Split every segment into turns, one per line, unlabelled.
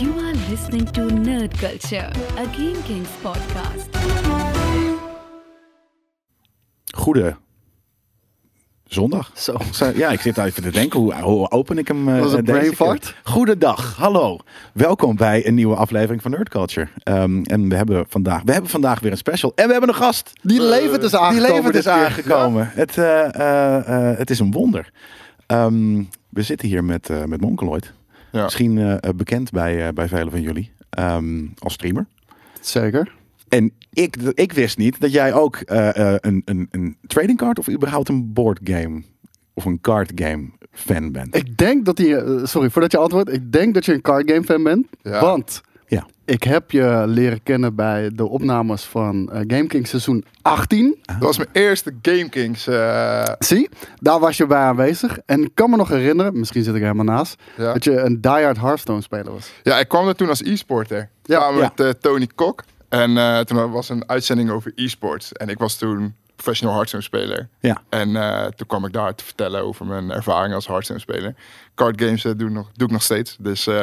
You are listening to Nerd Culture, a Game Kings podcast.
goede zondag.
Zo.
Zo, Ja, ik zit even te denken, hoe, hoe open ik hem eh,
Was het
deze
brain
keer?
fart?
Goedendag, hallo. Welkom bij een nieuwe aflevering van Nerd Culture. Ehm, en we hebben, vandaag, we hebben vandaag weer een special. En we hebben een gast.
Die levend is aangekomen.
Die levend
dit
is
keer.
aangekomen. Het, eh, eh, eh, het is een wonder. Ehm, we zitten hier met, eh met Monkeloid.
Ja.
Misschien eh, eh, bekend bij, eh, bij velen van jullie. ehm, als streamer.
Zeker.
En ik, ik wist niet dat jij ook eh, eh, een, een, een trading card of überhaupt een board game of een card game fan bent.
Ik denk dat die. eh, sorry, voordat je antwoordt. Ik denk dat je een card game fan bent.
Ja.
Want
ja.
ik heb je leren kennen bij de opnames van eh, Game King seizoen 18.
Dat was mijn eerste Game Kings. eh,
Zie, daar was je bij aanwezig. En ik kan me nog herinneren, misschien zit ik er helemaal naast,
Ja.
dat je een diehard Hearthstone speler was.
ja, ik kwam er toen als e-sporter.
Ja,
samen
ja.
met eh, Tony Kok. En eh, toen was een uitzending over e-sports. En ik was toen professional Hearthstone speler.
Ja.
En eh, toen kwam ik daar te vertellen over mijn ervaring als Hearthstone speler. Card games eh, doe, ik nog, doe ik nog steeds. Dus eh,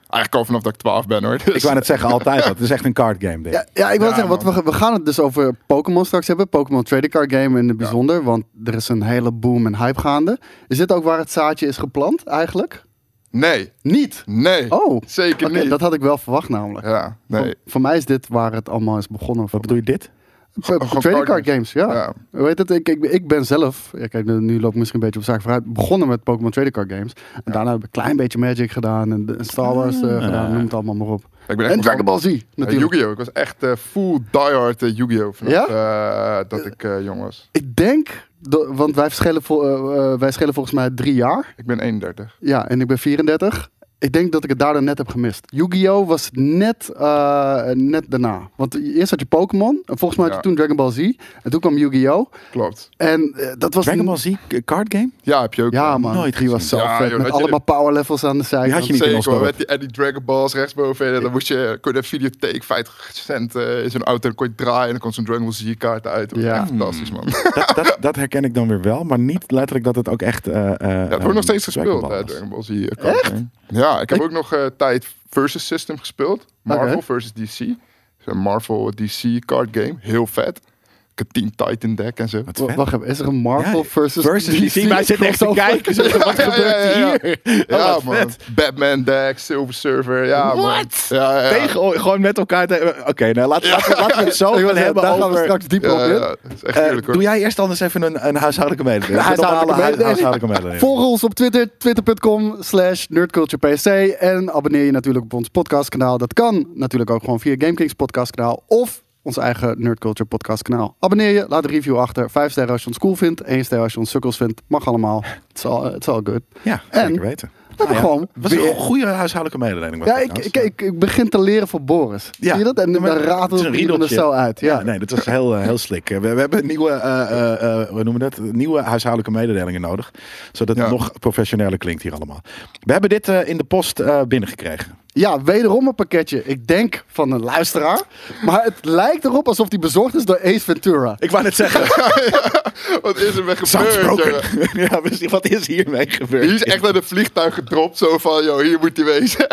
eigenlijk al vanaf dat ik 12 ben hoor. Dus,
Ik wou net zeggen, altijd dat. Het is echt een card game ding.
Ja, ja ik wil
Ja,
zeggen, want we, we gaan het dus over Pokémon straks hebben. Pokémon Trading Card Game in het bijzonder. Want er is een hele boom en hype gaande. Is dit ook waar het zaadje is geplant eigenlijk?
Nee,
Niet.
nee.
Oh,
Zeker
oké,
niet.
Dat had Oh. ik wel verwacht namelijk.
Ja, nee.
Voor, Eh, voor mij is dit waar het allemaal is begonnen.
Wat bedoel je dit?
je?
Gewoon
Trading
card
card games, ja. Weet het, ik, ik, ik ben zelf, ja, kijk, nu- nu loop ik misschien een beetje op zaak vooruit, begonnen met Pokémon Trading Card Games. En daarna heb ik een klein beetje Magic gedaan en, en Star Wars eh, gedaan, noem het allemaal maar op.
Ik ben echt
en
begonnen-
Dragon Ball Z
Eh,
natuurlijk.
Yu-Gi-Oh! Ik was echt eh, full diehard eh, Yu-Gi-Oh! vanaf
Ja?
eh, dat ik eh, jong was.
ik denk, dat- want wij verschillen, vol- eh, eh, wij schelen volgens mij drie jaar.
Ik ben 31.
Ja, en ik ben 34. Ik denk dat ik het daardoor net heb gemist. Yu-Gi-Oh! was net, eh, net daarna. Want eerst had je Pokémon. En volgens mij had je
Ja.
toen Dragon Ball Z. En toen kwam Yu-Gi-Oh!
Klopt.
En eh, dat was...
Dragon
n-
Ball Z eh, card game?
Ja, heb je ook.
Ja
eh,
man,
Nooit
die was zo
gezien. Ja,
vet.
joh,
met
had je-
allemaal power levels aan de zijkant.
had je niet. in ons
Zeker, hoor.
dorp.
met die, en die Dragon Balls rechtsboven. En dan moest je, kon je een videotheek 50 cent eh, in zo'n auto. En dan kon je draaien. En dan kon zo'n Dragon Ball Z-kaart uit. Dat was
Ja.
echt fantastisch, man.
Dat, dat, dat herken ik dan weer wel, maar niet letterlijk dat het ook echt... eh, eh,
Ja, het
ehm,
wordt nog steeds gespeeld,
Dragon Ball
hè,
was.
Dragon Ball Z. eh, kaart, hè. Ja, ik heb ook nog eh, tijd Versus System gespeeld. Marvel
Oké.
versus DC. Dus Een Marvel DC card game. Heel vet. Ik heb Team Titan deck en zo.
Wat
W-
vet.
Wacht even, is er een Marvel
Ja,
versus,
versus DC. Wij zitten echt te
crossover?
kijken. zo, Wat
Ja, ja,
gebeurt
ja, ja.
hier? Oh,
Ja,
Wat
man.
vet.
Batman deck, Silver Surfer. Ja, man.
What?
Ja, ja, ja.
Tegen, gewoon met elkaar... te- Oké, nou laten, laten, we- laten we het zo
Ik wil
gaan
zeggen,
hebben
Daar
over...
gaan we straks dieper op
Ja,
in.
ja, dat is echt
Eh,
heerlijk, hoor.
doe jij eerst anders even een, een huishoudelijke mededeling?
Een huishoudelijke
Normale hu-
mededeling.
huishoudelijke mededeling.
Volg ons op Twitter, twitter.com slash nerdculturepc. En abonneer je natuurlijk op ons podcastkanaal. Dat kan natuurlijk ook gewoon via GameKings podcastkanaal of ons eigen Nerdculture podcastkanaal. Abonneer je, laat een review achter. Vijf sterren als je ons cool vindt, één ster als je ons sukkels vindt. Mag allemaal. It's all, it's all good.
Ja,
En-
zeker weten.
Dat
Ah, ja.
gewoon
was een
weer-
goede huishoudelijke mededeling. was
Ja,
dat
ik,
trouwens.
ik, ik, ik begin te leren voor Boris.
Ja.
Zie je dat? En
Ja,
dan
maar
raad
het is
het
een
iemand er
riedeltje.
zo uit. Ja.
Ja, nee, dat was heel, eh, heel slik. Eh, We, we hebben nieuwe, eh, eh, eh, hoe noemen we dat? Nieuwe huishoudelijke mededelingen nodig. Zodat
Ja.
het nog professioneler klinkt hier allemaal. We hebben dit eh, in de post eh, binnengekregen.
Ja, wederom een pakketje. Ik denk van een luisteraar. Maar het lijkt erop alsof die bezorgd is door Ace Ventura.
Ik wou net zeggen,
Wat is er weer gebeurd, jongen?
Soundspoken. ja, precies. Wat is hiermee gebeurd?
Die is echt naar de vliegtuig gedropt. Zo van, joh, hier moet hij wezen.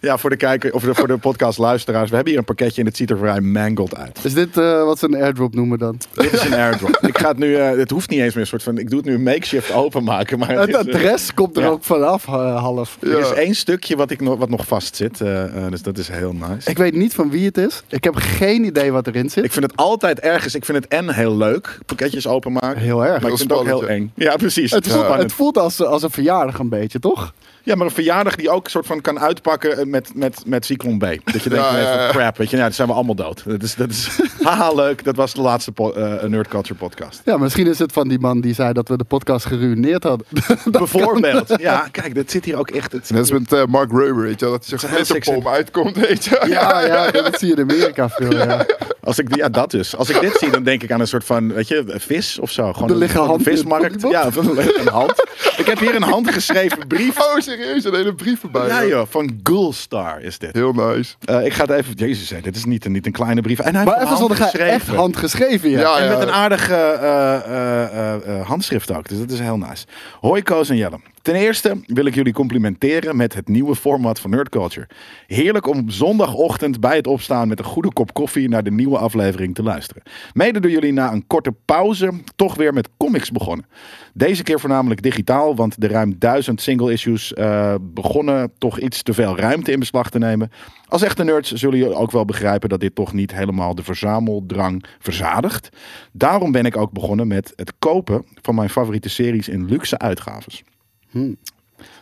Ja, voor de, kijker, of de, voor de podcastluisteraars. We hebben hier een pakketje en het ziet er vrij mangled uit.
Is dit eh, wat ze een airdrop noemen dan?
Dit is een airdrop. ik ga het nu, eh, het hoeft niet eens meer een soort van, ik doe het nu makeshift openmaken. Maar het,
Het
is, eh,
adres komt er
ja.
ook vanaf, eh, half.
er is
Ja.
één stukje wat, ik nog wat nog vast zit. eh, eh, dus dat is heel nice. Ik,
Ik weet niet van wie het is. Ik heb geen idee wat erin zit.
vind het altijd ergens, ik vind het en heel leuk, pakketjes openmaken.
Heel erg.
Maar ik
Heel
vind het ook heel
spannend,
eng. Ja, precies.
het,
is
voelt,
spannend.
het voelt als, eh, als een verjaardag een beetje, toch?
Ja, maar een verjaardag die ook soort van kan uitpakken eh, met, met, met Cyclone B. Dat je denkt,
Ja,
nee,
ja, ja.
van crap, weet je, nou, dan zijn we allemaal dood. Dat is, dat is, haha, leuk. Dat was de laatste po- eh, Nerd Culture podcast.
Ja, misschien is het van die man die zei dat we de podcast geruineerd hadden.
Bijvoorbeeld. Ja, kijk, dat zit hier ook echt. Het,
Net als met eh, Mark Reuber, weet je wel. Dat hij
Heel
zo'n
sick
glitterpomp uitkomt, weet je wel.
ja, ja, dat zie je in Amerika veel. Ja.
Als ik, ja, dat dus. Als ik dit zie, dan denk ik aan een soort van, weet je, vis of zo. Gewoon
Er
een-
liggen
een
handen in het
vismarkt.
pottenbad.
Ja, of er ligt een hand. Ik heb hier een handgeschreven brief.
Oh, serieus, een hele brief erbij.
Ja
hoor.
joh, van Gulstar is dit.
Heel nice.
Eh, ik ga het even, jezus, hè, dit is niet, een- niet een kleine brief. En hij
Maar
heeft
even
een
zonder ga echt
handgeschreven.
handgeschreven, ja.
Ja.
en met een aardig eh, eh, eh, eh, eh, handschrift ook. Dus dat is heel nice. Hoi Koos en Jelle. Ten eerste wil ik jullie complimenteren met het nieuwe format van Nerd Culture. Heerlijk om zondagochtend bij het opstaan met een goede kop koffie naar de nieuwe aflevering te luisteren. Mede door jullie na een korte pauze toch weer met comics begonnen. Deze keer voornamelijk digitaal, want de ruim duizend single issues eh, begonnen toch iets te veel ruimte in beslag te nemen. Als echte nerds zullen jullie ook wel begrijpen dat dit toch niet helemaal de verzameldrang verzadigt. Daarom ben ik ook begonnen met het kopen van mijn favoriete series in luxe uitgaves.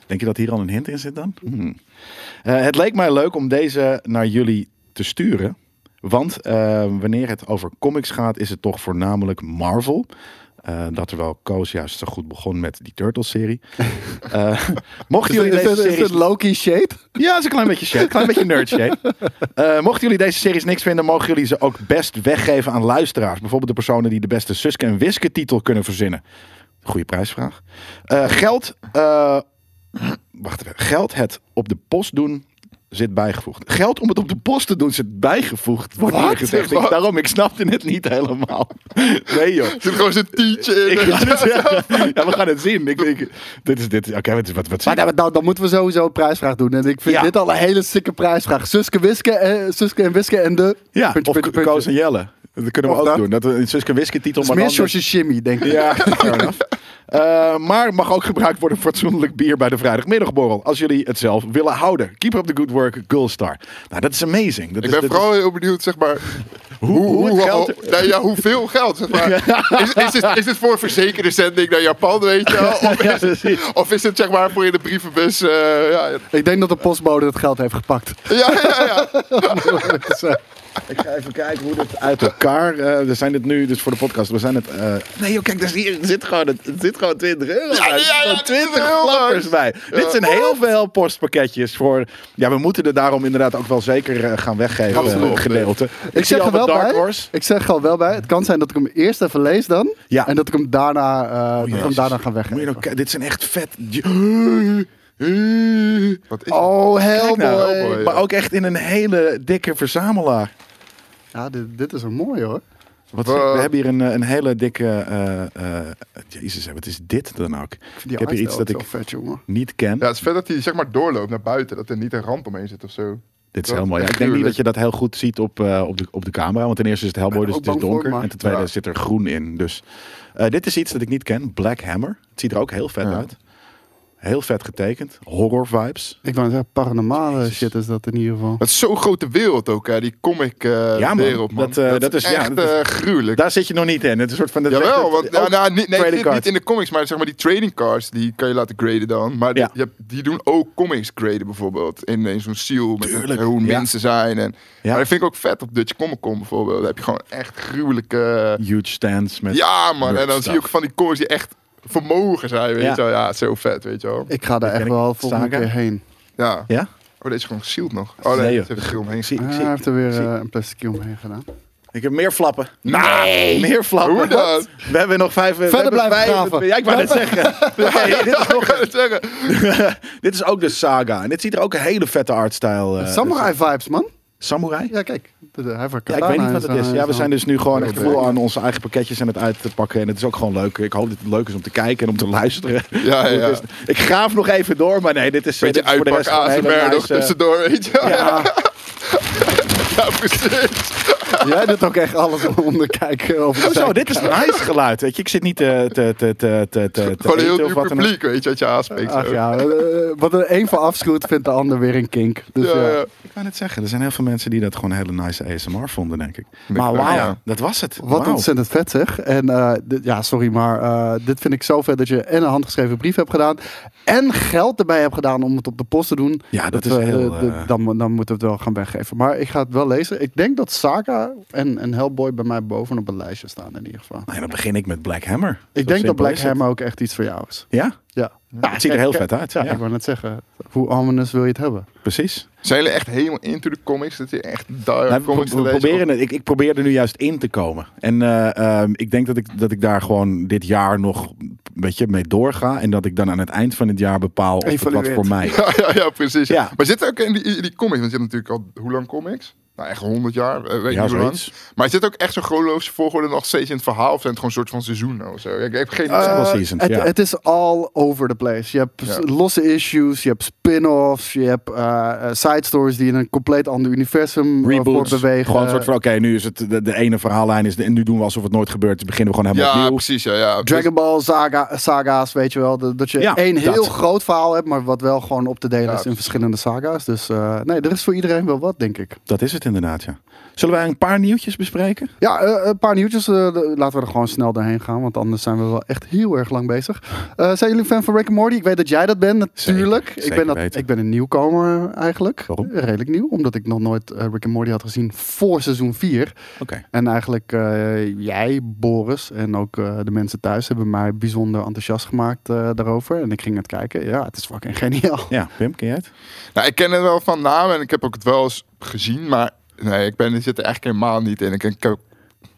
Denk je dat hier al een hint in zit dan? Hmm. Eh, het leek mij leuk om deze naar jullie te sturen. Want eh, wanneer het over comics gaat, is het toch voornamelijk Marvel. Eh, dat terwijl Koos juist zo goed begon met die Turtles-serie. Eh, mochten
Is,
jullie
dit- is,
deze
dit- is
series...
dit Loki shape?
Ja, dat is een klein beetje shit. Een klein beetje nerd shit. Eh, mochten jullie deze series niks vinden, mogen jullie ze ook best weggeven aan luisteraars. Bijvoorbeeld de personen die de beste Suske en Wiske titel kunnen verzinnen. Goeie prijsvraag. Eh, geld, eh, wacht even. Geld het op de post doen zit bijgevoegd. Geld om het op de post te doen zit bijgevoegd. Wordt hier
Wat?
gezegd. Ik,
Wat?
daarom, ik snapte het niet helemaal. Nee joh.
Er zit gewoon zo'n tientje in.
Ik ga het zeggen. Ja, we gaan het zien. Ik, ik, dit is dit. Oké, wat, wat, wat
Maar dan, dan, dan moeten we sowieso een prijsvraag doen. En ik vind
Ja.
dit al een hele sikke prijsvraag. Suske, Wiske, eh, Suske en Wiske en de...
Ja,
puntje,
of
puntje,
Ko-
puntje.
Koos en Jelle. Dat kunnen we
Of
ook
dat.
doen. Dat we een Suske Wiske titel,
Het is
maar
meer
dan... dus-
George Shimmy, denk ik.
Ja, fair enough. Eh, maar mag ook gebruikt worden voor fatsoenlijk bier bij de vrijdagmiddagborrel. Als jullie het zelf willen houden. Keep up the good work, Gold Star. Nou, dat is amazing. Dat
Ik
is,
ben
dat
vooral heel benieuwd, zeg maar. Hoe,
hoe het geld-
nou ja, hoeveel geld? Zeg maar. is, is, dit, is dit voor een verzekerde zending naar Japan, weet je wel? Of
Ja,
is,
precies.
of is dit zeg maar voor in de brievenbus? eh, ja, ja,
Ik denk dat de postbode het geld heeft gepakt.
ja, ja, ja.
Is, ik ga even kijken hoe dit uit elkaar... eh, we zijn het nu, dus voor de podcast, we zijn het... eh, nee joh, kijk, dus hier zit gewoon, het, het zit gewoon 20 euro bij.
ja,
Er zitten gewoon
ja, ja,
20
20 euro's.
klappers bij. Dit zijn heel veel postpakketjes voor... Ja, we moeten er daarom inderdaad ook wel zeker eh, gaan weggeven.
Absoluut.
eh, gedeelte. Ik, zie
Ik, zeg
al
er
wat
wel
Dark
bij.
Horse.
Ik zeg er wel bij. Het kan zijn dat ik hem eerst even lees dan.
Ja. Oh,
En dat ik hem daarna, eh, dat ik hem
Jezus.
daarna ga
Moet je
weggeven.
nou kijken, dit zijn echt vet.
Wat is
Oh,
Kijk nou,
Hellboy.
Hellboy.
Maar ook echt in een hele dikke verzamelaar.
Ja, dit, dit is een mooie hoor.
Wat,
Wat?
we hebben hier een, eh, een hele dikke. eh, eh, jezus, hè, wat is dit dan ook?
Die
Ik heb hier
artstijl
iets dat
ook
ik
zo vet, jongen.
niet ken.
Ja, het is vet dat hij zeg maar doorloopt naar buiten. Dat er niet een ramp omheen zit of zo.
Dit is
Ja,
heel mooi. Ja, ik denk niet
gruwelijk.
dat je dat heel goed ziet op, eh, op, de, op de camera. Want ten eerste is het Hellboy,
Ik
dus het
ben ook
is
bang
donker.
voor, maar-
En ten tweede
Ja.
zit er groen in. Dus eh, dit is iets dat ik niet ken. Black Hammer. Het ziet er ook heel vet
Ja.
uit. Heel vet getekend. Horror vibes.
Ik wou zeggen, paranormale shit is dat in ieder geval.
Het is zo'n grote wereld ook, hè, die comic eh,
Ja, man.
wereld, man.
Dat, eh, dat is- ja,
echt
dat is-
eh, gruwelijk.
Daar zit je nog niet in. Het is een soort van. dat is echt
Jawel,
het-
want nou,
ook
nou, niet, nee,
trading
dit
cards.
niet in de comics, maar zeg maar die trading cards, die kan je laten graden dan. Maar die,
Ja.
je hebt- die doen ook comics graden bijvoorbeeld. In, in zo'n seal met
Tuurlijk,
hoe
ja.
mensen zijn. En,
Ja.
Maar dat vind ik ook vet op Dutch Comic Con bijvoorbeeld. Daar heb je gewoon echt gruwelijke...
Huge stands met.
ja man, en dan
nerdstuff.
zie je ook van die comics die echt vermogen zijn, weet
Ja.
je wel. Ja, zo vet, weet je wel.
Ik ga daar
ken
echt
ik.
wel volgende
Saga?
keer heen.
Ja.
Ja?
Oh, deze is gewoon sealed nog. Oh
Nee,
nee,
joh.
er zit een shield omheen.
Ik zie, ik
Ah,
zie,
hij heeft er weer
zie- Eh,
eh, een plastic omheen gedaan.
Ik heb meer flappen.
Nee!
Meer flappen.
Hoe dan?
Wat? We hebben nog vijf... we
Verder
hebben
blijven
vijf-
graven.
Ja, ik wou net zeggen. Hey, dit, is
Ik
nog,
kan het zeggen.
dit is ook de saga. En dit ziet er ook een hele vette artstyle. eh,
Samurai vibes, man.
Samurai?
Ja, kijk. De- de- hij heeft een
Ja, ik
katana
weet niet
in
wat het
zijn-
is. Ja, we
zijn-
zijn dus nu gewoon echt
eh, Ja,
vol
ja.
aan onze eigen pakketjes aan het uitpakken. En het is ook gewoon leuk. Ik hoop dat het leuk is om te kijken en om te luisteren.
Ja, ja, ja.
Ik graaf nog even door, maar nee, dit is...
Beetje
dit is voor de
uitpak
rest gewoon een hele
ASMR nog
nice, eh,
tussendoor, weet je wel.
ja.
ja precies.
Jij doet ook echt alles onder kijken. Over de
Oh, Zo,
zijkant.
dit is een nice geluid. Weet je, ik zit niet te, te, te, te, te, te
Gewoon een heel
eten
nieuw
wat dan ook.
publiek, weet je, wat je aanspreekt.
Ach
zo.
ja, eh, wat de een voor afschuwt, vindt de ander weer een kink. Dus
Ja,
ja,
ja.
Ik kan het zeggen. Er zijn heel veel mensen die dat gewoon hele nice ASMR vonden, denk ik. Maar
ook,
wauw,
ja.
dat was het.
Wat
Wauw.
ontzettend vet zeg. En eh, dit- ja, sorry, maar eh, dit vind ik zo vet dat je en een handgeschreven brief hebt gedaan. En geld erbij hebt gedaan om het op de post te doen.
Ja, dat is
we,
heel,
eh, de-
eh,
dan, dan moeten we het wel gaan weggeven. Maar ik ga het wel lezen. Ik denk dat Saga en, en Hellboy bij mij boven op het lijstje staan in ieder geval.
Nee, nou dan begin ik met Black Hammer. Zo
Ik denk
simpel
dat Black
is het.
Hammer ook echt iets voor jou is.
Ja?
Ja.
Ja, het ziet er heel vet uit. Ja,
Ja, ik wou net zeggen. Hoe ominous wil je het hebben?
precies.
Zijn jullie echt helemaal into de comics? Dat je echt daar
Nou, we
comics
pro- we
te lezen?
proberen het. Ik, ik probeer er nu juist in te komen. En eh, ehm, ik denk dat ik, dat ik daar gewoon dit jaar nog een beetje mee doorga. En dat ik dan aan het eind van het jaar bepaal of het wat
Evalueert.
voor mij is.
Ja, ja, ja, precies.
Ja.
Maar zit er ook in die, in die comics? Want je hebt natuurlijk al, hoe lang comics? nou, echt 100 jaar, eh, weet
Ja,
niet hoe lang.
zoiets.
Maar het zit ook echt zo'n chronologische volgorde nog steeds in het verhaal? Of zijn het gewoon een soort van seizoenen of zo? Ik, ik heb geen idee.
Eh, Several
Eh,
seasons,
het,
ja.
het is all over the place. Je hebt
Ja.
losse issues, je hebt spin-offs, je hebt eh, eh, side stories die in een compleet ander universum eh,
Reboots.
voor bewegen.
Gewoon een soort van, oké, nu is het de, de ene verhaallijn is de, en nu doen we alsof het nooit gebeurt. Dan beginnen we gewoon helemaal
ja,
opnieuw.
precies. Ja, ja.
Dragon Ball saga, saga's, weet je wel. Dat dat je
Ja,
één heel
dat.
groot verhaal hebt, maar wat wel gewoon op te delen
Ja,
is in
precies.
verschillende saga's. Dus eh, nee, er is voor iedereen wel wat, denk ik.
Dat is het inderdaad, ja. Zullen wij een paar nieuwtjes bespreken?
Ja, eh, een paar nieuwtjes. eh, de- laten we er gewoon snel doorheen gaan, want anders zijn we wel echt heel erg lang bezig. Eh, zijn jullie fan van Rick and Morty? Ik weet dat jij dat bent, natuurlijk.
Zeker,
ik,
zeker
ben dat,
weten.
ik ben een nieuwkomer eh, eigenlijk.
Waarom?
Eh, Redelijk nieuw, omdat ik nog nooit eh, Rick and Morty had gezien voor seizoen 4.
Oké.
En eigenlijk eh, jij, Boris en ook eh, de mensen thuis hebben mij bijzonder enthousiast gemaakt eh, daarover. En ik ging het kijken. Ja, het is fucking geniaal.
Ja, Wim, ken jij het?
Nou, ik ken het wel van naam en ik heb ook het wel eens gezien, maar nee, ik ben, ik zit er echt helemaal niet in. Ik, ik heb-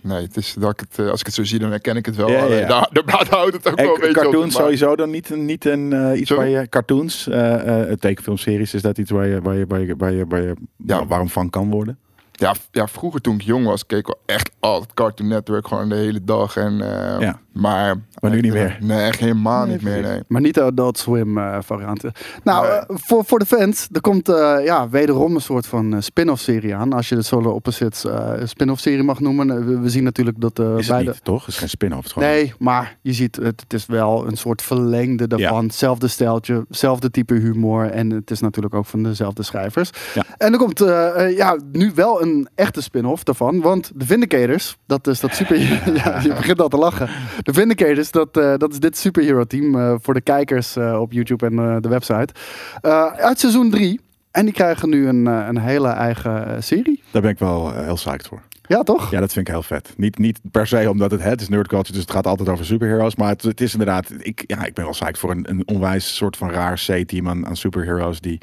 nee, het is dat ik het, eh, als ik het zo zie, dan herken ik het wel.
Ja, ja,
Alleen
ja.
Daar, daar, daar houdt het ook wel een
En
beetje op.
cartoons
maar-
sowieso dan niet, een- niet een, eh, iets
Sorry?
waar je... Cartoons, eh, eh, tekenfilmseries, is dat iets waar je, waar je, waar je, waar je, waar je
Ja.
warm van kan worden?
Ja, v- ja, vroeger toen ik jong was, keek ik wel echt altijd Cartoon Network gewoon de hele dag. En, eh,
Ja.
Maar,
Maar nu niet meer.
Nee, echt helemaal
Nee,
niet meer.
precies.
Nee.
Maar niet de Adult Swim eh, varianten. Nou,
Nee.
eh, voor, voor de fans, er komt eh, ja, wederom een soort van eh, spin-off serie aan. Als je de Solo Opposites eh, een spin-off serie mag noemen. Eh, We, we zien natuurlijk dat eh,
Is het
beide...
niet, toch? Het is geen spin-off. het is gewoon-
Nee, maar je ziet, het, het is wel een soort verlengde daarvan. Hetzelfde steltje, hetzelfde type humor. En het is natuurlijk ook van dezelfde schrijvers.
Ja.
En er komt eh, eh, ja, nu wel een echte spin-off daarvan. Want de Vindicators, dat is dat super... ja, je begint al te lachen. De Vindicators, dat, eh, dat is dit superhero team eh, voor de kijkers eh, op YouTube en eh, de website. Eh, uit seizoen 3. En die krijgen nu een, eh, een hele eigen eh, serie.
Daar ben ik wel eh, heel psyched voor.
Ja, toch?
Ja, dat vind ik heel vet. Niet, niet per se omdat het het is nerd culture, dus het gaat altijd over superheroes. Maar het, het is inderdaad, ik, ja, ik ben wel psyched voor een, een onwijs soort van raar C-team aan, aan superheroes die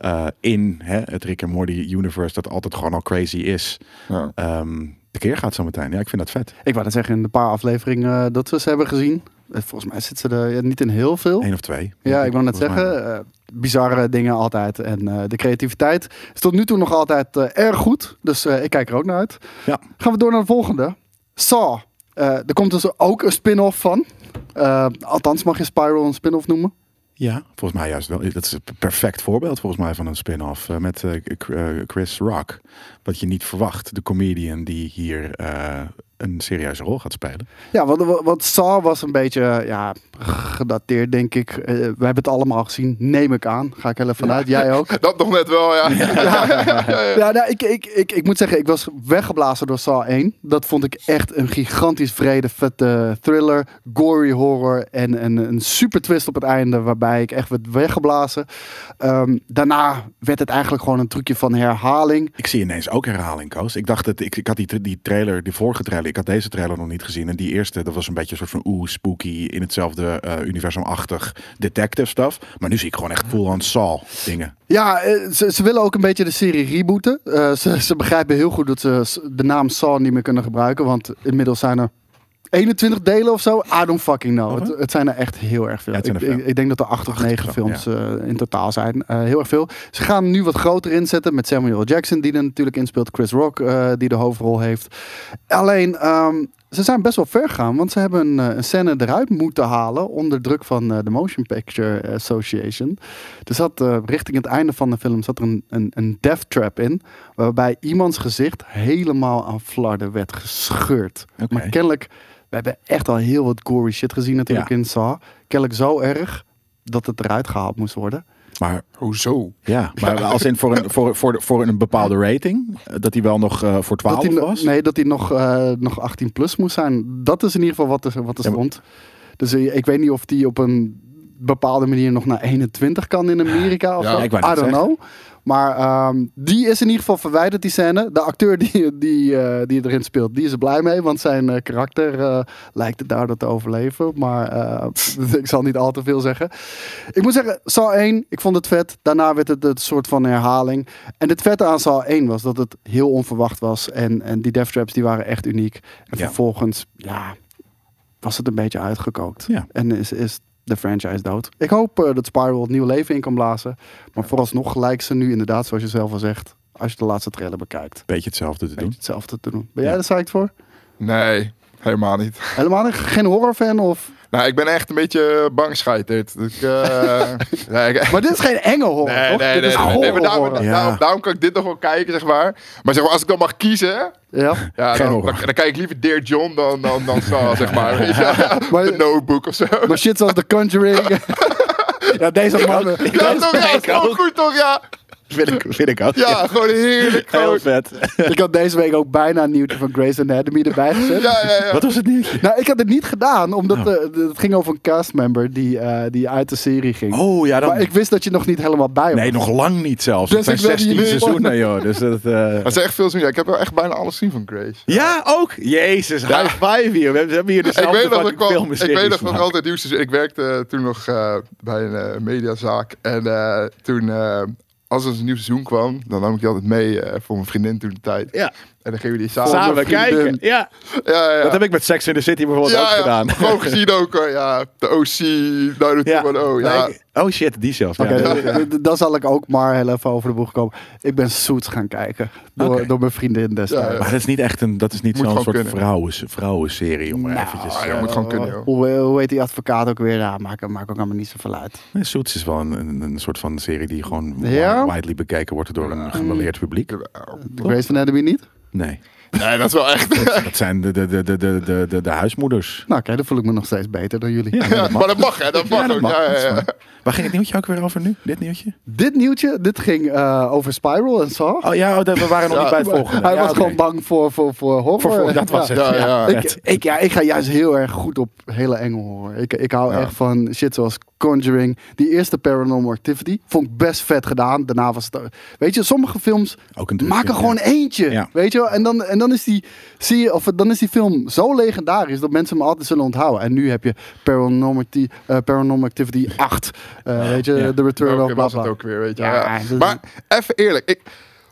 eh, in hè, het Rick and Morty universe, dat altijd gewoon al crazy is,
Ja.
ehm, de keer gaat zometeen. Ja, ik vind dat vet.
Ik wou net zeggen, in de paar afleveringen eh, dat we ze hebben gezien. eh, Volgens mij zitten ze er ja, niet in heel veel.
Eén of twee.
Ja, ik wou net
Volgens mij
zeggen, eh, bizarre dingen altijd. En eh, de creativiteit is tot nu toe nog altijd eh, erg goed. Dus eh, ik kijk er ook naar uit.
Ja.
Gaan we door naar de volgende. Saw. Eh, er komt dus ook een spin-off van. Eh, althans, mag je Spiral een spin-off noemen?
Ja, volgens mij juist wel. Dat is een perfect voorbeeld volgens mij van een spin-off eh, met eh, K- eh, Chris Rock. Wat je niet verwacht, de comedian die hier eh, een serieuze rol gaat spelen.
Ja, want, wa- want Saw was een beetje eh, ja, gedateerd, denk ik. Eh, we hebben het allemaal gezien, neem ik aan. Ga ik heel even vanuit. Jij ook.
Dat nog net wel, ja. ja.
Ja, nou, ik, ik, ik, ik moet zeggen, ik was weggeblazen door Saw 1. Dat vond ik echt een gigantisch vrede, vette thriller, gory horror en, en een super twist op het einde waarbij ik echt werd weggeblazen. Ehm, daarna werd het eigenlijk gewoon een trucje van herhaling.
Ik zie ineens ook herhaling, Koos. Ik dacht dat ik, ik had die, tra- die trailer, die vorige trailer, ik had deze trailer nog niet gezien. En die eerste, dat was een beetje een soort van oeh, spooky, in hetzelfde eh, universum-achtig detective stuff. Maar nu zie ik gewoon echt full-on Saul dingen.
Ja, eh, ze, ze willen ook een beetje de serie rebooten. Eh, ze, ze begrijpen heel goed dat ze s- de naam Saw niet meer kunnen gebruiken, want inmiddels zijn er 21 delen of zo. I don't fucking know.
Oh, hè?
het, het zijn er echt heel erg veel.
Ja, het
ik,
zijn er veel.
ik- ik denk dat er acht of
Acht of
negen
zo,
films eh, in totaal zijn. Eh, heel erg veel. Ze gaan nu wat groter inzetten met Samuel L. Jackson, die er natuurlijk inspeelt. Chris Rock, eh, die de hoofdrol heeft. Alleen, ehm, ze zijn best wel ver gegaan, want ze hebben een, eh, een scène eruit moeten halen onder druk van eh, de Motion Picture Association. Er zat eh, richting het einde van de film zat er een, een, een death trap in, waarbij iemands gezicht helemaal aan flarden werd gescheurd.
Oké.
Maar kennelijk, we hebben echt al heel wat gory shit gezien natuurlijk
Ja.
in Saw. Kennelijk zo erg dat het eruit gehaald moest worden.
Maar
Hoezo?
ja, maar als in voor een, voor, voor, voor een bepaalde rating, eh, dat die wel nog eh, voor 12
Dat hij, no-
was.
nee, dat hij nog, eh, nog 18 plus moest zijn. Dat is in ieder geval wat er, wat er
Ja, maar-
stond. Dus eh, ik weet niet of die op een bepaalde manier nog naar 21 kan in Amerika. Of
Ja,
zo.
ik wou net
I don't
zeggen.
know. Maar ehm, die is in ieder geval verwijderd, die scène. De acteur die, die, eh, die erin speelt, die is er blij mee. Want zijn eh, karakter eh, lijkt het daardoor te overleven. Maar eh, ik zal niet al te veel zeggen. Ik moet zeggen, Saw 1, ik vond het vet. Daarna werd het een soort van herhaling. En het vette aan Saw 1 was dat het heel onverwacht was. En, en die death traps die waren echt uniek. En
Ja.
vervolgens, ja, was het een beetje uitgekookt.
Ja.
En is, is de franchise dood. Ik hoop eh, dat Spiral het nieuw leven in kan blazen. Maar vooralsnog lijkt ze nu inderdaad, zoals je zelf al zegt, als je de laatste trailer bekijkt.
Beetje hetzelfde te
Beetje
doen.
Hetzelfde te doen. Ben jij
Ja.
er psyched voor?
Nee, helemaal niet.
Helemaal niet? geen horrorfan of...
Nou, ik ben echt een beetje bang scheiterd. Ik, eh, nee, ik-
Maar dit is geen enge horror,
Nee,
toch?
nee,
dit
nee,
is
nee, nee, maar
gore
daarom,
horror.
Ja.
daarom- daarom kan ik dit nog wel kijken, zeg maar. Maar zeg maar, als ik dan mag kiezen,
Ja.
ja,
Geen
dan,
horror.
dan, dan kijk ik liever Dear John dan, dan, dan Saw, zeg maar. Weet je?
Maar-
The Notebook of zo.
Maar shit zoals The Conjuring. ja, deze man.
Ja, toch, ja, is
ik
gewoon
ook.
goed, toch? Ja,
Vind ik, vind ik ook.
ja gewoon heerlijk.
Heel
Gewoon,
vet.
Ik had deze week ook bijna een nieuwtje van Grey's Anatomy erbij gezet.
ja, ja, ja.
Wat was het nieuwtje?
Nou, ik had het niet gedaan,
Oh.
omdat eh, het ging over een castmember die, eh, die uit de serie ging.
Oh ja,
Maar
dan...
ik wist dat je nog niet helemaal bij was.
Nee, nog lang niet zelfs.
Dus
Het zijn
ik wilde
16
jullie-
seizoenen, joh. Dus dat, eh,
Dat is echt veel zin. Ja, ik heb wel echt bijna alles zien van Grace.
Ja, ook. Jezus,
Ja.
high five hier. We hebben- we hebben hier
Ik
dezelfde
weet, nog, dat
fucking
ik, wel,
film
ik weet nog dat het altijd nieuws is. Ik werkte eh, toen nog eh, bij een eh, mediazaak. En eh, toen, eh, als er een nieuw seizoen kwam, dan nam ik die altijd mee eh, voor mijn vriendin toen de tijd.
Ja.
En dan gingen we die samen,
Samen
vriendin.
kijken. Ja.
Ja, ja, ja.
Dat heb ik met Sex in the City bijvoorbeeld
Ja,
ook
ja,
gedaan.
Gewoon gezien ook. hoor. ja, de OC, Naruto
Ja.
oh, ja.
Nee, ik- oh shit, die zelfs.
Oké,
ja.
d- d- daar zal ik ook maar heel even over de boeg komen. Ik ben Suits gaan kijken door,
Oké.
door mijn vriendin destijds.
Ja,
Maar dat is niet echt een, dat is niet
Moet
zo'n
gewoon
soort
kunnen.
vrouwen, vrouwenserie om er eventjes.
Ah, ja,
eh,
moet gewoon kunnen,
Eh,
joh.
hoe, hoe heet die advocaat ook weer? Ja, maakt, maakt ook allemaal niet zoveel uit.
nee, Suits is wel een, een, een soort van serie die gewoon
Ja?
widely bekeken wordt door een gemêleerd publiek.
De Grace van Anatomy niet?
Nee,
Nee, dat is wel echt.
dat zijn de, de, de, de, de, de, de, de huismoeders.
Nou, oké, dan voel ik me nog steeds beter dan jullie.
maar dat mag, hè? Dat mag ook. Ja, ja, ja.
Waar ging het nieuwtje ook weer over nu? Dit nieuwtje?
Dit nieuwtje, dit ging eh, over Spiral en Saw.
Oh ja, oh, dat- we waren nog
Ja,
niet bij het
Maar
volgende.
Hij
Ja,
was
oké.
gewoon bang voor, voor, voor horror.
Voor- voor- dat was
Ja.
het.
Ja, ja.
vet.
Ik, ik, ja, ik ga juist heel erg goed op hele enge horror. Ik, ik hou
Ja.
echt van shit zoals Conjuring. Die eerste Paranormal Activity vond ik best vet gedaan. Daarna was het... Weet je, sommige films
Ook een
maken
trucje,
gewoon
ja.
eentje.
Ja.
Weet je wel? En dan, en dan, is die, zie je, of, dan is die film zo legendarisch dat mensen hem altijd zullen onthouden. En nu heb je Paranormal, Acti- eh, Paranormal Activity 8. eh, weet je,
Ja.
The Return of
Welke
bla
was
bla.
het ook weer, weet je.
Ja, dus
Ja,
dat is-
Maar even eerlijk, ik,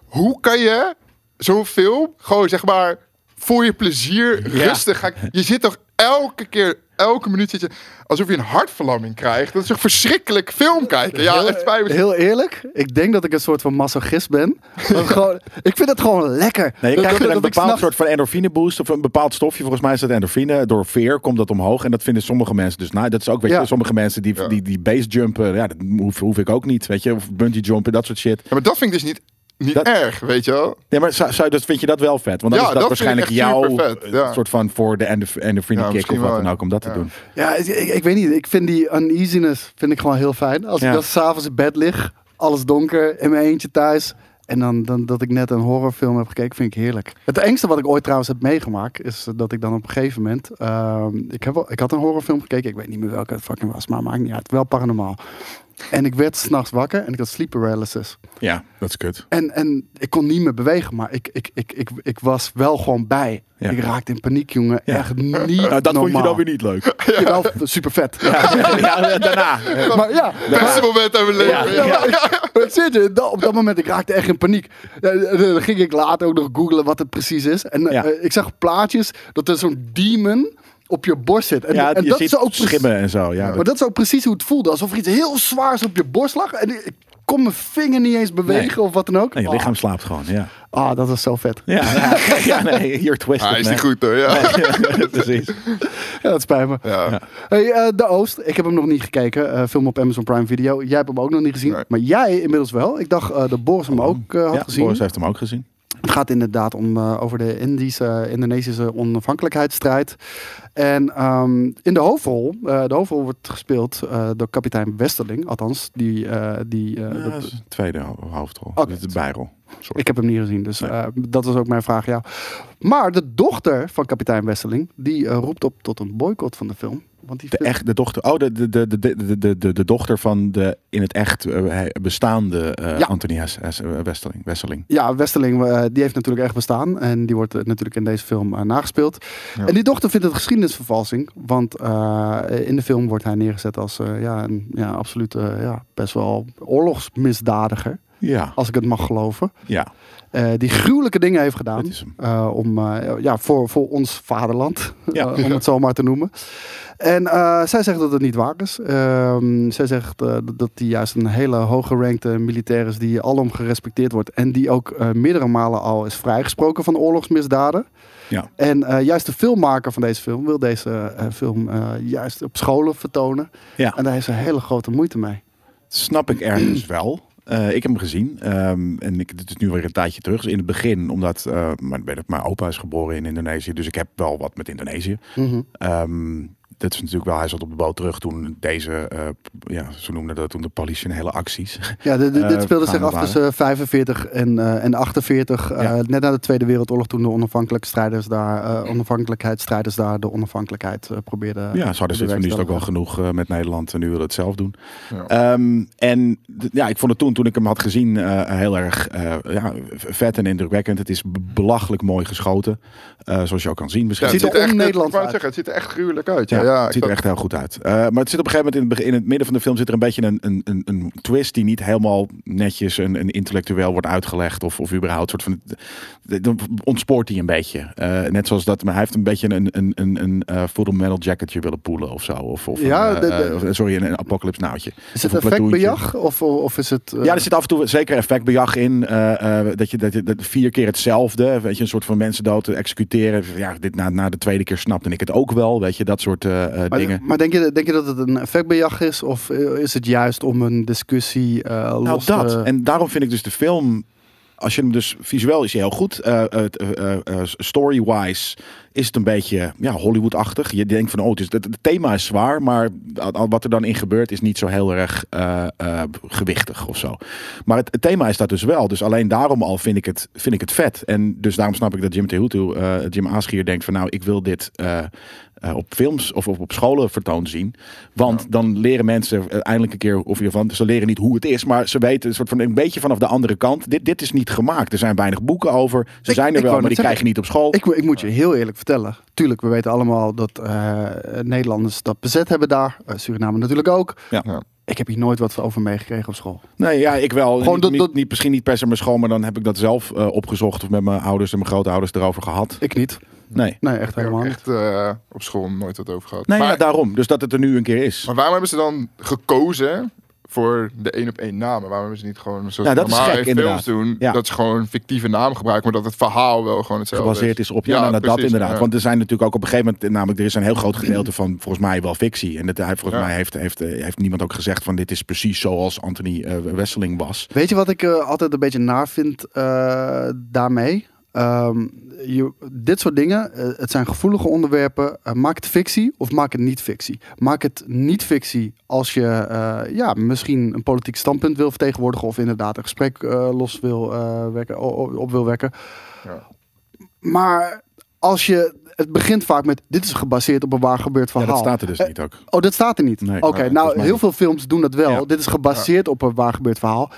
hoe kan je zo'n film gewoon zeg maar voor je plezier
Ja.
rustig gaan? Je zit toch elke keer, elke minuut zit je alsof je een hartverlamming krijgt. Dat is toch verschrikkelijk film kijken. Ja, echt bij me.
Heel eerlijk, ik denk dat ik een soort van masochist ben. Want gewoon, ik vind het gewoon lekker.
Nee, je
Dat-
krijgt
dat-
er een
dat ik
bepaald
s'nachts-
soort van endorfine boost. Of een bepaald stofje. Volgens mij is dat endorfine. Door veer komt dat omhoog. En dat vinden sommige mensen dus. Nou, dat is ook, weet
Ja.
je, sommige mensen die,
Ja.
die, die base jumpen. Ja, dat hoef, hoef ik ook niet. Weet je, of bungee jumpen, dat soort shit.
Ja, maar dat vind ik dus niet, niet
Dat-
erg, weet je wel.
Nee, maar zou, zou- dat vind je dat wel vet? Want dan
Ja,
is dat,
dat vind ik
waarschijnlijk
echt
jouw
supervet, ja.
eh, soort van voor de endorf- endorfine
Ja,
kick of
misschien
wat
wel,
dan ook. Om dat
ja.
te doen.
Ja, ik, ik, ik weet niet. Ik vind die uneasiness vind ik gewoon heel fijn. Als
Ja.
ik dan s'avonds in bed lig, alles donker, in mijn eentje thuis. En dan, dan dat ik net een horrorfilm heb gekeken, vind ik heerlijk. Het engste wat ik ooit trouwens heb meegemaakt, is dat ik dan op een gegeven moment... ehm, ik, heb wel, ik had een horrorfilm gekeken, ik weet niet meer welke het fucking was, maar maakt niet uit. Wel paranormaal. En ik werd s'nachts wakker en ik had sleep paralysis.
Ja, dat is kut.
En, en ik kon niet meer bewegen, maar ik, ik, ik, ik, ik was wel gewoon bij.
Ja.
Ik raakte in paniek, jongen.
Ja.
Echt niet normaal.
Nou, dat vond je dan weer niet leuk.
niet. Wel super vet. eh,
ja, daarna.
Maar ja,
Beste moment uit mijn
Ja,
leven. Ja,
ja.
maar zit je, da- op dat moment, ik raakte echt in paniek. Eh, eh, Dan ging ik later ook nog googlen wat het precies is. En eh,
Ja.
eh, ik zag plaatjes dat er zo'n demon op je borst zit. En,
Ja,
en
je
dat
ziet
is ook precies-
schimmen en zo. Ja,
Maar dat is ook precies hoe het voelde. Alsof er iets heel zwaars op je borst lag. En ik kon mijn vinger niet eens bewegen
Nee.
of wat dan ook.
Nee, je lichaam slaapt gewoon, ja.
Ah, ah, dat is zo vet.
Ja, ja, ja nee, hier twisted.
Hij Ah, is niet
man.
goed eh? hoor. Ja.
Ja, precies.
Ja, dat spijt me.
Ja.
Hey, eh, de Oost. Ik heb hem nog niet gekeken. Eh, film op Amazon Prime Video. Jij hebt hem ook nog niet gezien.
Nee.
Maar jij inmiddels wel. Ik dacht eh dat Boris hem ook eh, had
Oh. Ja,
gezien.
Boris heeft hem ook gezien.
Het gaat inderdaad om, eh, over de Indische, Indonesische onafhankelijkheidsstrijd. En ehm, in de hoofdrol, eh, de hoofdrol wordt gespeeld eh, door kapitein Westerling. Althans, die... eh, die eh,
Ja,
dat-
dat is een tweede ho- hoofdrol.
Oké.
Dat is de bijrol. Sorry.
ik heb hem niet gezien, dus
Nee.
eh, dat was ook mijn vraag aan jou. Maar de dochter van kapitein Westerling, die eh, roept op tot een boycott van de film. Want die
de,
film-
echt, de dochter. Oh, de, de, de, de, de, de- de, de dochter van de in het echt eh, hij- bestaande eh
Ja.
Anthony Hes- Hes- eh, Westeling. Westeling.
Ja, Westerling, eh, die heeft natuurlijk echt bestaan. En die wordt eh, natuurlijk in deze film eh, nagespeeld.
Ja.
En die dochter vindt het geschiedenisvervalsing. Want eh, in de film wordt hij neergezet als eh, ja, een ja, absoluut eh, ja, best wel oorlogsmisdadiger.
Ja,
als ik het mag geloven.
ja.
eh, die gruwelijke dingen heeft gedaan.
Dat is hem.
Eh, om, eh, ja, voor, voor ons vaderland,
Ja.
eh, om het zo maar te noemen. En eh, zij zegt dat het niet waar is. Ehm, zij zegt eh, dat hij juist een hele hooggerankte militair is die alom gerespecteerd wordt. En die ook eh, meerdere malen al is vrijgesproken van oorlogsmisdaden.
Ja.
En eh, juist de filmmaker van deze film wil deze eh, film eh, juist op scholen vertonen.
ja.
En daar heeft ze hele grote moeite mee.
snap ik ergens wel. Eh, ik heb hem gezien ehm, en ik, dit is nu weer een tijdje terug. Dus in het begin, omdat eh, mijn, weet ik, mijn opa is geboren in Indonesië, dus ik heb wel wat met Indonesië.
Mhm.
Ehm, dat is natuurlijk wel, hij zat op de boot terug toen deze, eh, p- ja, ze noemden dat toen de politionele acties.
Ja, dit, dit
eh,
speelde zich
gaande
af
waren.
tussen 45 en, eh, en 48. eh,
Ja.
net na de Tweede Wereldoorlog, toen de onafhankelijkheidsstrijders daar, eh, onafhankelijkheidsstrijders daar de onafhankelijkheid eh, probeerden.
Ja, ze hadden zoiets van, nu is het ook wel genoeg eh, met Nederland en nu willen we het zelf doen.
Ja.
Ehm, en d- ja, ik vond het toen, toen ik hem had gezien, eh, heel erg eh, ja, v- vet en indrukwekkend. Het is b- belachelijk mooi geschoten, eh, zoals je ook kan zien. Misschien
ziet er
het echt-
on-Nederlands
ik wou
uit.
zeggen, Het ziet er echt gruwelijk uit. Ja,
Ja,
ja, ik
het ziet er
zat-
echt heel goed uit. Eh, maar het zit op een gegeven moment in het, begin- in het midden van de film zit er een beetje een, een, een, een twist die niet helemaal netjes en, en intellectueel wordt uitgelegd. Of, of überhaupt soort van. eh, Dan ontspoort hij een beetje. Eh, net zoals dat. Maar hij heeft een beetje een, een, een, een eh, full metal jacketje willen poelen of zo. Of, of
Ja,
een, eh,
de- de-
eh, sorry, een, een apocalypse nauwtje.
Is
Of
het
een
effectbejag? Of, of is het. eh,
Ja, er zit af en toe zeker effectbejag in. eh, eh, dat, je, dat je dat vier keer hetzelfde, weet je, een soort van mensen dood eh, executeren. Ja, dit na, na de tweede keer snapte ik het ook wel, weet je, dat soort eh, eh,
maar,
dingen.
Maar denk je, denk je dat het een effectbejag is? Of eh, is het juist om een discussie eh
Nou,
los
dat.
te-
En daarom vind ik dus de film. Als je hem dus visueel is hij heel goed. Eh, eh, eh, eh, Story-wise is het een beetje ja, Hollywood-achtig. Je denkt van, oh, het, is, het, het thema is zwaar, maar a- a- wat er dan in gebeurt is niet zo heel erg eh, eh, gewichtig of zo. Maar het, het thema is dat dus wel. Dus alleen daarom al vind ik het, vind ik het vet. En dus daarom snap ik dat Jim Tehutu, eh Jim Aaschier, denkt van, nou, ik wil dit eh, eh, op films of op, op scholen vertoond zien. Want dan leren mensen eh, eindelijk een keer, of hiervan, ze leren niet hoe het is, maar ze weten een, soort van, een beetje vanaf de andere kant. Dit, dit is niet gemaakt. Er zijn weinig boeken over. Ze
Ik-
zijn
ik
er wel,
wou
maar
net
die krijg je niet op school.
Ik, mo- ik moet je heel eerlijk vertellen. Tuurlijk, we weten allemaal dat eh, Nederlanders dat bezet hebben daar. Eh, Suriname natuurlijk ook.
Ja.
Ja.
Ik heb hier nooit wat over meegekregen op school.
Nee, ja, ik wel.
Gewoon
niet,
dat-
niet-
dat-
niet- misschien niet per se mijn school, maar dan heb ik dat zelf eh, opgezocht of met mijn ouders en mijn grootouders erover gehad.
Ik niet.
Nee.
Nee, echt
Ik heb
helemaal
ook
niet.
echt eh, op school nooit wat over gehad.
Nee,
maar,
ja, daarom. Dus dat het er nu een keer is.
maar waarom hebben ze dan gekozen voor de één op één namen? Waarom hebben ze niet gewoon zoals
Ja, Nou, dat is
normaal
gek,
in
inderdaad.
films doen,
Ja.
dat ze gewoon fictieve naam gebruiken, maar dat het verhaal wel gewoon hetzelfde
gebaseerd is op. Ja, nou, dat
precies,
inderdaad.
ja.
Want er zijn natuurlijk ook op een gegeven moment, eh, namelijk, er is een heel groot gedeelte van volgens mij wel fictie. En dat hij volgens
Ja.
mij heeft, heeft, eh, heeft niemand ook gezegd van dit is precies zoals Anthony eh, Wesseling was.
Weet je wat ik eh, altijd een beetje naar vind eh, daarmee? Ehm, je, dit soort dingen, eh, het zijn gevoelige onderwerpen. Eh, maak het fictie of maak het niet fictie. Maak het niet fictie als je eh, ja, misschien een politiek standpunt wil vertegenwoordigen of inderdaad een gesprek eh, los wil, eh, wekken, o- o- op wil wekken.
Ja.
Maar als je, het begint vaak met dit is gebaseerd op een waar gebeurd
Ja,
verhaal.
dat staat er dus niet ook.
Oh, dat staat er niet.
Nee,
Oké,
nee, volgens
nou,
mij
heel
niet.
veel films doen dat wel.
Ja.
Dit is gebaseerd op een waar gebeurd verhaal.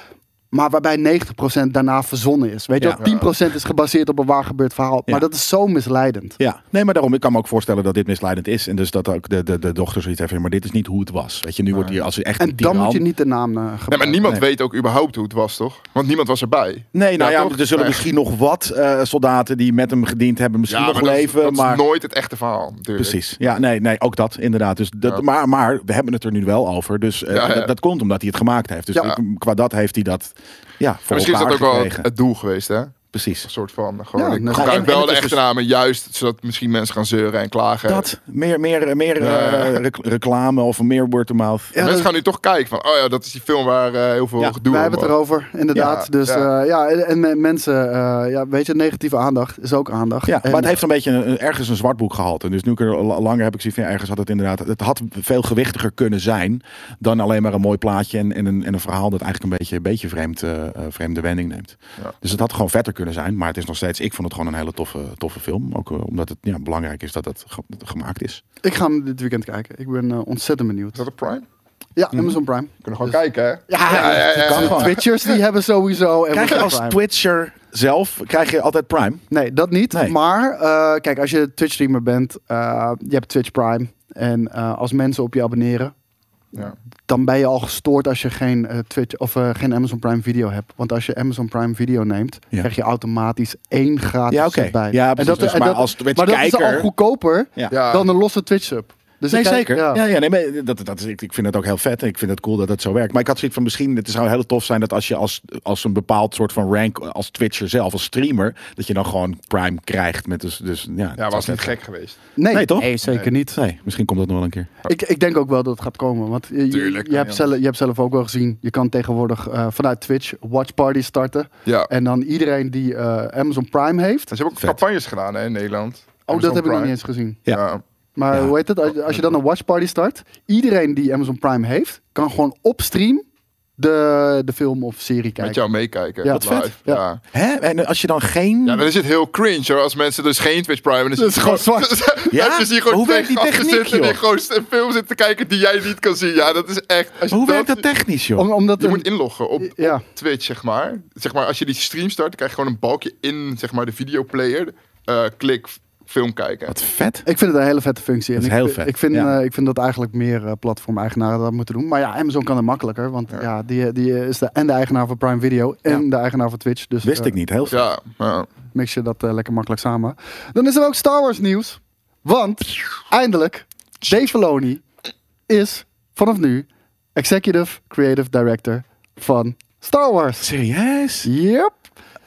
Maar waarbij 90% daarna verzonnen is. Weet je
Ja.
wel, 10% is gebaseerd op een waar gebeurd verhaal.
Ja.
Maar dat is zo misleidend.
Ja, nee, maar daarom, ik kan me ook voorstellen dat dit misleidend is. En dus dat ook de, de, de dochter zoiets heeft, van, maar dit is niet hoe het was. Weet je, nu wordt hier als echt
En
een
dan moet
tiran.
je niet de naam eh, gebruiken.
Nee, maar niemand
Nee.
weet ook überhaupt hoe het was, toch? Want niemand was erbij.
Nee, nou
Ja,
ja,
toch?
er zullen
Nee.
misschien nog wat eh, soldaten die met hem gediend hebben, misschien nog
dat is-
leven.
dat is
maar
nooit het echte verhaal. natuurlijk.
Precies. Ja, nee, nee, ook dat inderdaad. Dus dat,
Ja.
maar, maar we hebben het er nu wel over. Dus eh,
Ja, ja.
Dat, dat komt omdat hij het gemaakt heeft. Dus
Ja.
ik- qua dat heeft hij dat ja, voor
Misschien is dat
elkaar
ook wel het,
gekregen.
het doel geweest, hè?
Precies.
Een soort van. Gewoon,
Ja,
ik
nou,
en-
gebruik
en
wel
het
de
is
echte
dus-
namen, juist zodat misschien mensen gaan zeuren en klagen.
Dat, meer, meer, meer
Ja, ja.
eh, rec- reclame of meer word-of-mouth.
Ja,
mensen
dat-
gaan nu toch kijken van, oh ja, dat is die film waar eh, heel veel
Ja,
gedoe
Wij
om
hebben het
was.
erover, inderdaad.
Ja,
dus
ja.
ja, ja en, en me- mensen, eh, ja, weet je, negatieve aandacht is ook aandacht.
Ja,
En-
maar het heeft een beetje een- ergens een zwartboek gehaald. En dus nu ik er la- langer heb ik zoiets van, ja, ergens had het inderdaad... Het had veel gewichtiger kunnen zijn dan alleen maar een mooi plaatje... en, en, een, en een verhaal dat eigenlijk een beetje, een beetje vreemd, eh, eh, vreemde wending neemt.
Ja.
Dus het had gewoon vetter kunnen zijn. Maar het is nog steeds... Ik vond het gewoon een hele toffe, toffe film. Ook eh, omdat het ja, belangrijk is dat het ge- gemaakt is.
Ik ga hem dit weekend kijken. Ik ben eh, ontzettend
Is
benieuwd.
dat op Prime? We
Ja,
Hm.
Amazon Prime.
kunnen gewoon
Dus-
kijken, hè?
Ja,
Ja, ja, ja,
kan
ja.
gewoon.
Twitchers die hebben sowieso Amazon
Krijg je als
Prime.
Twitcher zelf krijg je altijd Prime?
Nee, dat niet.
Nee.
Maar eh, kijk, als je Twitch streamer bent, eh, je hebt Twitch Prime. En eh, als mensen op je abonneren,
Ja.
dan ben je al gestoord als je geen, eh, Twitch, of, eh, geen Amazon Prime Video hebt. Want als je Amazon Prime Video neemt,
Ja.
krijg je automatisch één gratis
Ja,
ja,
oké.
bij.
Ja,
En
precies. Dus maar als
maar dat is al
Twitch-kijker-
goedkoper
Ja.
Ja.
dan een losse Twitch-sub. Dus
nee,
ik kijk-
zeker.
ja.
Ja. Ja, nee, maar dat, dat, is- ik, ik vind het ook heel vet en ik vind het cool dat het zo werkt. Maar ik had zoiets van misschien, het zou heel tof zijn dat als je als, als een bepaald soort van rank als Twitcher zelf, als streamer, dat je dan gewoon Prime krijgt. Met dus, dus, ja,
Ja, was niet gek geweest.
Nee,
Nee, toch?
Nee, zeker niet.
Nee, misschien komt dat nog wel een keer.
Ik, ik denk ook wel dat het gaat komen. Want je, je-
Tuurlijk,
je,
kan
hebt,
niet
zelf, je hebt zelf ook wel gezien. Je kan tegenwoordig eh, vanuit Twitch watchparties starten.
Ja. En
En dan iedereen die eh, Amazon Prime heeft.
ze hebben ook
Vet.
campagnes gedaan hè, in Nederland.
Oh,
Amazon
dat heb ik nog niet
Prime.
eens gezien.
Ja.
Ja.
Maar
Ja.
hoe heet het? Als, als je dan een watchparty start. Iedereen die Amazon Prime heeft, kan gewoon op stream de, de film of serie kijken.
Met jou meekijken.
Ja.
Ja,
Wat
live.
vet.
Ja.
Ja.
ja.
Hè? En als je dan geen.
dan is het heel cringe hoor. Als mensen dus geen Twitch Prime hebben.
Dat
Dan
is
zit
gewoon
zwart.
Ja?
Heb je hier
Maar
gewoon
hoe werkt die
tegen
techniek,
afgezet en
joh?
die gewoon een film zit te kijken die jij niet kan zien. Ja, dat is echt. Als je
hoe werkt dat technisch, joh?
Om, omdat
Je
een-
moet inloggen op,
Ja.
op Twitch, zeg maar. Zeg maar. Als je die stream start, dan krijg je gewoon een balkje in zeg maar, de videoplayer. Eh klik f- film kijken.
Wat vet.
Ik vind het een hele vette functie. En
Dat is
ik,
heel
vind-
vet,
Ik vind,
ja.
eh, ik vind dat eigenlijk meer eh, platform-eigenaren dat moeten doen. Maar ja, Amazon kan het makkelijker. Want ja, die, die is de, en de eigenaar van Prime Video en de eigenaar van Twitch. Dus
Wist
eh,
ik niet. Heel vet.
Ja, ja.
mix je dat eh, lekker makkelijk samen. Dan is er ook Star Wars nieuws. Want eindelijk, Dave Filoni is vanaf nu Executive Creative Director van Star Wars.
Serieus?
Yep.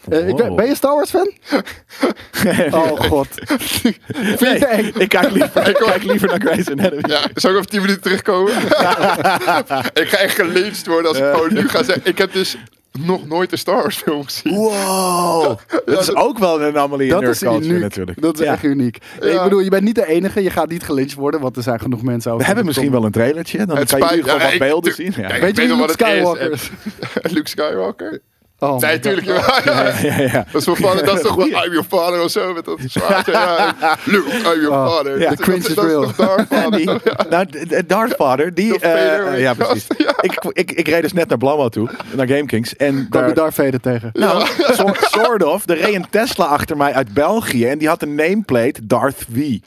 Eh, ik ben,
Wow.
ben je Star Wars fan? Oh god.
Nee,
je eng?
ik, kijk liever, ik kijk liever naar Grey's Anatomy.
Ja, zou ik over 10 minuten terugkomen? ik ga echt geleefd worden als ik gewoon nu ga zeggen. Ik heb dus nog nooit een Star Wars film gezien.
Wow. Dat is ook wel een anomalie in
Dat
nerd
is
culture
uniek.
natuurlijk.
Dat is
Ja.
echt uniek. Ik
Ja.
bedoel, je bent niet de enige. Je gaat niet gelyncht worden, want er zijn genoeg mensen over.
We hebben misschien wel een trailertje. Dan
Het
kan je nu
spijt-
gewoon
ja,
wat
ik-
beelden
tuur-
zien. Ja.
Ja, ik
Weet je
weet
wie
nog
Luke
wat het is.
Skywalker is?
Luke Skywalker?
Oh my
Nee,
God.
natuurlijk. Ja,
Ja, ja.
Dat is mijn vader. Dat is toch wel I'm your father of zo. Met dat zwaard. Ja, Luke, I'm your
Oh,
father.
ja,
Dat-
cringe
dat-
is
dat
real.
toch Darth Vader?
Die, nou, d- d- Darth Vader, die...
Darth Vader,
eh,
weet
ja,
je wel.
precies. Ik, ik, ik reed dus net naar Blauwau toe, naar GameKings. En
Kom je
daar-
daar verder tegen?
Nou, so- sort of. Er reed een Tesla achter mij uit België en die had een nameplate Darth V.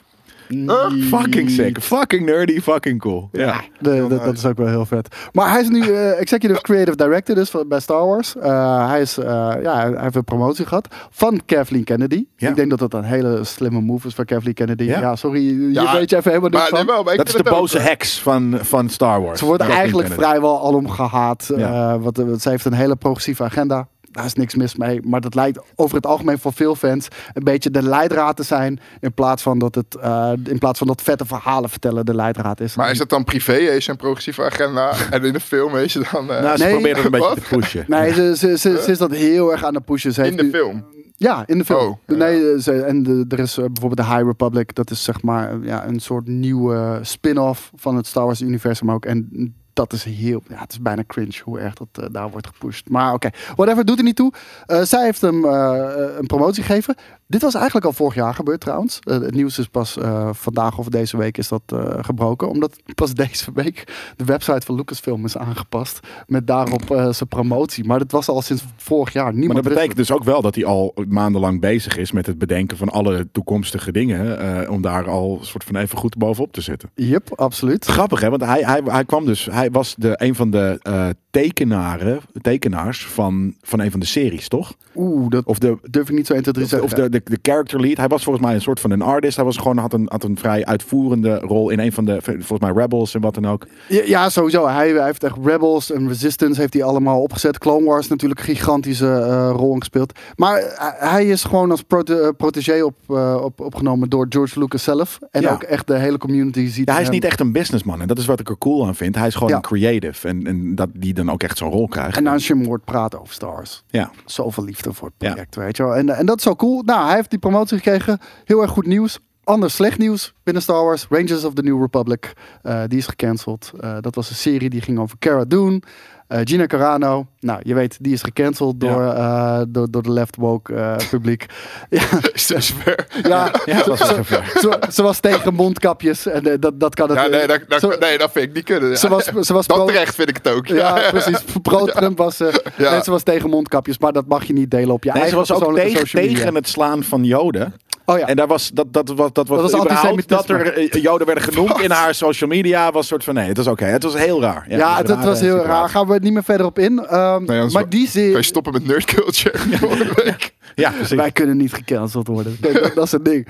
Fucking sick. Fucking nerdy, fucking cool. Ja.
De- dat- dat is ook wel heel vet. Maar hij is nu eh, Executive Creative Director dus van- bij Star Wars. Eh, hij, is, eh, ja, hij heeft een promotie gehad van Kathleen Kennedy.
Ja.
Ik denk dat dat een hele slimme move is van Kathleen Kennedy. Ja,
Ja.
sorry, je
Ja,
weet je even helemaal niks
Maar, nee,
van.
wel, maar ik
Dat is de
vind het ook,
boze
eh,
heks van, van Star Wars.
Ze worden
Dat
eigenlijk
vind ik
vrijwel alom gehaat. eh
Ja.
want, eh, want ze heeft een hele progressieve agenda. Daar is niks mis mee. Maar dat lijkt over het algemeen voor veel fans een beetje de leidraad te zijn. In plaats van dat, het, eh, in plaats van dat vette verhalen vertellen de leidraad is.
Maar is dat dan privé? Heeft ze een progressieve agenda? en in de film heeft ze dan... eh,
Nou, ze
Nee.
proberen het een beetje
Wat?
te pushen.
Nee, ze, ze, ze, ze is dat heel erg aan de pushen. Ze
in
heeft
de
nu-
film.
Ja, in de film.
Oh, ja.
nee, eh, ze- en de, er is eh, bijvoorbeeld de High Republic. Dat is zeg maar eh, ja, een soort nieuwe spin-off van het Star Wars-universum ook. En dat is heel... Ja, het is bijna cringe hoe erg dat eh, daar wordt gepusht. Maar oké, whatever, doet er niet toe. Eh, zij heeft hem eh, eh, een promotie gegeven. Dit was eigenlijk al vorig jaar gebeurd trouwens. Eh, het nieuws is pas eh, vandaag of deze week is dat eh, gebroken. Omdat pas deze week de website van Lucasfilm is aangepast. Met daarop eh, zijn promotie. Maar dat was al sinds vorig jaar. Niemand
Maar dat
wist het.
betekent dus ook wel dat hij al maandenlang bezig is met het bedenken van alle toekomstige dingen. eh, om daar al een soort van even goed bovenop te zitten.
Yep, absoluut.
Grappig hè, want hij, hij, hij kwam dus, hij was de, een van de eh, tekenaren, tekenaars van, van een van de series, toch?
Oeh, dat
Of de,
durf ik niet zo 1, 2, 3
Of,
zeggen.
of de, de, de character lead. Hij was volgens mij een soort van een artist. Hij was gewoon, had, een, had een vrij uitvoerende rol in een van de, volgens mij Rebels en wat dan ook.
Ja, ja, sowieso. Hij, hij heeft echt Rebels en Resistance heeft hij allemaal opgezet. Clone Wars natuurlijk een gigantische eh, rol in gespeeld. Maar eh, hij is gewoon als prote eh, protégé op, eh, op, opgenomen door George Lucas zelf. En
Ja.
ook echt de hele community ziet
Ja, hij is
hem.
niet echt een businessman en dat is wat ik er cool aan vind. Hij is gewoon
Ja.
een creative en, en dat die dan ook echt zo'n rol krijgt.
En nou als je hem hoort praten over Star Wars.
ja.
Zoveel liefde voor het project, weet je wel. En, en dat is zo cool. Nou, hij heeft die promotie gekregen. Heel erg goed nieuws. Anders slecht nieuws binnen Star Wars. Rangers of the New Republic. eh, die is gecanceld. Eh, dat was een serie die ging over Cara Dune. eh, Gina Carano. Nou, je weet, die is gecanceld
Ja.
door, eh, door, door de left woke eh, publiek. ja,
Is dat zover?
ja,
Ja, dat was wel zo ver.
ze, ze was tegen mondkapjes. En eh, dat, dat kan het...
Ja, nee,
eh,
dat, dat,
ze-
nee, dat vind ik niet kunnen. Ja.
ze was, ze was
dat
pro-
terecht vind ik het ook.
ja, precies. Pro-Trump was eh, ze.
Ja.
Nee, ze was tegen mondkapjes, maar dat mag je niet delen op je
Nee, ze
eigen
was ook
persoonlijke
tegen,
social media.
tegen het slaan van Joden.
Oh ja.
En daar was, dat, dat, was, dat was,
Dat was
überhaupt dat
antisemitisme.
er eh, Joden werden genoemd in haar social media. Was een soort van nee, het was oké. Het was heel raar.
Ja,
een
het, het
rare
was heel
situatie.
raar. Gaan we het niet meer verder op in. Ehm,
Nee, anders
maar die
Kan je
zin...
stoppen met nerd culture volgende week?
Ja, precies.
Wij kunnen niet gecanceld worden. Kijk, dat, dat is het ding.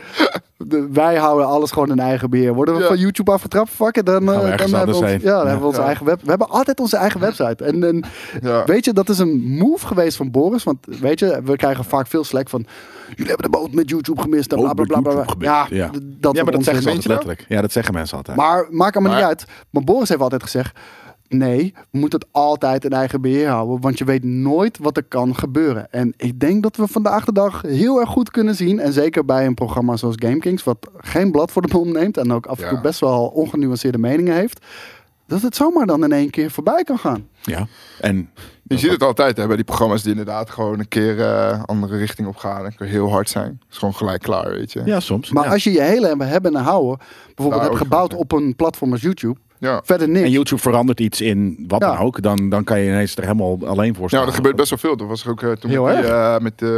De- wij houden alles gewoon in eigen beheer. Worden we
Ja.
van YouTube afgetrapt? Fuck it, Dan, eh,
we
dan,
ergens
hebben, we ons,
anders
ja,
heen.
dan
Ja.
hebben we onze
Ja.
eigen web. We hebben altijd onze eigen website. En, en
Ja.
weet je, dat is een move geweest van Boris. Want weet je, we krijgen vaak veel slack van. Jullie hebben de boot met YouTube gemist. En
Oh,
bla bla bla. bla.
YouTube gebeurt.
Ja,
Ja.
d- dat
ja, maar dat zeggen
onzin.
ze altijd
Weet je dat?
letterlijk. Ja, dat zeggen mensen altijd.
Maar maakt allemaal niet
Maar-
uit. Maar Boris heeft altijd gezegd: nee, we moeten het altijd in eigen beheer houden. Want je weet nooit wat er kan gebeuren. En ik denk dat we vandaag de dag heel erg goed kunnen zien. En zeker bij een programma zoals GameKings, wat geen blad voor de mond neemt. En ook af en
Ja.
toe best wel ongenuanceerde meningen heeft. Dat het zomaar dan in één keer voorbij kan gaan.
ja. En
Je ziet het altijd hè, bij die programma's die inderdaad gewoon een keer eh, andere richting op gaan. En heel hard zijn. Het is gewoon gelijk klaar, weet je.
ja, soms.
Maar
ja.
als je je hele hebben en houden, bijvoorbeeld
Daar
hebt
Nou, ook
gebouwd
van.
op een platform als YouTube,
Ja.
verder niks.
En YouTube verandert iets in wat
Ja.
dan ook. Dan, dan kan je ineens er helemaal alleen voor staan.
Ja, dat gebeurt best wel veel. Dat was er ook eh, toen
Heel
met die, eh, met, eh,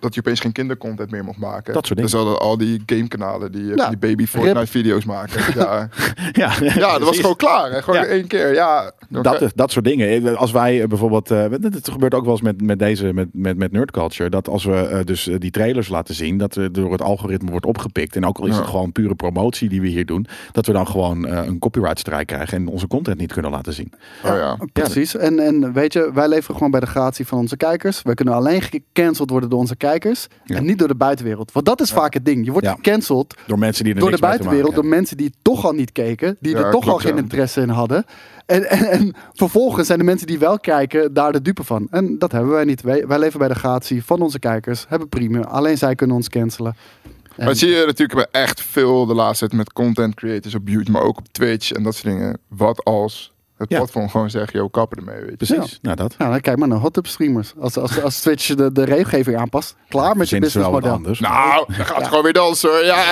dat je opeens geen kindercontent meer mocht maken.
Dat soort dingen.
Dus hadden al die gamekanalen die, eh,
Ja,
die baby Fortnite video's maken. Ja,
Ja,
ja dat was
precies.
gewoon klaar. Hè. Gewoon
Ja.
één keer. Ja,
Dat, dat soort dingen. Als wij eh, bijvoorbeeld. eh, Het het gebeurt ook wel eens met, met deze, met, met, met Nerd Culture. Dat als we eh, dus eh, die trailers laten zien. Dat er door het algoritme wordt opgepikt. En ook al is
Ja.
het gewoon pure promotie die we hier doen. Dat we dan gewoon eh, een copyright strike krijgen. En onze content niet kunnen laten zien.
Oh ja.
eh, Precies. En, en weet je, wij leven gewoon bij de gratie van onze kijkers. Wij kunnen alleen gecanceld worden door onze kijkers.
Ja.
En niet door de buitenwereld. Want dat is vaak het ding. Je wordt
Ja.
gecanceld
Door mensen die er
door de
niks mee te maken
buitenwereld. Door
hebben.
mensen die het toch al niet keken. Die er
Ja,
toch al
klopt,
geen
ja.
interesse in hadden. En, en, en vervolgens zijn de mensen die wel kijken daar de dupe van. En dat hebben wij niet. Wij, wij leven bij de gratie van onze kijkers. Hebben premium. Alleen zij kunnen ons cancelen. En-
Maar dat zie je natuurlijk bij echt veel de laatste tijd met content creators op YouTube, maar ook op Twitch en dat soort dingen. Wat als het
Ja.
platform gewoon zegt, yo, kappen ermee, weet je.
Precies. Nou, dat.
Nou, dan kijk maar naar hot tub streamers. Als, als, als Twitch de, de regelgeving aanpast. Klaar met je
Zin is wel wat
businessmodel.
anders.
Nou, dan gaat het gewoon weer dansen hoor. Ja.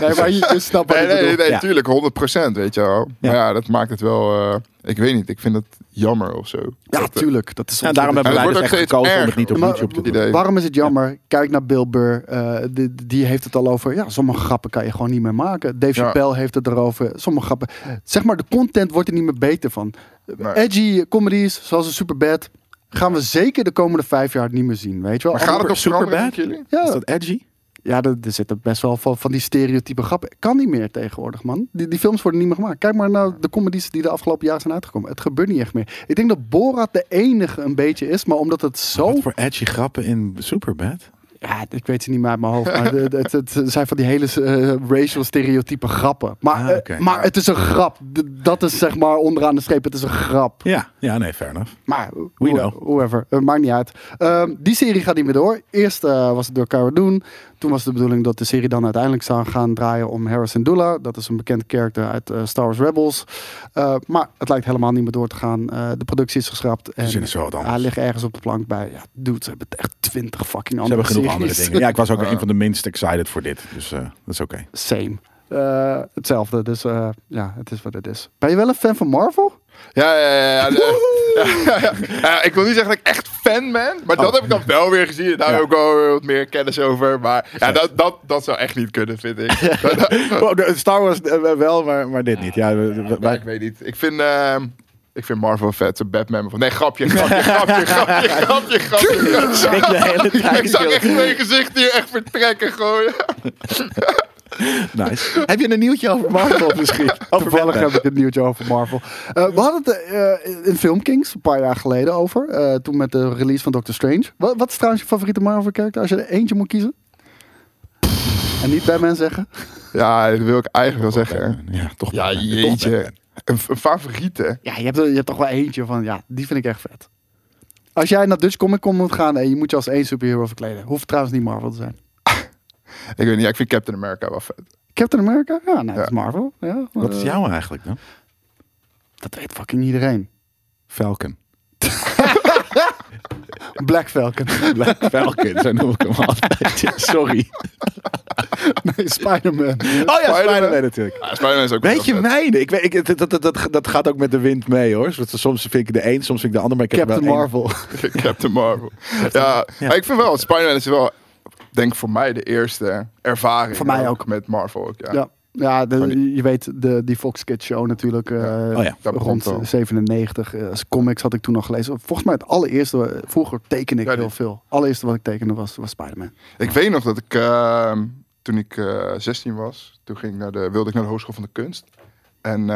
Nee, maar je, je snapt wat
Nee,
ik bedoel.
nee, nee,
Ja.
tuurlijk, 100%, weet je wel. Maar ja, dat maakt het wel, eh, ik weet niet, ik vind dat jammer of zo.
Ja,
Dat, eh,
tuurlijk. Dat is
en daarom
En
hebben wij
het wordt
dus
ook
echt
steeds
gekozen om het
erger.
niet op
Maar-
YouTube te doen.
idee.
Waarom is het jammer? Kijk naar Bill Burr. eh, die, die heeft het al over. Ja, sommige grappen kan je gewoon niet meer maken. Dave
Ja.
Chappelle heeft het erover. Sommige grappen. Zeg maar, de content wordt er niet meer beter van.
Nee.
Edgy comedies, zoals een Superbad, gaan we zeker de komende vijf jaar niet meer zien. Weet je wel?
Maar gaat het nog
Superbad?
veranderen, denken
Ja,
jullie?
Is dat edgy?
ja er, er zitten best wel van, van die stereotype grappen. Kan niet meer tegenwoordig, man. Die, die films worden niet meer gemaakt. Kijk maar naar de comedies die de afgelopen jaren zijn uitgekomen. Het gebeurt niet echt meer. Ik denk dat Borat de enige een beetje is, maar omdat het zo
Wat voor edgy grappen in Superbad?
Ja, ik weet ze niet meer uit mijn hoofd. Maar het, het, het zijn van die hele eh, racial stereotype grappen. Maar,
Ah,
eh,
oké.
maar het is een grap. D- dat is zeg maar onderaan de streep. Het is een grap.
Ja, ja nee, fair enough.
Maar
We
hoe-
know.
whoever. Eh, maakt niet uit. Ehm, die serie gaat niet meer door. Eerst eh, was het door Cara Dune. Toen was de bedoeling dat de serie dan uiteindelijk zou gaan draaien om Harrison Dula. Dat is een bekend karakter uit eh, Star Wars Rebels. Eh, maar het lijkt helemaal niet meer door te gaan. Eh, de productie is geschrapt. En
Verzinnen ze wat anders.
Hij ligt ergens op de plank bij. Ja, dude, ze hebben het echt twintig fucking
Ze
andere
hebben genoeg andere
series.
dingen. Ja, ik was ook
Ja.
een van de minst excited voor dit. Dus eh, dat is oké.
same. Eh, hetzelfde, dus eh, ja, het is wat het is. Ben je wel een fan van Marvel?
Ja, ja, ja. ja, de- ja, ja, ja. ik wil niet zeggen dat ik echt fan ben, maar
Oh.
dat heb ik dan wel weer gezien. Daar heb ik wel weer wat meer kennis over. Maar ja, dat, dat, dat zou echt niet kunnen, vind ik. Dat- dat-
Oh, de- Star Wars eh, wel, maar, maar dit niet. Ja, we- we-
maar
wij-
ik weet niet. Ik vind, ehm, ik vind Marvel vet, zo Batman. Nee, grapje, grapje, grapje, grapje, grapje, grapje.
schrik de hele tijd.
Ik zag echt mijn gezicht hier echt vertrekken gewoon.
Nice. Heb je een nieuwtje over Marvel misschien? Over
Toevallig
Batman.
heb ik het nieuwtje over Marvel. Eh, we hadden het eh, in Filmkings een paar jaar geleden over. eh, toen met de release van Doctor Strange. Wat, wat is trouwens je favoriete Marvel-character als je er eentje moet kiezen? En niet Batman zeggen.
Ja, dat wil ik eigenlijk wel zeggen.
Ja, toch.
Ja,
Batman. Toch
jeetje.
Batman.
Een, een favoriete.
Ja, je hebt, er- je hebt toch wel eentje van, ja, die vind ik echt vet. Als jij naar Dutch Comic Con moet gaan en je moet je als één superhero verkleden. Hoeft trouwens niet Marvel te zijn.
Ik weet niet, ja, ik vind Captain America wel vet.
Captain America? Ja, nou, dat is
Ja.
Marvel. Ja,
Wat is
eh,
jouw eigenlijk dan?
Dat weet fucking iedereen.
Falcon.
Black Falcon.
Black Falcon, zo noem ik hem altijd. Oh Ja, Sorry.
nee, Spider-Man.
Oh ja, Spider-Man
Spider-Man
natuurlijk.
Ja, Spider-Man is ook wel
Weet je
vet.
mijne? Ik weet, ik, dat, dat, dat, dat gaat ook met de wind mee hoor. Soms vind ik de een, soms vind ik de ander. Maar ik heb er
Captain
wel één.
Marvel.
Captain Marvel. ja, maar ik vind wel, Spider-Man is wel denk voor mij de eerste ervaring
Voor mij ook.
met Marvel. Ook, ja.
Ja, ja de-
Maar
je weet de, die Fox Kids Show natuurlijk. eh,
Oh ja,
dat begon
rond
het al.
97. eh, Als comics had ik toen nog gelezen. Volgens mij het allereerste. eh, Vroeger tekende ik
Ja, die-
heel veel. Allereerste wat ik tekende was, was Spider-Man.
Ik weet nog dat ik ehm, toen ik eh, 16 was, toen ging ik naar de, wilde ik naar de Hogeschool van de Kunst. En eh,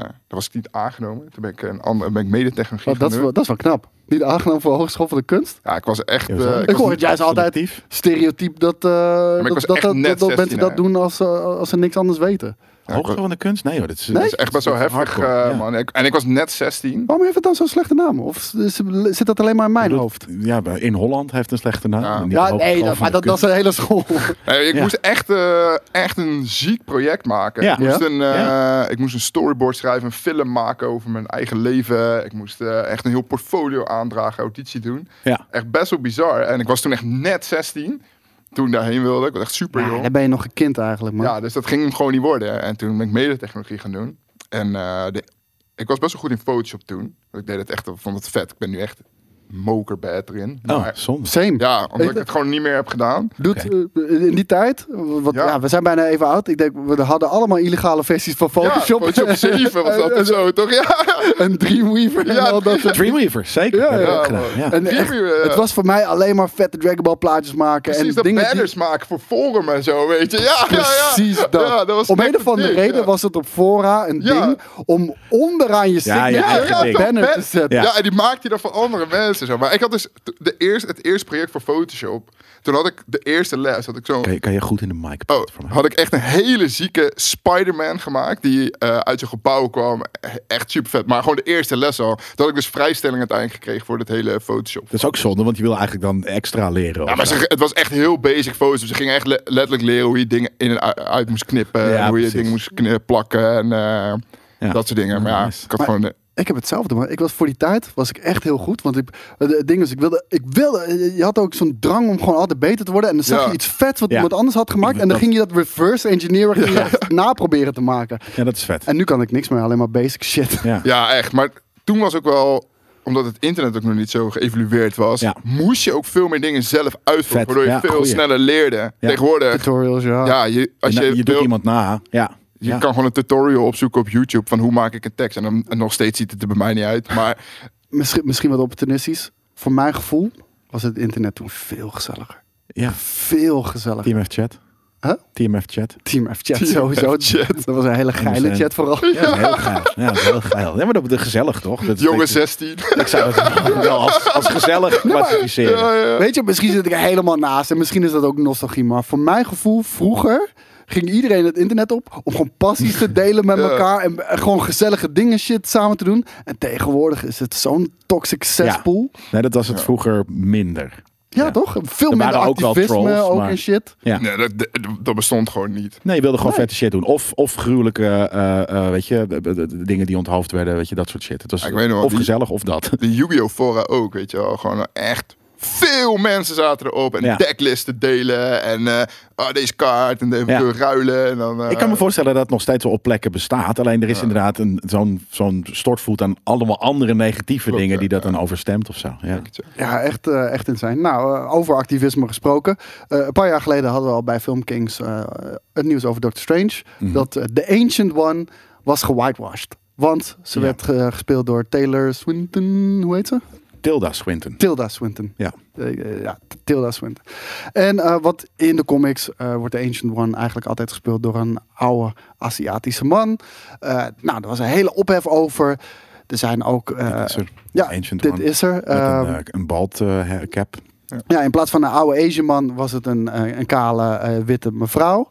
daar was ik niet aangenomen. Toen ben ik, een andere, ben ik medetechnologie
Oh, dat, is
gaan
wel, dat is wel knap. Niet aangenomen voor Hogeschool van de Kunst.
doen. Ja, ik was echt...
Ja,
eh,
zo.
Ik, hoor het juist altijd
Selectief.
stereotyp dat, eh, dat,
was
dat,
echt
dat,
net
dat mensen
16,
dat
hè?
doen als, eh, als ze niks anders weten.
Ja, ik
Hoogte
was-
van de kunst? Nee hoor, dat is,
Nee?
dat is echt best wel heftig,
hardcore,
eh,
ja.
man. Ik- en ik was net 16.
Waarom heeft het dan zo'n slechte naam? Of is- zit dat alleen maar in mijn
Dat-
hoofd?
Ja, maar in Holland heeft een slechte naam.
Ja.
En die
Ja,
hoogte
nee,
van
dat,
de
maar dat, dat
kunst.
is een hele school.
Nee, ik
Ja.
moest echt, eh, echt een ziek project maken.
Ja.
Ik, moest
Ja?
een, eh, ik moest een storyboard schrijven, een film maken over mijn eigen leven. Ik moest eh, echt een heel portfolio aandragen, auditie doen.
Ja.
Echt best wel bizar. En ik was toen echt net 16, toen ik daarheen wilde. Ik was echt super
Ja,
jong.
dan ben je nog een kind eigenlijk, man.
Ja, dus dat ging hem gewoon niet worden. En toen ben ik medetechnologie gaan doen. En eh, de, ik was best wel goed in Photoshop toen. Ik deed het echt, ik vond het vet. Ik ben nu echt mokerbad erin.
Oh,
Maar
zonde.
Same.
ja, omdat ik
Ik-
het gewoon niet meer heb gedaan.
Doet, eh, in die tijd, wat, ja.
Ja.
we zijn bijna even oud. Ik denk, we hadden allemaal illegale versies van Photoshop.
Ja, Photoshop 7 was dat of zo, toch? Ja,
en Dreamweaver en
Ja,
al dat soort-
Dreamweaver, zeker.
Ja,
dat heb ik
ja,
ook gedaan.
man.
Ja.
En echt,
Dreamweaver, ja.
het was voor mij alleen maar vette Dragon Ball plaatjes maken.
precies.
en
Dat
dingen
banners maken voor forum en zo, weet je. Ja, ja, ja.
Precies dat.
Ja, was
Om
echt
een of andere
ding,
reden
ja.
was het op fora een
Ja.
ding om onderaan je
Ja,
signature
ja, ja,
een
ding.
banner
Ben-
te zetten.
Ja. en die maakte hij dan van andere mensen. Zo. Maar ik had dus t- de eerste, het eerste project voor Photoshop. Toen had ik de eerste les, had ik zo'n
Kan, je, kan je goed in de mic
Oh,
praten voor mij?
had ik echt een hele zieke Spider-Man gemaakt. Die eh, uit zijn gebouw kwam. E- Echt super vet. Maar gewoon de eerste les al. Dat had ik dus vrijstelling uiteindelijk gekregen voor dat hele Photoshop.
Dat is ook zonde, want je wil eigenlijk dan extra leren.
Ja, maar ze- het was echt heel basic Photoshop. Ze gingen echt le- letterlijk leren hoe je dingen in en u- uit moest knippen.
Ja,
hoe je
precies.
dingen moest kni- plakken. En eh,
Ja.
dat soort dingen. Maar ja,
Nice.
ik had
Maar-
gewoon... eh,
Ik heb hetzelfde, maar ik was voor die tijd was ik echt heel goed. Want ik, eh, het ding is, ik wilde, ik wilde, eh, je had ook zo'n drang om gewoon altijd beter te worden. En dan zag
Ja.
je iets vet wat
Ja.
iemand anders had gemaakt.
Ik-
En dan
dat-
ging je dat reverse engineering ging je dat naproberen te maken.
Ja, dat is vet.
En nu kan ik niks meer, alleen maar basic shit.
Ja.
Ja, echt. Maar toen was ook wel omdat het internet ook nog niet zo geëvolueerd was,
Ja.
moest je ook veel meer dingen zelf uitvoeren,
Vet,
waardoor je
ja,
veel
goeie.
sneller leerde.
Ja.
Tegenwoordig,
Tutorials, ja.
ja, je, als
En
je,
dan- je doet
wil-
iemand na. Ja.
je
ja.
kan gewoon een tutorial opzoeken op YouTube van hoe maak ik een tekst. En dan en nog steeds ziet het er bij mij niet uit, maar
Misschien, misschien wat opportunistisch. Voor mijn gevoel was het internet toen veel gezelliger.
ja.
Veel gezelliger.
TMF chat.
Huh?
TMF chat.
Team F chat sowieso. Dat was een hele geile
MSN.
chat vooral.
Ja, dat is heel geil. Ja, dat is heel geil. Ja, maar dat is gezellig toch? Dat is
jongen
denk
16.
ik- Ik zou het wel als, als gezellig klassificeren.
Ja, ja.
Weet je, misschien zit ik er helemaal naast en misschien is dat ook nostalgie. Maar voor mijn gevoel, vroeger ging iedereen het internet op om gewoon passies te delen met
Ja.
elkaar. En eh, gewoon gezellige dingen shit samen te doen. En tegenwoordig is het zo'n toxic cesspool. Ja,
Nee, dat was het vroeger minder. Ja.
toch? Veel
Er
minder
waren ook wel
activisme ook,
trolls, maar-
en shit.
Ja.
Nee, dat, dat- dat bestond gewoon niet.
Nee, je wilde gewoon vette shit doen. Of, of gruwelijke, eh, eh, weet je, de, de- de dingen die onthoofd werden, weet je, dat soort shit. Het was
Ja, ik weet nog wel,
of
die-
gezellig of dat.
De Yu-Gi-Oh! fora ook, weet je wel. Gewoon echt veel mensen zaten erop. En
Ja.
decklisten delen. En eh, ah, deze kaart. En even
Ja.
ruilen. En dan, eh,
Ik kan me voorstellen dat het nog steeds wel op plekken bestaat. Alleen er is inderdaad een- zo'n zo'n stortvoet aan allemaal andere negatieve
Klopt,
dingen
ja,
die dat dan overstemt of zo. Ja.
Ja, echt, eh, echt in zijn. Nou, eh, over activisme gesproken. Eh, een paar jaar geleden hadden we al bij Film Kings eh, het nieuws over Doctor Strange.
Mhm.
Dat eh, The Ancient One was gewhitewashed. Want ze
Ja.
werd eh, gespeeld door Taylor Swinton, hoe heet ze?
Tilda Swinton.
Tilda Swinton.
Ja.
Eh, eh, ja, Tilda Swinton. En eh, wat in de comics eh, wordt de Ancient One eigenlijk altijd gespeeld door een oude Aziatische man. Eh, nou, er was een hele ophef over. Er zijn ook... eh,
Dit is er.
ja,
Ancient
dit
One.
is er.
Met een,
Ehm,
eh, een bald eh, ha- cap.
ja, in plaats van een oude Asian man was het een, eh, een kale eh, witte mevrouw.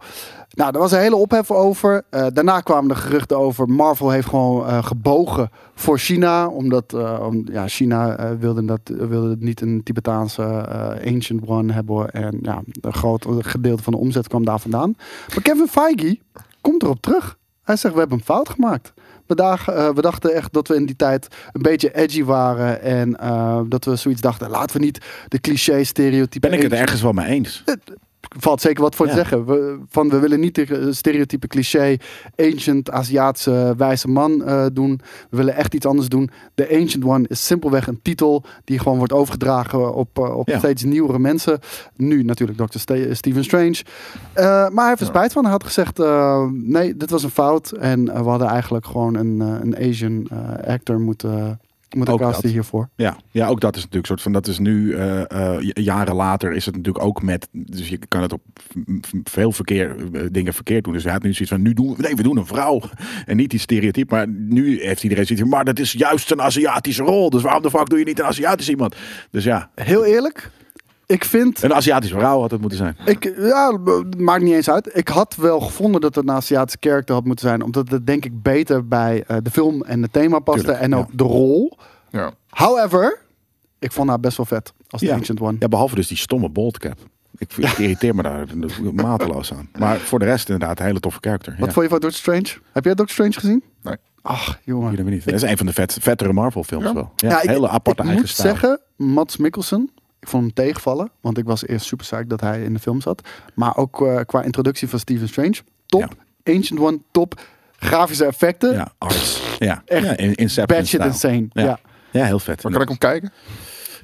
Nou, daar was een hele ophef over. Eh, daarna kwamen de geruchten over Marvel heeft gewoon eh, gebogen voor China. Omdat eh, om, ja, China eh, wilde, dat, wilde niet een Tibetaanse eh, Ancient One hebben. En ja, een groot gedeelte van de omzet kwam daar vandaan. Maar Kevin Feige komt erop terug. Hij zegt, we hebben een fout gemaakt. We, dagen, eh, we dachten echt dat we in die tijd een beetje edgy waren. En eh, dat we zoiets dachten, laten we niet de cliché stereotypen.
Ben ik het
Asian-
ergens wel mee eens?
valt zeker wat voor
Ja.
te zeggen. We, van, we willen niet de eh, stereotype cliché ancient Aziatse wijze man eh, doen. We willen echt iets anders doen. The Ancient One is simpelweg een titel die gewoon wordt overgedragen op, eh, op
Ja.
steeds nieuwere mensen. Nu natuurlijk Dr. Ste- Stephen Strange. Eh, maar hij heeft er spijt van. Hij had gezegd, eh, nee, dit was een fout. En eh, we hadden eigenlijk gewoon een, eh, een Asian eh, actor moeten, moeten
Ook
casten
dat.
hiervoor.
Ja, ja, ook dat is natuurlijk soort van. Dat is nu, eh, eh, j- jaren later, is het natuurlijk ook met. Dus je kan het op v- v- veel verkeer, eh, dingen verkeerd doen. Dus hij had nu zoiets van: nu doen we. Nee, we doen een vrouw. En niet die stereotype. Maar nu heeft iedereen zoiets van: maar dat is juist een Aziatische rol. Dus waarom de fuck doe je niet een Aziatisch iemand? Dus ja,
Heel eerlijk, ik vind...
een Aziatische vrouw had het moeten zijn.
Ik, ja, b- maakt niet eens uit. Ik had wel gevonden dat het een Aziatische karakter had moeten zijn. Omdat het denk ik beter bij eh, de film en het thema paste.
Tuurlijk,
en
ja.
ook de rol.
Ja.
However, ik vond haar best wel vet. Als de
Ja.
Ancient One.
Ja, behalve dus die stomme boldcap. Ik, ik irriteer me daar mateloos aan. Maar voor de rest inderdaad, een hele toffe karakter.
Wat
ja.
vond je van Doctor Strange? Heb jij Doctor Strange gezien?
Nee.
Ach, jongen.
Hier dan weer niet. Dat is een van de vet, vettere Marvel films
Ja.
wel. Ja, hele aparte
ik
eigen
moet
stijl.
zeggen, Mats Mikkelsen, ik vond hem tegenvallen. Want ik was eerst super psyched dat hij in de film zat. Maar ook eh, qua introductie van Stephen Strange, top. Ancient One, top. Grafische effecten,
Ja, arts. Ja,
Echt
ja in, Inception
bad shit
style.
insane.
Ja.
ja.
Ja, heel vet.
Waar kan ik hem kijken?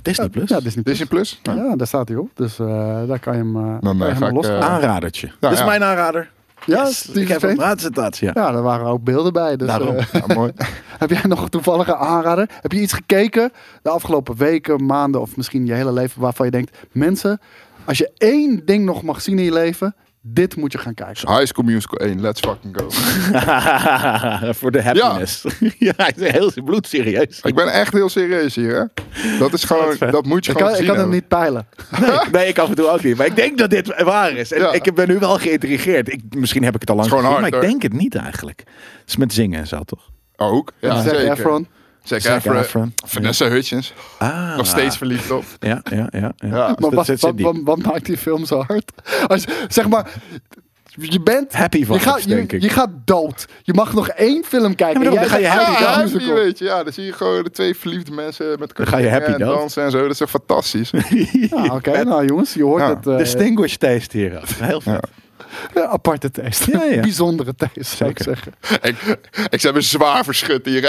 Disney Plus.
Ja, Disney Plus.
Disney Plus? Nou,
Ja, daar staat hij op. Dus eh, daar kan je hem, eh, kan je
eh,
hem
ga ik,
los.
eh,
Aanradertje. dat is
ja.
mijn aanrader.
ja,
Yes,
Stephen
ik heb
Strange.
een raadcitatie. Ja.
Ja, daar waren ook beelden bij. Dus,
Daarom.
eh,
ja, mooi.
heb jij nog een toevallige aanrader? Heb je iets gekeken de afgelopen weken, maanden of misschien je hele leven waarvan je denkt: mensen, als je één ding nog mag zien in je leven, dit moet je gaan kijken.
High School Musical 1, let's fucking go.
Voor de happiness. Ja, hij is heel bloedserieus.
Ik ben echt heel serieus hier, hè? Dat is gewoon, dat moet je
Ik
gewoon
kan, ik kan hem
gezien hebben.
niet peilen.
Nee, nee, ik af en toe ook niet. Maar ik denk dat dit waar is. En
Ja.
ik ben nu wel geïntrigeerd. Ik, misschien heb ik het al lang
Het is
gezien,
gewoon
maar ik
hard, hoor.
denk het niet eigenlijk. Het is met zingen en zo, toch?
Ook? Ja,
Ja,
zeker.
Zac Efron.
Zac
Zac
Efron.
Efron.
Vanessa Hutchins.
Ah.
Nog steeds verliefd op.
Ja, ja, ja. ja.
Ja.
Dus
Maar
dat
wat,
zit
wat,
ze diep.
wat- wat maakt die film zo hard? Als, zeg maar, je bent...
Happy
je,
vibes,
gaat, je,
denk ik.
je gaat dood. Je mag nog één film kijken.
Ja, maar
en
dan
jij
ga je
zegt,
happy
ah,
Ja, happy,
musical.
weet je. Ja, dan zie je gewoon de twee verliefde mensen met
ga je happy
en
dood.
dansen en zo. Dat is echt fantastisch.
Ah, Oké, nou jongens, je hoort
Ja.
het. eh,
Distinguished taste hier. Heel vet.
Ja, aparte taste.
Ja, ja.
Bijzondere taste, zou ik zeggen.
ik, ik heb me zwaar verschut hier.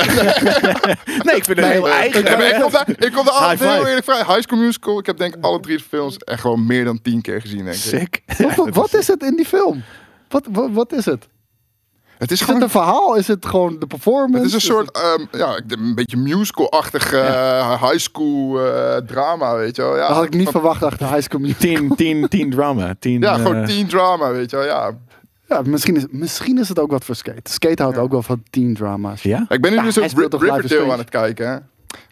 Nee, ik vind het heel eigen.
Nee, maar ik kom daar, ik kom daar altijd
High five.
heel eerlijk vrij. High School Musical, ik heb denk ik alle drie de films echt gewoon meer dan tien keer gezien, denk ik.
Sick.
wat, wat is het in die film? Wat, wat, wat is het?
Het is
Is het
gewoon
een verhaal? Is het gewoon de performance?
Het is een soort, ehm, ja, ik- een beetje musical-achtig eh, high school eh, drama, weet je wel. Ja,
Dat had ik niet
Van-
verwacht achter High School Musical.
Tien, tien, tien drama. Tien,
Ja,
eh,
gewoon teen drama, weet je wel, ja.
Ja, misschien, is, misschien is het ook wat voor skate. Skate houdt ook wel van teen drama's.
Ja?
Ik ben nu
Ja,
dus
hij
ook
speelt toch Life is
Riverdale
Strange?
aan het kijken, hè.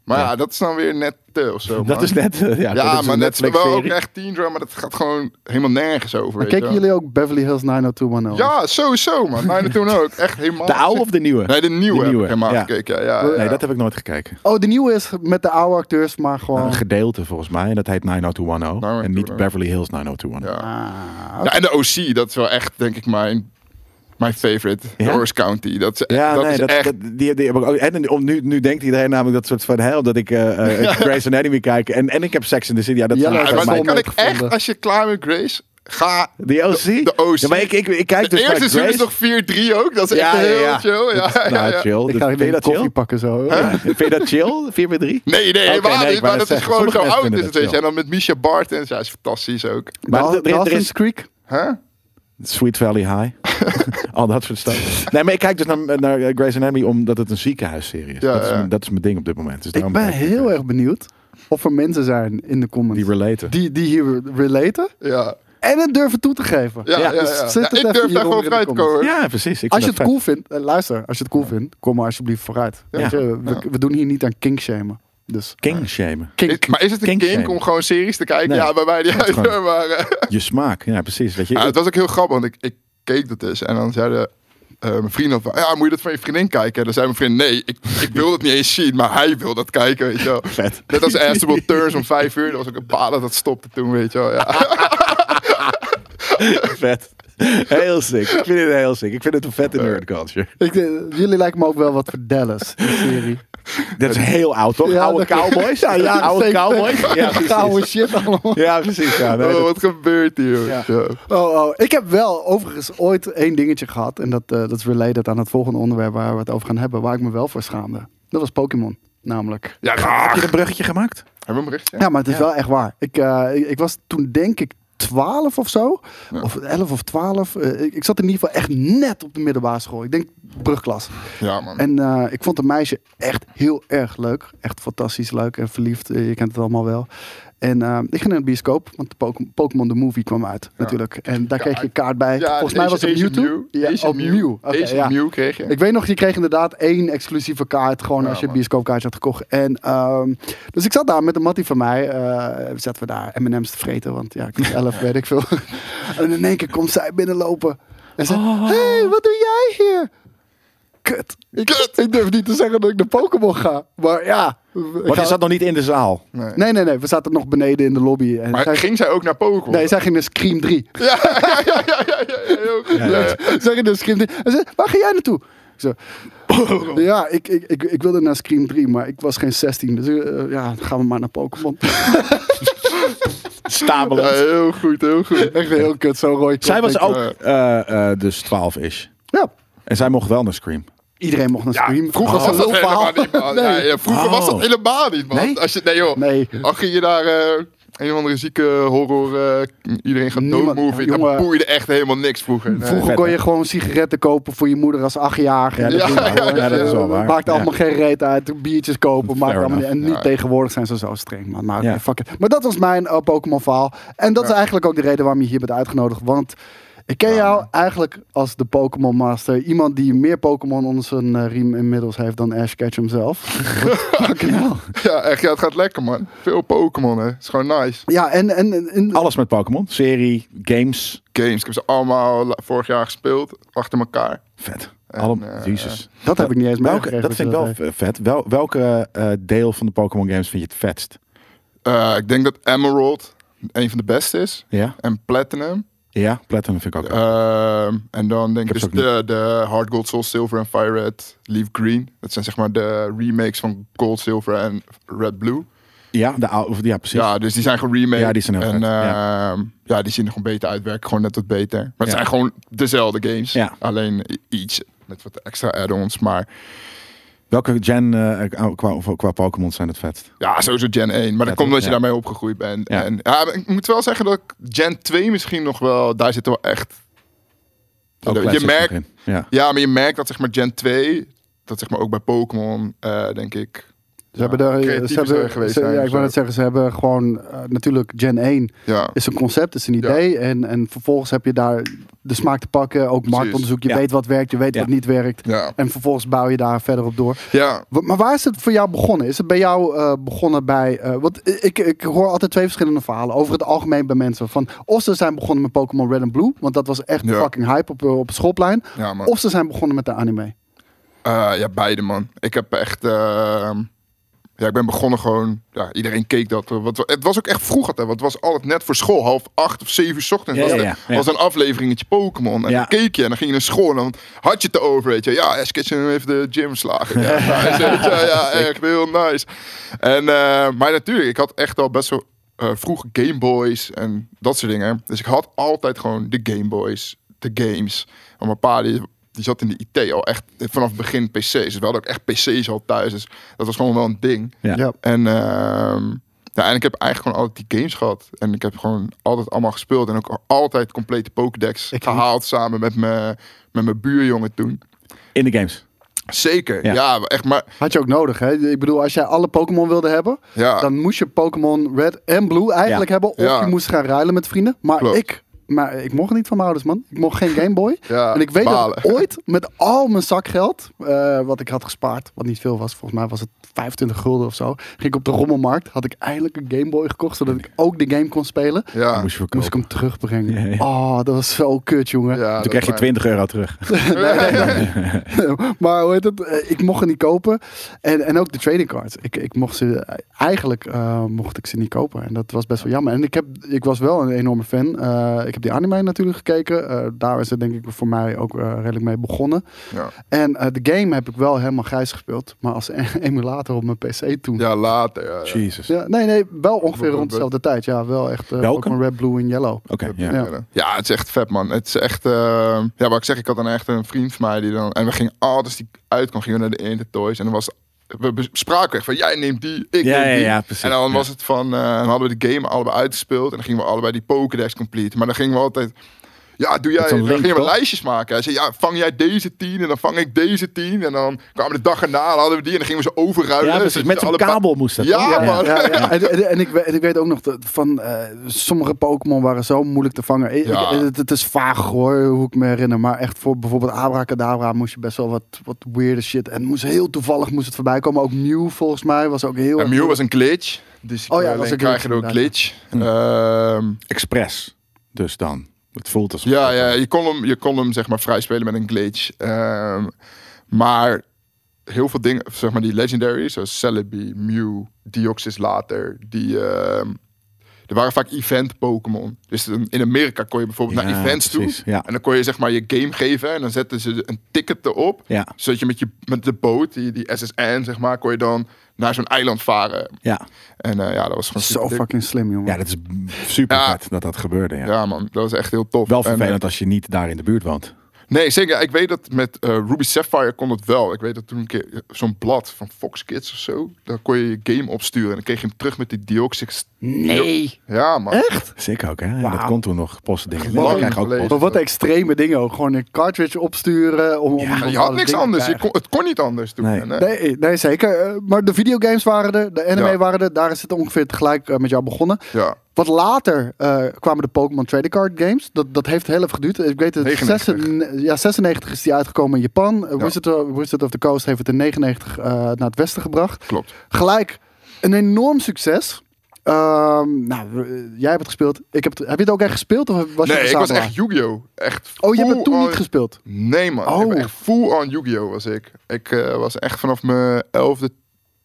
Maar ja. dat is dan weer net te of zo,
Dat
man.
is net... eh, Ja,
Ja,
dat is
maar
een
dat is
Netflix
wel ook
serie.
echt teen drama. Dat gaat gewoon helemaal nergens over,
Maar
weet je wel.
keken jullie ook Beverly Hills 90210?
Ja, sowieso, man. Nee, toen ook. Echt helemaal...
De oude of de nieuwe?
Nee, de nieuwe, heb ik helemaal
ja.
gekeken, ja. ja, ja.
Nee, dat heb ik nooit gekeken.
Oh, de nieuwe is met de oude acteurs, maar gewoon...
Oh.
Een gedeelte volgens mij. En dat heet 90210. En niet
90210.
Beverly Hills 90210.
oh. Ja.
Ah,
Ja, en de OC, dat is wel echt, denk ik, mijn, mijn favorite.
Ja?
Orange County. Dat is,
Ja,
dat
nee,
is
dat,
echt...
dat- die, die heb ik ook. En om, nu, nu denkt iedereen namelijk dat soort van hel dat ik eh eh, Grey's Anatomy kijk en, en ik heb Sex in the City. Ja, dat
Ja,
zijn
nee,
Ja,
eigenlijk
wel
maar dan
mijn-
kan ik
gevonden.
echt, als je klaar bent Grace, ga...
de OC?
de OC.
Ja, maar ik, ik, ik kijk
Het
dus naar
eerste seizoen is
Grey's.
nog 4-3 ook. Dat is
Ja,
echt
ja,
heel
ja.
chill. Ja, ja,
Nou,
ja.
chill.
ik
Dus
ga
Vind je
even een
dat
koffie
chill?
pakken zo.
Ja, Vind je dat chill? 4 bij 3?
Nee, nee,
Oké,
helemaal
nee, ik wou
niet.
net
Maar dat is
zeggen,
gewoon zo
sommige mensen
oud is
vinden
het,
dat
weet je.
chill.
En dan met Misha Bart en zij is fantastisch ook.
Maar
Dal-
er- er is-
Dawson's Creek?
Huh?
Sweet Valley High. Al dat soort stuff. Nee, maar ik kijk dus naar, naar Grey's Anatomy omdat het een ziekenhuisserie is.
Ja,
dat, is
ja.
mijn, dat is mijn ding op dit moment. Dus
Ik
daarom
ben
kijk ik
heel
Grey's.
erg benieuwd of er mensen zijn in de comments
Die relaten.
die, die hier relaten
Ja.
en het durven toe te geven.
Ja, ja, ja.
dus
ja.
zet het even
ik durf
hieronder
daar gewoon
in de
vooruit te
comments.
komen.
ja, precies. Ik
Als je
vind
het
dat
cool vindt, eh, luister, als je het cool vindt, kom maar alsjeblieft vooruit.
Ja.
Weet je, we,
Ja.
we doen hier niet aan kink shamen. Dus
vet. King shamen.
kink.
Is- maar is het een
Kink
kink
shame.
om gewoon series te kijken?
Nee.
Ja, bij mij niet uit.
gewoon-
hoor, Maar, eh,
Je smaak. Ja, precies. Weet je,
ja, het was ook heel grappig, want ik, ik keek dat dus. En dan zeiden eh, mijn vrienden van, ja, moet je dat van je vriendin kijken? En dan zei mijn vriend, nee, ik, ik wil dat niet eens zien. Maar hij wil dat kijken, weet je wel.
vet.
Net als Astral Turns om vijf uur. Dat was ook een balen dat stopte toen, weet je wel. Ja.
vet. Heel sick. Ik vind het heel sick. Ik vind het een vette nerd culture.
Ik, eh, jullie lijken me ook wel wat voor Dallas, die serie.
Dat is heel oud, toch?
Ja,
oude
dat-
cowboys?
Ja, jaren
oude
70.
cowboys? Ja, precies.
Gouden shit allemaal.
Ja, precies. Ja, nee,
Oh,
dat-
wat gebeurt hier?
Ja.
Ja.
Oh, oh. Ik heb wel overigens ooit één dingetje gehad. En dat, eh, dat is related aan het volgende onderwerp waar we het over gaan hebben. Waar ik me wel voor schaamde. Dat was Pokémon, namelijk.
Ja,
Heb je
graag.
een bruggetje gemaakt?
Hebben we een berichtje?
Ja, maar het is wel echt waar. Ik, eh, ik, ik was toen denk ik 12 of zo. Of 11 of 12. Eh, ik, ik zat in ieder geval echt net op de middelbare school. Ik denk brugklas.
Ja, man.
En eh, ik vond een meisje echt heel erg leuk. Echt fantastisch leuk en verliefd. Eh, Je kent het allemaal wel. En eh, ik ging naar de bioscoop, want de Poké- Pokémon The Movie kwam uit natuurlijk. En daar kreeg je kaart bij.
Ja,
eh, Volgens mij was het
Ace- Ace
Mewtwo.
of Mew. Ace
Ja,
of
oh,
Mew.
Mew. Oké,
Ace of
ja.
Mew kreeg je.
Ik weet nog, je kreeg inderdaad één exclusieve kaart. Gewoon als je
man.
bioscoopkaartje had gekocht. En, ehm, dus ik zat daar met een mattie van mij. eh zaten we daar M&M's te vreten. Want ja, ik was elf, weet ik veel. en in één keer komt zij binnenlopen. En zei, hey, wat doe jij hier? Kut. Ik, ik durf niet te zeggen dat ik naar Pokémon ga. Maar ja. ik
Want
ga-
je zat nog niet in de zaal.
Nee, nee, nee. We zaten nog beneden in de lobby. En zij,
Maar ging zij ook naar Pokémon?
Nee, zij ging naar Scream 3.
Ja, ja, ja, ja, ja, ja, heel goed. Ja, ja.
Zeg je naar Scream 3? Hij zei, waar ga jij naartoe? Ik zo, ja, ik, ik, ik, ik wilde naar Scream 3, maar ik was geen 16. Dus eh, ja, dan gaan we maar naar Pokémon.
Ja,
Stabelen.
heel goed, heel goed.
Echt heel kut, zo rooi.
Zij was ook
eh,
eh, eh, dus 12 is.
eh. Ja,
En zij mocht wel naar Scream.
iedereen mocht naar Scream. Oh.
Vroeger was dat Oh, helemaal niet, man.
Nee.
Ja, ja, vroeger
Oh.
was dat helemaal niet, man.
Nee?
Als je, nee, joh.
Nee.
Al ging je daar eh, een of andere zieke horror... eh, iedereen gaat
Niemand-
doodmovie.
jongen.
Dan boeide echt helemaal niks vroeger. Nee.
Vroeger
Vet,
kon
hè?
je gewoon sigaretten kopen voor je moeder als achtjarige.
Ja,
En
dat
dat
is
doen we
waar.
gewoon.
Ja, dat is wel waar.
Maakt
Ja.
allemaal geen reet uit. Biertjes kopen. Maakt
Fair
allemaal niet. En niet
Ja.
tegenwoordig zijn ze zo streng, man. Maar, oké,
Ja.
fuck it. maar dat was mijn eh, Pokémon verhaal. En dat is eigenlijk ook de reden waarom je hier bent uitgenodigd. Want ik ken jou eigenlijk als de Pokémon Master. Iemand die meer Pokémon onder zijn eh, riem inmiddels heeft dan Ash Ketchum zelf. Fucking hell.
Ja, echt, ja, het gaat lekker, man. Veel Pokémon, hè. Het is gewoon nice.
Ja, en... en, en- en-
Alles met Pokémon. Serie, games.
Games, ik heb ze allemaal la- vorig jaar gespeeld. Achter elkaar.
Vet. Alle,
eh,
Jezus.
dat heb ik niet eens
Welke,
meegekregen.
dat vind ik wel
je
vet. Wel, welke eh, deel van de Pokémon games vind je het vetst?
Eh, ik denk dat Emerald een van de beste is.
Ja?
En Platinum.
Ja, Platinum vind ik ook.
Ehm, en dan denk ik
heb
dus
ze ook
de, de Hard Gold, Soul Silver en Fire Red, Leaf Green. Dat zijn zeg maar de remakes van Gold, Silver en Red Blue.
ja, de oude, of- ja, precies.
Ja, dus die zijn geremaked.
Ja, die zijn heel
en,
vet, ja.
ehm, ja, die zien er gewoon beter uit, werken gewoon net wat beter. Maar het
Ja.
zijn gewoon dezelfde games.
Ja.
Alleen i- iets met wat extra add-ons. Maar
Welke gen eh, qua, qua Pokémon zijn het vetst?
ja, sowieso Gen 1. Maar dat
toch?
komt omdat
Ja.
je daarmee opgegroeid bent.
Ja.
En, ja, maar ik moet wel zeggen dat ik Gen 2 misschien nog wel... Daar zit wel echt...
Ook
je
classics
merkt,
nog in. Ja.
Ja, maar je merkt dat zeg maar Gen 2, dat zeg maar ook bij Pokémon, eh, denk ik.
Ze hebben daar,
creatiever
ze
zou
hebben,
je geweest
ze-
zijn
ja,
of
ik wou
zo.
net zeggen, ze hebben gewoon eh, natuurlijk Gen 1
Ja.
is een concept, is een idee. En, en vervolgens heb je daar de smaak te pakken, ook marktonderzoek. Je
Ja.
weet wat werkt, je weet
Ja.
wat niet werkt.
Ja.
En vervolgens bouw je daar verder op door.
Ja.
Wa- Maar waar is het voor jou begonnen? Is het bij jou eh, begonnen bij... eh, want i- ik, ik hoor altijd twee verschillende verhalen over het algemeen bij mensen. Van, of ze zijn begonnen met Pokémon Red en Blue, want dat was echt
Ja.
fucking hype op, eh, op het schoolplein.
Ja, man.
of ze zijn begonnen met de anime.
Eh, ja, beide man. Ik heb echt. ehm, ja, ik ben begonnen gewoon. Ja, iedereen keek dat. Wat, het was ook echt vroeg altijd. Want het was altijd net voor school. Half acht of zeven uur 's ochtends.
Ja,
was,
ja,
het-
ja, ja.
was een afleveringetje Pokémon. En
Ja.
dan keek je en dan ging je naar school. En dan had je het erover. Weet je. Ja, Ash Ketchum heeft de gym slagen. Ja, nice, weet je. ja echt heel nice. En, eh, maar natuurlijk, ik had echt al best wel. eh, vroeg Game Boys en dat soort dingen. Dus ik had altijd gewoon de Game Boys, de games. Maar mijn pa die die zat in de IT al echt vanaf het begin PC's. Dus we hadden ook echt PC's al thuis. Dus dat was gewoon wel een ding.
Ja.
Ja.
En, ehm, ja, en ik heb eigenlijk gewoon altijd die games gehad. En ik heb gewoon altijd allemaal gespeeld. En ook altijd complete Pokédex
Ik-
gehaald samen met mijn, met mijn buurjongen toen.
In de games.
Zeker,
Ja.
ja, echt. Maar
Had je ook nodig, hè? Ik bedoel, als jij alle Pokémon wilde hebben,
Ja.
dan moest je Pokémon Red en Blue eigenlijk
Ja.
hebben. Of
Ah. Ja.
je moest gaan ruilen met vrienden. Maar
Klopt.
ik, maar ik mocht niet van mijn ouders, man. Ik mocht geen Game Boy.
Ja,
en ik weet dat ik
balen.
ooit met al mijn zakgeld, eh, wat ik had gespaard, wat niet veel was, volgens mij was het 25 gulden of zo, ging ik op de rommelmarkt, had ik eindelijk een Game Boy gekocht, zodat ik ook de game kon spelen.
ja.
Moest je verkopen.
Moest ik hem terugbrengen.
Ja, ja.
Oh, dat was zo kut, jongen.
ja
Toen krijg je 20 euro terug.
maar hoe heet het? Eh, Ik mocht het niet kopen. En, en ook de trading cards. Ik, ik mocht ze, eigenlijk eh, mocht ik ze niet kopen. En dat was best wel jammer. En ik, heb, ik was wel een enorme fan. Eh, ik heb die anime natuurlijk gekeken. Eh, daar is het denk ik voor mij ook eh, redelijk mee begonnen.
Ja.
En eh, de game heb ik wel helemaal grijs gespeeld. Maar als e- emulator op mijn PC toen.
Ja, later. Ja, ja.
Jesus.
Ja, nee, nee, wel ongeveer
Welke?
rond dezelfde tijd. Ja, wel echt eh,
Welke?
Pokémon Red, Blue en Yellow.
Oké, ja.
Ja.
Ja. Ja, het is echt vet, man. Het is echt... eh, ja, wat ik zeg, ik had dan echt een vriend van mij die dan... En we gingen altijd, als die uitkwam, gingen we naar de Intertoys. En dan was... We bespraken echt van, jij neemt die, ik
Ja,
neem
ja,
die.
ja, precies.
En dan
Ja.
was het van... eh, dan hadden we de game allebei uitgespeeld. En dan gingen we allebei die Pokédex complete. Maar dan gingen we altijd... Ja, doe jij...
zo'n
Dan
link,
gingen we
toch?
lijstjes maken. Hij zei, ja, vang jij deze tien en dan vang ik deze tien. En dan kwamen de dag erna, dan hadden we die en dan gingen we ze overruilen.
Ja, precies.
Zodat
Met
je
zo'n
allebei-
kabel moest dat,
Ja,
toch? Ja,
man.
Ja, ja. En, en, en ik, we- en ik weet ook nog dat van eh, sommige Pokémon waren zo moeilijk te vangen. Ik-
Ja.
ik- het, het is vaag hoor, hoe ik me herinner. Maar echt voor bijvoorbeeld Abracadabra moest je best wel wat, wat weirde shit. En moest heel toevallig moest het voorbij komen. Ook Mew volgens mij was ook heel.
Ja,
erg-
Mew was een glitch. Dus
Oh ja,
alleen
was een
krijg je
glitch,
door glitch. Ehm,
Express. Dus dan. Het voelt alsof...
ja, ja, je kon hem, je kon hem zeg maar vrij spelen met een glitch. Ehm, maar heel veel dingen, zeg maar die legendaries, zoals Celebi, Mew, Deoxys later, die... ehm, er waren vaak event Pokémon. Dus in in Amerika kon je bijvoorbeeld
Ja,
naar events
precies,
toe.
ja.
En dan kon je zeg maar je game geven. En dan zetten ze een ticket erop.
Ja.
Zodat je met, je met de boot, die, die SSN zeg maar, kon je dan naar zo'n eiland varen.
Ja.
En eh, ja, dat was gewoon
Zo
superdik.
fucking slim, jongen.
ja, dat is super
Ja.
vet dat dat gebeurde, ja.
Ja, man, dat was echt heel tof.
Wel
En, eh,
vervelend als je niet daar in de buurt woont.
nee, zeker. Ik weet dat met eh, Ruby Sapphire kon het wel. Ik weet dat toen een keer eh, zo'n blad van Fox Kids of zo. Daar kon je je game opsturen. En dan kreeg je hem terug met die Deoxys.
Nee.
Ja, man.
Echt?
Zeker ook, hè? Ja, Dat
Wauw.
kon toen nog postdingen.
Lang
Ik krijg ook
geleden.
post.
Maar wat extreme dingen ook. Gewoon een cartridge opsturen. Om, om
Ja, je had
bepaalde
niks
dingen te
anders. Je
krijgen.
kon, het kon niet anders toen.
Nee.
En, eh,
Nee, nee, zeker. Eh, Maar de videogames waren er, de anime
Ja.
waren er. Daar is het ongeveer tegelijk eh, met jou begonnen.
Ja.
Wat later eh, kwamen de Pokémon Trading Card Games. Dat, dat heeft heel even geduurd. Ik weet het,
99.
96, ja, 96 is die uitgekomen in Japan. Eh,
Ja.
Wizard, of, Wizard of the Coast heeft het in 99 eh, naar het westen gebracht.
Klopt.
Gelijk een enorm succes. Ehm, nou, we- jij hebt het gespeeld. Ik heb, het- heb je het ook echt gespeeld? Of was je
Nee,
er
ik was
verzamelaar?
echt Yu-Gi-Oh! Echt
Oh, je hebt
full
het toen
on-
niet gespeeld?
Nee, man. Ik
Oh.
ben echt full on Yu-Gi-Oh! was ik. Ik eh, was echt vanaf mijn 11e,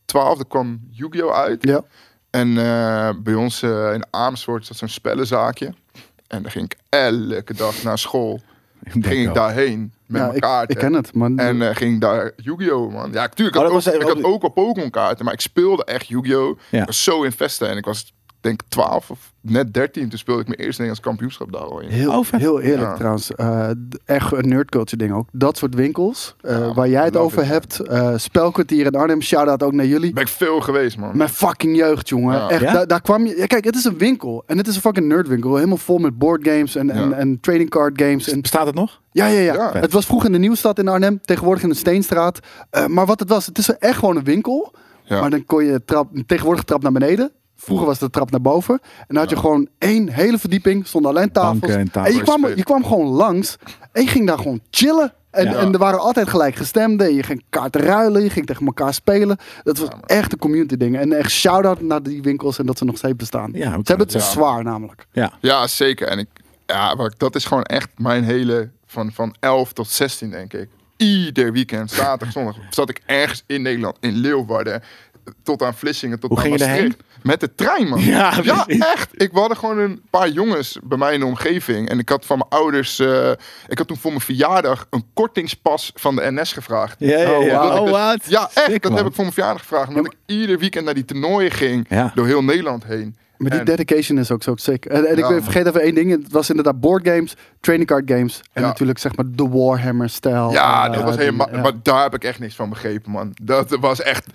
12e kwam Yu-Gi-Oh! uit.
Ja.
En eh, bij ons eh, in Amersfoort zat zo'n spellenzaakje. En dan ging ik elke dag naar school. ging ik
ook.
daarheen met
Ja,
mijn
ik,
kaarten.
ik ken het, Oh, maar
En eh, ging ik daar Yu-Gi-Oh! man. Ja, natuurlijk.
Maar
Ik,
dat
had
was
ook- ik
ook-
had ook wel Pokémon kaarten, maar ik speelde echt Yu-Gi-Oh!
Ja.
Ik was zo in Vesta en ik was denk ik 12 of net 13. Toen speelde ik mijn eerste Nederlands kampioenschap daar al in.
Heel,
Oh, vet.
heel eerlijk
Ja.
trouwens, eh, d- echt een nerdculture ding ook. Dat soort winkels, eh,
Ja,
waar jij het
love
over
it, man.
hebt. eh spelkwartier in Arnhem, shout-out ook naar jullie.
Ben ik veel geweest, man.
Mijn fucking jeugd, jongen.
Ja.
Echt,
Ja?
daar, daar kwam je... Ja, kijk, het is een winkel. En het is een fucking nerdwinkel. Helemaal vol met boardgames en, en,
Ja.
en trading card games. En,
Bestaat het nog?
ja, ja, ja,
Ja.
Het was vroeger in de Nieuwstad in Arnhem. Tegenwoordig in de Steenstraat. Eh, maar wat het was, het is echt gewoon een winkel.
Ja.
Maar dan kon je trap, tegenwoordig trap naar beneden. Vroeger was de trap naar boven. En dan had je gewoon één hele verdieping. Stonden alleen tafels.
Banken en tafels.
je, kwam, je kwam gewoon langs. En je ging daar gewoon chillen. En,
Ja.
en er waren altijd gelijkgestemden. En je ging kaarten ruilen. Je ging tegen elkaar spelen. Dat was echt een community ding. En echt shout-out naar die winkels. En dat ze nog steeds bestaan.
Ja,
ze
hoe kan
hebben het
het? Ja.
zwaar namelijk.
Ja.
Ja, zeker. En ik, ja, maar dat is gewoon echt mijn hele, van, van 11 tot 16 denk ik. Ieder weekend, zaterdag, zondag, zat ik ergens in Nederland, in Leeuwarden, tot aan Vlissingen, tot
Hoe
aan
ging je
Maastricht. Met de trein, man.
Ja, precies.
echt. Ik we hadden gewoon een paar jongens bij mij in de omgeving. En ik had van mijn ouders, eh, ik had toen voor mijn verjaardag een kortingspas van de NS gevraagd.
Ja, ja, ja.
Omdat ik
Oh,
dus-
wat?
Ja, echt.
Sick,
dat
man.
heb ik voor mijn verjaardag gevraagd. Omdat ik ieder weekend naar die toernooien ging,
Ja.
door heel Nederland heen.
Maar die
En-
dedication is ook zo sick. En, en
Ja,
ik
man.
vergeet even één ding. Het was inderdaad boardgames, training card games. En
Ja.
natuurlijk zeg maar de Warhammer-stijl.
Ja,
Eh,
dat was
die-
helemaal.
ja.
Maar daar heb ik echt niks van begrepen, man. Dat was echt.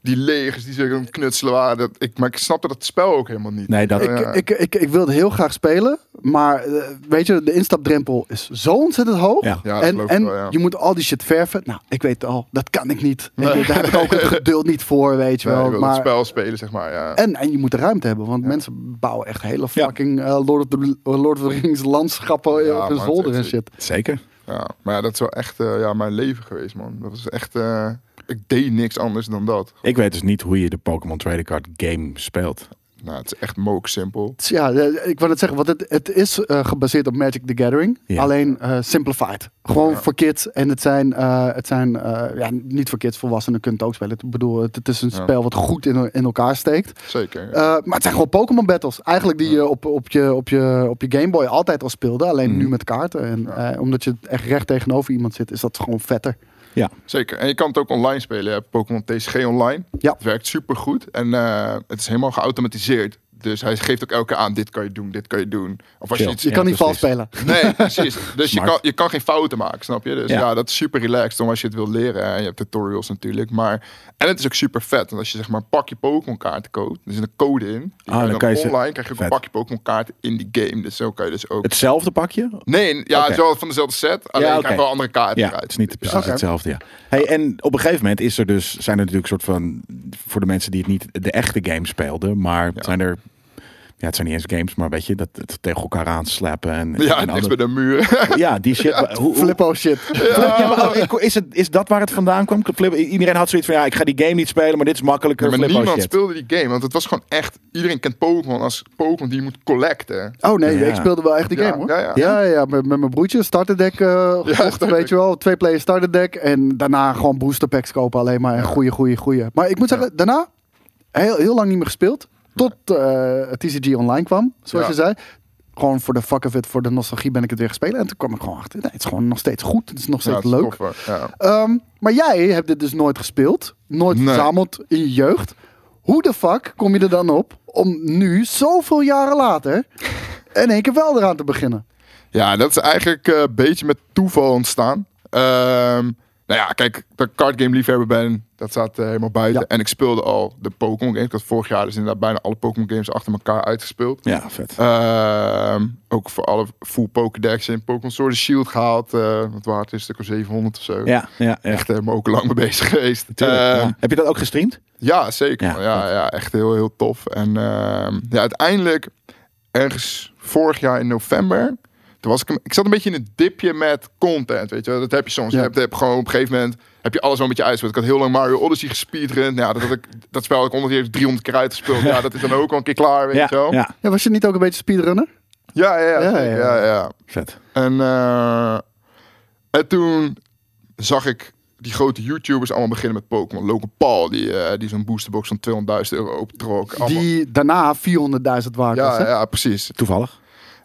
Die legers die ze aan het knutselen waren. Dat, ik, maar ik snapte dat spel ook helemaal niet.
Nee, dat...
Ik- Oh, Ja.
Ik, ik, ik wilde heel graag spelen, maar eh, weet je, de instapdrempel is zo ontzettend hoog.
Ja.
Ja, dat
en
geloof ik
en
wel, ja.
je moet al die shit verven. Nou, ik weet het al, dat kan ik niet. Ik- daar heb ik ook het geduld niet voor, weet je
Nee,
wel.
ik wil
maar,
het spel spelen, zeg maar. Ja.
en, en je moet de ruimte hebben, want mensen bouwen echt hele
Ja.
fucking eh, Lord, of the, Lord of the Rings landschappen
Ja,
op hun
man,
zolder
het-
en
het-
shit.
Zeker.
Ja, maar ja, dat is wel echt eh, ja, mijn leven geweest, man. Dat is echt. eh, ik deed niks anders dan dat.
Ik weet dus niet hoe je de Pokémon Trading Card game speelt.
Nou, het is echt moke simpel.
Ja, eh, ik wil het zeggen, want het, het is eh, gebaseerd op Magic the Gathering.
Ja.
Alleen eh, simplified. Gewoon voor kids. En het zijn, eh, het zijn eh, ja, niet voor kids, volwassenen kunnen het ook spelen. Ik bedoel, het, het is een
Ja.
spel wat goed in, in elkaar steekt.
Zeker.
Eh, maar het zijn gewoon Pokémon battles. Eigenlijk die je op, op, je, op, je, op je Game Boy altijd al speelde. Alleen
Mhm.
nu met kaarten. En eh, omdat je echt recht tegenover iemand zit, is dat gewoon vetter.
Ja.
Zeker. En je kan het ook online spelen. Je hebt Pokémon TCG online.
Ja.
Het werkt supergoed. En eh, het is helemaal geautomatiseerd. Dus hij geeft ook elke keer aan, dit kan je doen, dit kan je doen. Of als je
Chill.
iets...
Je kan niet vals
precies.
spelen.
Nee, precies. Dus je
Smart.
kan, je kan geen fouten maken, snap je? Dus
Ja.
ja, dat is super relaxed om als je het wil leren. En je hebt tutorials natuurlijk. Maar, en het is ook super vet. Want als je zeg maar een pakje Pokémon kaarten koopt, er zit een code in. Die
Ah, dan kan je ze-
online krijg je ook
Vet.
een pakje Pokémon kaarten in die game. Dus zo kan je dus ook...
Hetzelfde pakje?
Nee, ja, het is
Oké.
wel van dezelfde set. Alleen
Ja,
je
oké.
krijgt wel andere kaarten
Ja,
eruit.
het is niet precies
Oké.
hetzelfde. Ja. Hey, en op een gegeven moment is er dus, zijn er natuurlijk soort van, voor de mensen die het niet de echte game speelden, maar
Ja.
zijn er, ja, het zijn niet eens games, maar weet je, dat het tegen elkaar aanslappen en,
Ja,
en
niks
andere-
bij de muur.
ja, die shit. maar hoe, hoe-
Flippo shit.
Ja, maar oh, ik- is, het, is dat waar het vandaan kwam? Flip- iedereen had zoiets van, ja, ik ga die game niet spelen, maar dit is makkelijker.
Ja, maar
Flippo
niemand
shit.
speelde die game, want het was gewoon echt... Iedereen kent Pokémon als Pokémon die je moet collecten.
Oh nee,
Ja.
ik speelde wel echt die
Ja,
game hoor.
ja, ja.
ja, ja, met, met mijn broertje starter deck eh, gekocht, weet je wel. Twee player starter deck en daarna gewoon booster packs kopen alleen maar. En goeie, goeie, goeie. Maar ik moet zeggen, daarna heel, heel lang niet meer gespeeld. Tot eh, TCG online kwam, zoals
Ja.
je zei. Gewoon voor de fuck of it, voor de nostalgie ben ik het weer gespeeld. En toen kwam ik gewoon achter, nee, het is gewoon nog steeds goed. Het is nog
Ja,
steeds
het is
leuk.
tof, hoor. Ja.
Ehm, maar jij hebt dit dus nooit gespeeld. Nooit
Nee.
verzameld in je jeugd. Hoe de fuck kom je er dan op om nu, zoveel jaren later, in één keer wel eraan te beginnen?
Ja, dat is eigenlijk eh, een beetje met toeval ontstaan. Ehm, nou ja, kijk, dat ik card game liefhebber ben, dat staat eh, helemaal buiten.
Ja.
En ik speelde al de Pokémon games. Ik had vorig jaar dus inderdaad bijna alle Pokémon games achter elkaar uitgespeeld.
Ja, vet.
Eh, Ehm, ook voor alle full Pokédex en Pokémon Sword and Shield gehaald. eh wat waard is, een stuk of 700 of zo.
Ja, ja, ja.
Echt, daar ben ik ook lang mee bezig geweest.
Tuurlijk,
Ehm,
ja. Heb je dat ook gestreamd?
Ja, zeker.
Ja,
Ja, ja, echt heel, heel tof. En ehm, ja, uiteindelijk, ergens vorig jaar in november, toen was ik, een- ik zat een beetje in een dipje met content, weet je wel. Dat heb je soms.
Ja.
Je hebt, heb gewoon op een gegeven moment, heb je alles wel een beetje uitgespeeld. Ik had heel lang Mario Odyssey gespeedrun. Nou, Ja, dat, had ik, dat spel had ik onder 300 keer uitgespeeld. Ja, dat is dan ook al een keer klaar, weet
Ja,
je wel. Ja,
ja,
Ja, was je niet ook een beetje speedrunner?
ja, ja.
Ja,
zeker,
ja.
ja, ja.
vet.
En, eh, en toen zag ik die grote YouTubers allemaal beginnen met Pokémon. Logan Paul, die, eh, die zo'n boosterbox van 200.000 euro optrok. Allemaal-
Die daarna 400.000 waard was.
Ja,
hè?
ja, precies.
Toevallig.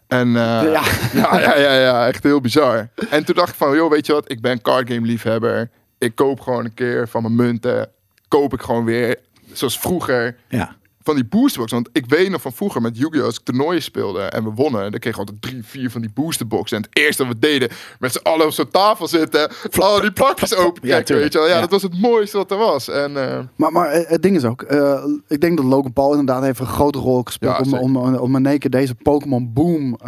En eh,
Ja.
ja. Ja, ja, ja, echt heel bizar. En toen dacht ik van, joh, weet je wat? Ik ben card game liefhebber. Ik koop gewoon een keer van mijn munten. Koop ik gewoon weer, zoals vroeger,
Ja.
van die boosterbox. Want ik weet nog van vroeger met Yu-Gi-Oh! als ik toernooien speelde en we wonnen, dan kregen we altijd drie, vier van die boosterboxen. En het eerste wat we deden, met z'n allen op zo'n tafel zitten, al die plakjes open
Ja,
kijken,
tuurlijk.
weet je wel. Ja,
Ja.
dat was het mooiste wat er was. En eh,
Maar, maar eh, het ding is ook, eh, ik denk dat Logan Paul inderdaad heeft een grote rol gespeeld
Ja,
om,
zeker.
om, om, in één keer deze Pokémon boom, eh,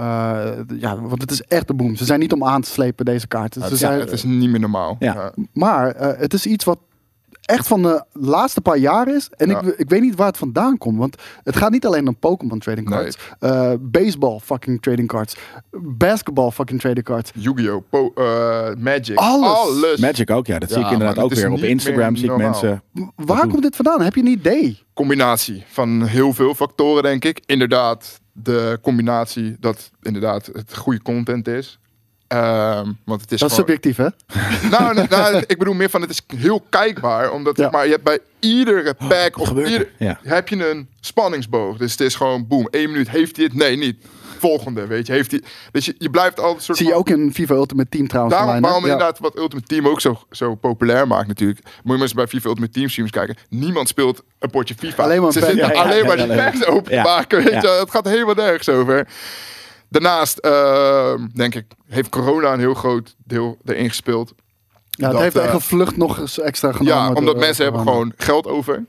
ja, want het is echt een boom. Ze zijn niet om aan te slepen deze kaarten. Ze
het,
zijn,
het is niet meer normaal.
Ja.
Maar eh, het is iets wat echt van de laatste paar jaar is. En
Ja.
ik, ik weet niet waar het vandaan komt. Want het gaat niet alleen om Pokémon trading cards. Eh, baseball fucking trading cards. Basketball fucking trading cards.
Yu-Gi-Oh! Po- eh, Magic.
Alles.
Magic ook, ja. Dat zie
Dus-
ik
Ja,
inderdaad
maar
ook
het is
weer. Op
niet
Instagram
meer
zie ik
normaal.
mensen...
Waar komt dit vandaan? Heb je een idee?
combinatie van heel veel factoren, denk ik. Inderdaad, de combinatie dat inderdaad het goede content is. Ehm, want het is
Dat is
gewoon-
subjectief, hè?
nou, nou, nou, ik bedoel meer van het is heel kijkbaar. Omdat
Ja.
zeg maar, je hebt bij iedere pack of
Oh, gebeurt er?
ieder,
Ja.
heb je een spanningsboog. Dus het is gewoon boem. Eén minuut heeft hij het? Nee, niet. Volgende, weet je. Heeft hij, dus je, je blijft altijd soort
Zie je
van-
ook in FIFA Ultimate Team trouwens.
Daarom,
online, hè?
waarom
Ja.
inderdaad wat Ultimate Team ook zo, zo populair maakt natuurlijk. Moet je maar eens bij FIFA Ultimate Team streams kijken. Niemand speelt een potje FIFA.
Alleen maar een
Ze
pack.
zitten
Ja, ja,
alleen
ja,
maar
ja,
die
ja.
packs open
Ja.
maken. Weet
Ja.
je, wel. het gaat helemaal nergens over. Daarnaast, ehm, denk ik, heeft corona een heel groot deel erin gespeeld.
Ja, het
dat,
heeft
eh,
echt een vlucht nog eens extra genomen.
Ja,
door,
omdat
eh,
mensen hebben
corona.
gewoon geld over.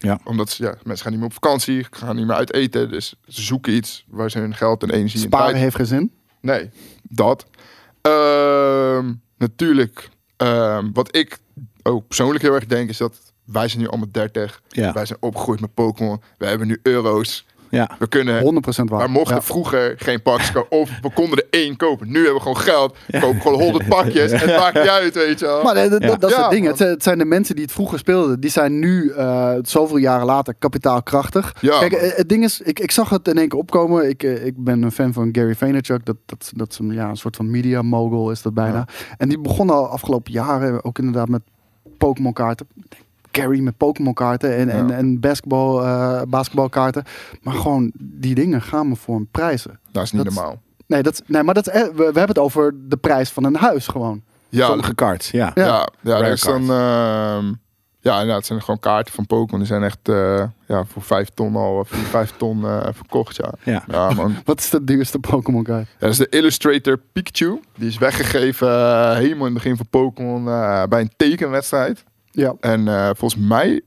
Ja.
Omdat ze, ja, mensen gaan niet meer op vakantie, gaan niet meer uit eten. Dus ze zoeken iets waar ze hun geld en energie en tijd
Sparen heeft geen zin.
Nee, dat. Ehm, natuurlijk, ehm, wat ik ook persoonlijk heel erg denk, is dat wij zijn nu allemaal 30.
Ja.
Wij zijn opgegroeid met Pokémon. Wij hebben nu euro's.
Ja.
We kunnen
100% waar.
maar mochten
Ja.
vroeger geen pakjes kopen. Of we konden er één kopen. Nu hebben we gewoon geld. We kopen gewoon 100 pakjes. En het maakt niet uit, weet je wel.
Maar eh, dat, dat- dat is
Oh. Ja,
het ding.
man.
Het zijn, het zijn de mensen die het vroeger speelden. Die zijn nu, eh, zoveel jaren later, kapitaalkrachtig.
Ja,
Kijk,
man.
eh, het ding is, ik, ik zag het in één keer opkomen. Ik, eh, ik ben een fan van Gary Vaynerchuk. Dat, dat, dat is een, ja, een soort van media mogul is dat bijna. En die begon al afgelopen jaren ook inderdaad met Pokémon kaarten. Gary met Pokémon kaarten en, en,
Ja.
en basketbal, eh, basketbalkaarten. Maar gewoon, die dingen gaan me voor een prijzen.
dat is niet
dat-
normaal.
Nee, dat, nee maar dat, is- eh, we, we hebben het over de prijs van een huis gewoon.
Ja,
Sommige kaarts, ja.
Ja.
Ja, ja,
Rare
dat is dan. ehm, ja, nou, het zijn gewoon kaarten van Pokémon. Die zijn echt eh, ja, voor vijf ton al, voor vijf ton eh, verkocht, ja.
Ja.
Ja, man.
Wat is de duurste Pokémon kaart?
Ja, dat is de Illustrator Pikachu. Die is weggegeven eh, helemaal in het begin van Pokémon eh, bij een tekenwedstrijd.
Ja.
En eh, volgens mij,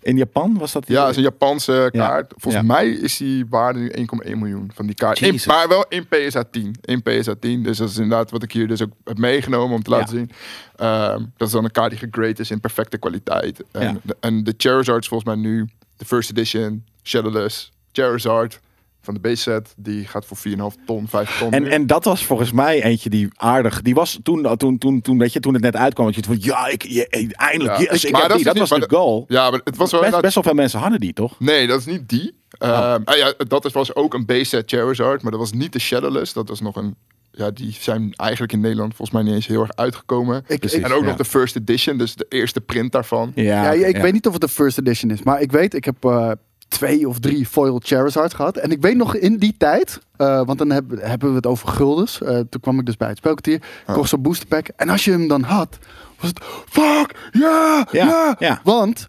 In Japan was dat?
ja, dat is een Japanse
Ja.
kaart. Volgens
Ja.
mij is die waarde nu 1,1 miljoen van die kaart. In,
Jezus.
maar wel in PSA 10. In PSA 10. Dus dat is inderdaad wat ik hier dus ook heb meegenomen om te laten
Ja.
zien. Ehm, dat is dan een kaart die gegrade is in perfecte kwaliteit. En,
Ja.
de, en de Charizard is volgens mij nu de first edition Shadowless Charizard van de base set. Die gaat voor 4,5 ton, 5 ton.
En,
nu.
en dat was volgens mij eentje die aardig. Die was toen, toen, toen, toen, weet je, toen het net uitkwam. Dat je het van ja, ik, je- eh, eindelijk.
Ja.
yes, ik
Maar
heb
dat
die.
is
Dat
niet-
was
maar
de
dat-
goal.
Ja, maar het was wel
Best,
inderdaad-
best wel veel mensen hadden die, toch?
Nee, dat is niet die.
Oh.
Ehm, ah ja, dat is, was ook een base set Charizard, maar dat was niet de Shadowless. Dat was nog een... Ja, die zijn eigenlijk in Nederland volgens mij niet eens heel erg uitgekomen.
Precies,
en ook
ja.
nog de first edition, dus de eerste print daarvan.
Ja,
oké,
ik weet niet of het de first edition is, maar ik weet, ik heb eh, twee of drie foil Charizard gehad. En ik weet nog in die tijd, eh, want dan heb- hebben we het over guldens. Eh, toen kwam ik dus bij het spelkwartier, kocht zo'n booster pack. En als je hem dan had, was het fuck, ja,
Ja,
ja.
ja.
Want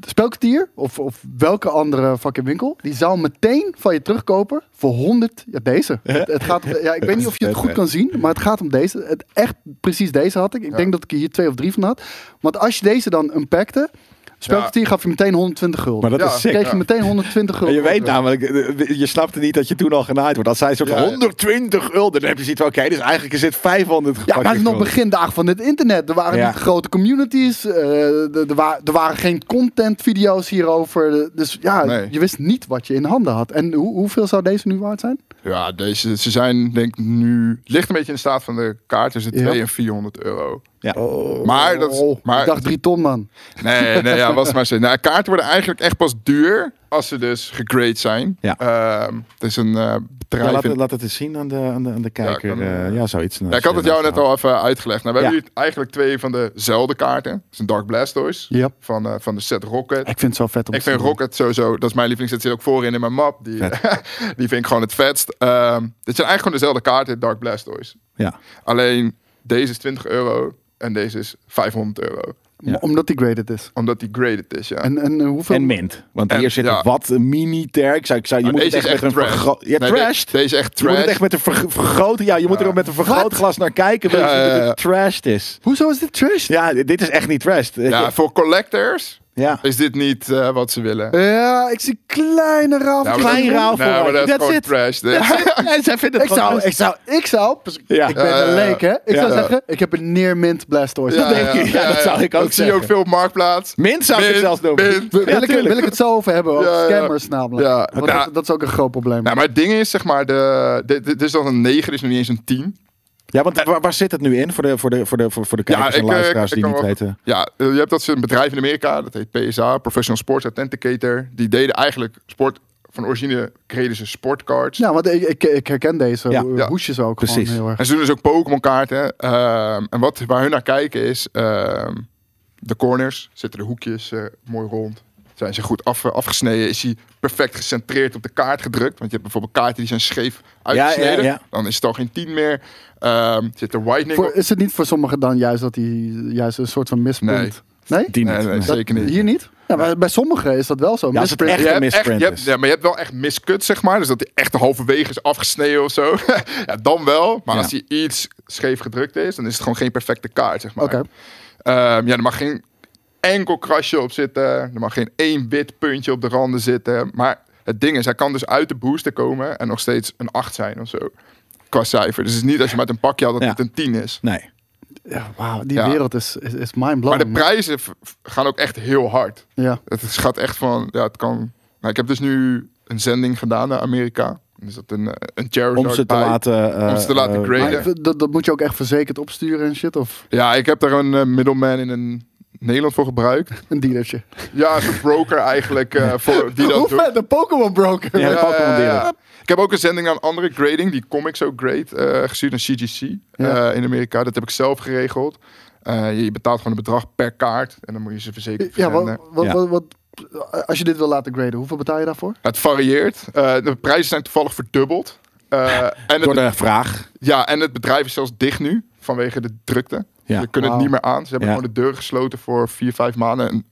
het spelkwartier, of, of welke andere fucking winkel, die zou meteen van je terugkopen voor 100, ja deze. Het, het gaat, ja, ik weet niet of je het goed kan zien, maar het gaat om deze. Het, echt precies deze had ik. Ik denk dat ik er hier twee of drie van had. Want als je deze dan unpackte, spelkwartier gaf je meteen 120 gulden.
Maar dat
Ja,
is sick.
kreeg je meteen 120
En
gulden.
je weet namelijk, eh, je snapte niet dat je toen al genaaid wordt. Als zij een soort
Ja, ja.
120 gulden, dan heb je zoiets van, oké, dus eigenlijk is het 500
Ja, maar het is nog
gulden.
begindagen van het internet. Er waren
Ja.
niet grote communities. eh, er- er, wa- er waren geen contentvideo's hierover. Dus ja,
Nee.
je wist niet wat je in handen had. En hoe, hoeveel zou deze nu waard zijn?
Ja, deze, ze zijn denk ik nu... Ligt een beetje in de staat van de kaart tussen de
Ja.
200 en 400 euro.
Ja.
Oh. Maar dat is- maar-
Oh, ik dacht drie ton, man.
Nee, nee, ja, was maar zo. Nou, kaarten worden eigenlijk echt pas duur als ze dus gegrade zijn.
Ja.
Ehm, het is een eh bedrijf...
Ja, laat,
in-
het- laat het eens zien aan de, aan de, aan de kijker.
ik
Ja,
kan,
ja zoiets. eh,
Ja, ik had het jou net al even uitgelegd. Nou, we
Ja.
hebben hier eigenlijk twee van dezelfde kaarten. Dat is een Dark Blastoise
Ja.
van, eh, van de set Rocket.
Ik vind het zo vet om
Ik
te
vind
zien.
Rocket sowieso, dat is mijn lievelings, dat zit ook voorin in mijn map. Die, die vind ik gewoon het vetst. Ehm, dit zijn eigenlijk gewoon dezelfde kaarten, Dark Blastoise.
Ja.
Alleen deze is 20 euro en deze is 500 euro.
Ja.
Omdat die graded is.
Omdat die graded is, ja.
En, en eh, hoeveel...
En mint. Want
En-
hier zit
ja.
wat een mini-ter. Ik zou, ik zou, je
Maar
moet het
deze
echt
is
met
echt
een
trash.
vergroot... Ja,
Nee, de-
trash.
deze is echt
Je moet het
trash.
echt met een verg- vergroot... Ja, je moet er ook met een vergrootglas naar kijken. Weet
Ja,
je
ja,
dat
ja.
het trashed is.
Hoezo is dit trash?
Ja, dit dit is echt niet trashed.
ja, voor collectors
Ja.
is dit niet eh, wat ze willen.
Ja, ik zie kleine raaf.
Ja, maar
Klein
dat-
raal
Nee, maar
voor
dat is
That's
gewoon
it.
trash.
En zij vinden
ik
het gewoon
zou, ik
best.
zou, ik zou, pers-
Ja.
ik ben
Ja, ja,
een
ja.
leek hè. Ik zou
Ja.
zeggen, ik heb een near mint blastoise.
Ja,
Dat denk ik.
ik. Ja, dat zou ik ook
Dat zie je ook
zeggen.
veel op Marktplaats.
Mint zou ik het
Mint,
zelfs noemen.
mint.
Ja,
Wil, ik,
tuurlijk.
wil ik het zo over hebben, over
Ja, ja.
scammers namelijk.
Ja.
Want
Ja.
dat, dat is ook een groot probleem.
Nou, maar het ding is, zeg maar, de, de, de- dit is dan een 9, dit is nog niet eens een 10.
Ja, want waar, waar zit het nu in voor de, voor de, voor de, voor, voor de kijkers en
eh,
luisteraars die
kan
niet
wel-
weten?
Ja, eh, je hebt dat ze een bedrijf in Amerika, dat heet PSA, Professional Sports Authenticator. Die deden eigenlijk sport, van origine kregen ze sportcards.
ja, Nou, want ik, ik, ik herken deze
Ja.
eh,
Ja.
hoesjes ook
Precies.
gewoon heel erg.
En ze doen dus ook Pokémon kaarten. Ehm, en wat, waar hun naar kijken is, ehm, de corners, zitten de hoekjes eh, mooi rond. Zijn ze goed af, afgesneden? Is hij perfect gecentreerd op de kaart gedrukt? Want je hebt bijvoorbeeld kaarten die zijn scheef
ja,
uitgesneden.
ja.
Dan is het al geen 10 meer. Ehm, zit er whitening
Voor,
op?
is het niet voor sommigen dan juist dat die juist een soort van mispunt? Nee.
Die niet.
Nee, nee,
Nee.
zeker niet.
Hier niet? Ja, maar bij sommigen is dat wel zo.
Ja, als het
Misprint-
echt
Je
een
hebt echt,
misprint
je hebt,
is.
ja, maar je hebt wel echt miskut, zeg maar. Dus dat die echt halverwege is afgesneden of zo. ja, dan wel. Maar
Ja.
als die iets scheef gedrukt is, dan is het gewoon geen perfecte kaart, zeg maar.
Oké.
Ehm, ja, er mag geen enkel krasje op zitten. Er mag geen één wit puntje op de randen zitten. Maar het ding is, hij kan dus uit de booster komen en nog steeds een 8 zijn of zo. Qua cijfer. Dus het is niet als je met een pakje had dat
Ja.
het een 10 is.
Nee.
Ja, wauw, die
Ja.
wereld is, is, is
Maar
mindblowing.
de prijzen v- gaan ook echt heel hard.
Ja.
Het is- gaat echt van, ja, het kan. Nou, ik heb dus nu een zending gedaan naar Amerika. Dus dat een, eh, een Charizard
Om ze te
bij.
laten... eh,
Om ze te laten
eh,
graden.
Maar dat, dat moet je ook echt verzekerd opsturen en shit? Of
Ja, ik heb daar een eh, middleman in een Nederland voor gebruikt.
een dealertje?
Ja, een soort broker eigenlijk eh, voor die dat
Hoe
doet.
vet, de Pokémon broker.
Ja, de Pokémon dealer.
Ik heb ook een zending aan andere grading, die comics ook grade, eh gestuurd naar CGC
Ja.
eh, in Amerika. Dat heb ik zelf geregeld. Eh, je betaalt gewoon een bedrag per kaart en dan moet je ze verzekeren.
Ja, wat,
verzenden.
wat,
Ja.
Wat, wat- als je dit wil laten graden, hoeveel betaal je daarvoor?
Het varieert. Eh, de prijzen zijn toevallig verdubbeld. Eh, en,
Door
het,
de vraag.
ja, en het bedrijf is zelfs dicht nu vanwege de drukte.
Ja.
Ze kunnen
Wauw.
het niet meer aan. Ze hebben
Ja.
gewoon de deur gesloten voor vier, vijf maanden. En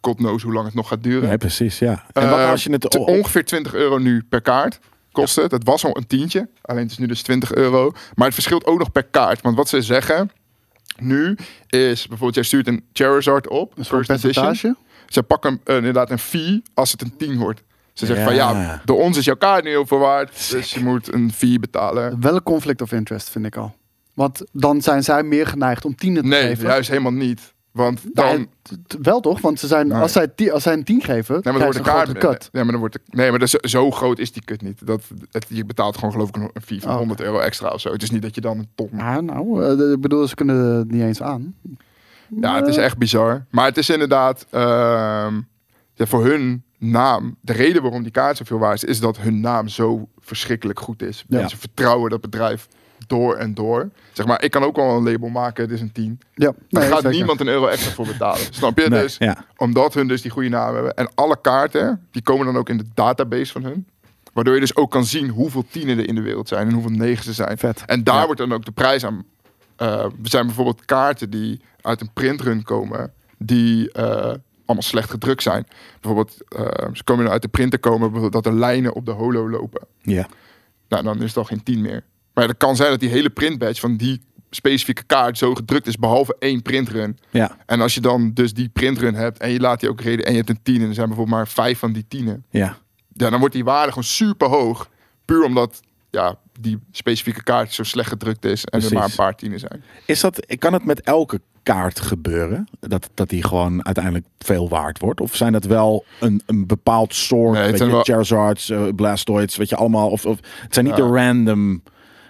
god knows hoe lang het nog gaat duren.
Nee, precies, ja. En wat
Eh,
als je het...
te- ongeveer 20 euro nu per kaart kost het. Het was al een tientje, alleen het is nu dus 20 euro. Maar het verschilt ook nog per kaart. Want wat ze zeggen nu is bijvoorbeeld, jij stuurt een Charizard op, first edition.
percentage?
Ze pakken een- inderdaad een fee als het een 10 wordt. Ze zeggen
Ja.
van ja, door ons is jouw kaart nu heel veel waard. Dus je moet een fee betalen.
Wel een conflict of interest, vind ik al. Want dan zijn zij meer geneigd om tienen te
Nee,
geven.
juist helemaal niet. Want dan.
Nou, t- t- wel toch? Want ze zijn,
Nee.
als, zij ti- als zij een 10 geven,
Nee, maar dan
krijgen
wordt
ze
de
een
kaart.
grotere cut.
Nee, maar dan wordt de, nee, maar dat is- zo groot is die kut niet. Dat, het, je betaalt gewoon geloof ik een een fee van
Oh.
100 euro extra of zo. Het is niet dat je dan een ton
Ja, nou, eh, de- ik bedoel, ze kunnen het niet eens aan.
Ja, het is echt bizar. Maar het is inderdaad ehm, ja, voor hun naam. De reden waarom die kaart zoveel waard is, is dat hun naam zo verschrikkelijk goed is.
Ja.
Mensen vertrouwen dat bedrijf door en door. Zeg maar, ik kan ook wel een label maken, het is een 10.
Ja,
Daar
nee,
gaat
zeker.
niemand een euro extra voor betalen. Snap je?
Nee,
dus
ja.
omdat hun dus die goede naam hebben. En alle kaarten, die komen dan ook in de database van hun. Waardoor je dus ook kan zien hoeveel tienen er in de wereld zijn en hoeveel negens er zijn.
Vet.
En daar
Ja.
wordt dan ook de prijs aan. eh, er zijn bijvoorbeeld kaarten die uit een printrun komen, die eh, allemaal slecht gedrukt zijn. Bijvoorbeeld, eh, ze komen dan uit de printer komen, bijvoorbeeld dat er lijnen op de holo lopen.
Ja.
Nou, dan is het al geen 10 meer. Maar ja, dat kan zijn dat die hele printbadge van die specifieke kaart zo gedrukt is, behalve één printrun.
Ja.
En als je dan dus die printrun hebt en je laat die ook reden en je hebt een 10 en er zijn bijvoorbeeld maar vijf van die tienen.
Ja.
Ja, dan wordt die waarde gewoon super hoog. Puur omdat ja, die specifieke kaart zo slecht gedrukt is en
Precies.
er maar een paar tienen zijn.
Is dat, kan het met elke kaart gebeuren? Dat, dat die gewoon uiteindelijk veel waard wordt? Of zijn dat wel een, een bepaald soort,
Nee, het
weet
zijn
je,
wel-
Charizards, eh, Blastoids, weet je, allemaal. Of, of, het zijn niet de random...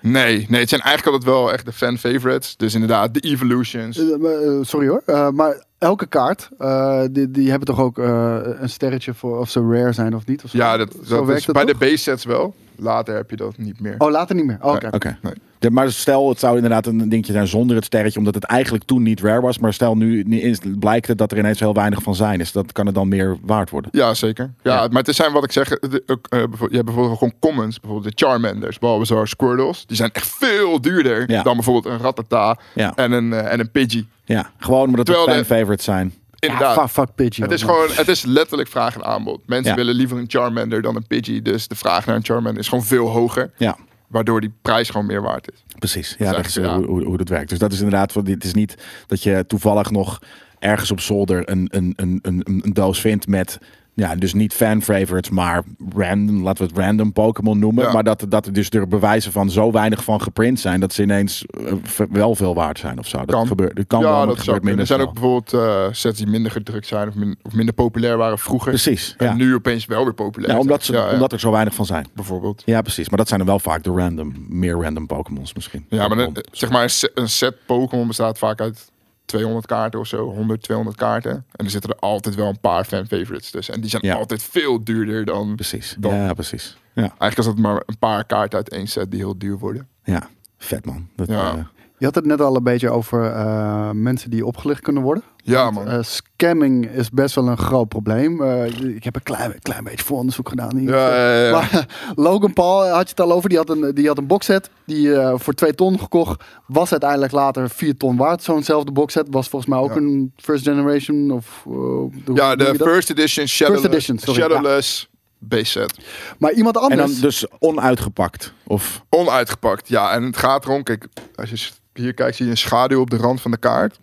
Nee, nee, het zijn eigenlijk altijd wel echt de fan favorites. Dus inderdaad, de Evolutions.
Eh, maar, eh, sorry hoor, eh, maar elke kaart, eh, die, die hebben toch ook eh, een sterretje voor of ze rare zijn of niet? Of zo?
Ja, dat,
Zo
dat
werkt
is
het
bij
toch?
de base sets wel. Later heb je dat niet meer.
Oh, later niet meer. Oh, Oké.
Nee.
Oké.
Nee.
De- Maar stel, het zou inderdaad een dingetje zijn zonder het sterretje, omdat het eigenlijk toen niet rare was. Maar stel, nu nu is- blijkt het dat er ineens heel weinig van zijn. Dus dat kan het dan meer waard worden.
Ja, zeker. Ja,
Ja.
maar het zijn wat ik zeg. de- ook, eh, bijvoorbeeld- je hebt bijvoorbeeld gewoon commons. Bijvoorbeeld de Charmanders, Bulbasaur, Squirtles. Die zijn echt veel duurder
Ja.
dan bijvoorbeeld een Rattata
Ja.
en, een, eh, en een Pidgey.
Ja, gewoon omdat het
Terwijl
fan
de-
favorites zijn.
Inderdaad.
Ja, fuck Pidgey.
het is
hoor.
gewoon, het is letterlijk vraag en aanbod. Mensen
Ja.
willen liever een Charmander dan een Pidgey. Dus de vraag naar een Charmander is gewoon veel hoger.
Ja,
Waardoor die prijs gewoon meer waard is.
precies. Ja, dat is eh,
eigenlijk,
hoe,
ja.
hoe, hoe dat werkt. Dus dat is inderdaad, van- het is niet dat je toevallig nog ergens op zolder een, een, een, een, een een doos vindt met, ja, dus niet fan favorites, maar random, laten we het random Pokémon noemen.
Ja.
Maar dat, dat er dus er bewijzen van zo weinig van geprint zijn, dat ze ineens eh, v- wel veel waard zijn of zo. Dat
Kan.
gebeurt. Dat kan wel,
ja,
maar
dat
het
zou
gebeurt
kunnen.
minder
Er zijn
snel.
ook bijvoorbeeld eh, sets die minder gedrukt zijn of, min- of minder populair waren vroeger.
Precies,
En
ja.
nu opeens wel weer populair.
Ja,
zijn.
omdat, ze,
Ja, ja,
omdat er zo weinig van zijn.
bijvoorbeeld.
Ja, precies. Maar dat zijn er wel vaak de random, meer random Pokémons misschien.
Ja, maar
Pokémon.
dan, eh, zeg maar, een se- een set Pokémon bestaat vaak uit 200 kaarten of zo, 100, 200 kaarten. En er zitten er altijd wel een paar fan favorites tussen. En die zijn
Ja.
altijd veel duurder dan.
Precies.
dan-
Ja, precies. Ja,
Eigenlijk is dat maar een paar kaarten uit één set die heel duur worden.
ja. vet man. Dat,
Ja.
eh,
Je had het net al een beetje over eh, mensen die opgelicht kunnen worden.
Ja, man.
Eh, scamming is best wel een groot probleem. Eh, ik heb een klein, klein beetje vooronderzoek gedaan. Hier.
Ja, ja, ja.
Maar eh, Logan Paul had je het al over. Die had een, die had een boxset die eh, voor 2 ton gekocht. Was uiteindelijk later 4 ton waard. Zo'nzelfde boxset was volgens mij ook
Ja.
een first generation. Of, eh, hoe
ja,
noem
de
je dat?
first edition Shadowless,
edition, sorry,
shadowless base set.
Maar iemand
En
anders.
dan dus onuitgepakt. Of
Onuitgepakt, ja. En het gaat erom, kijk, als je s- hier kijkt, zie je een schaduw op de rand van de kaart.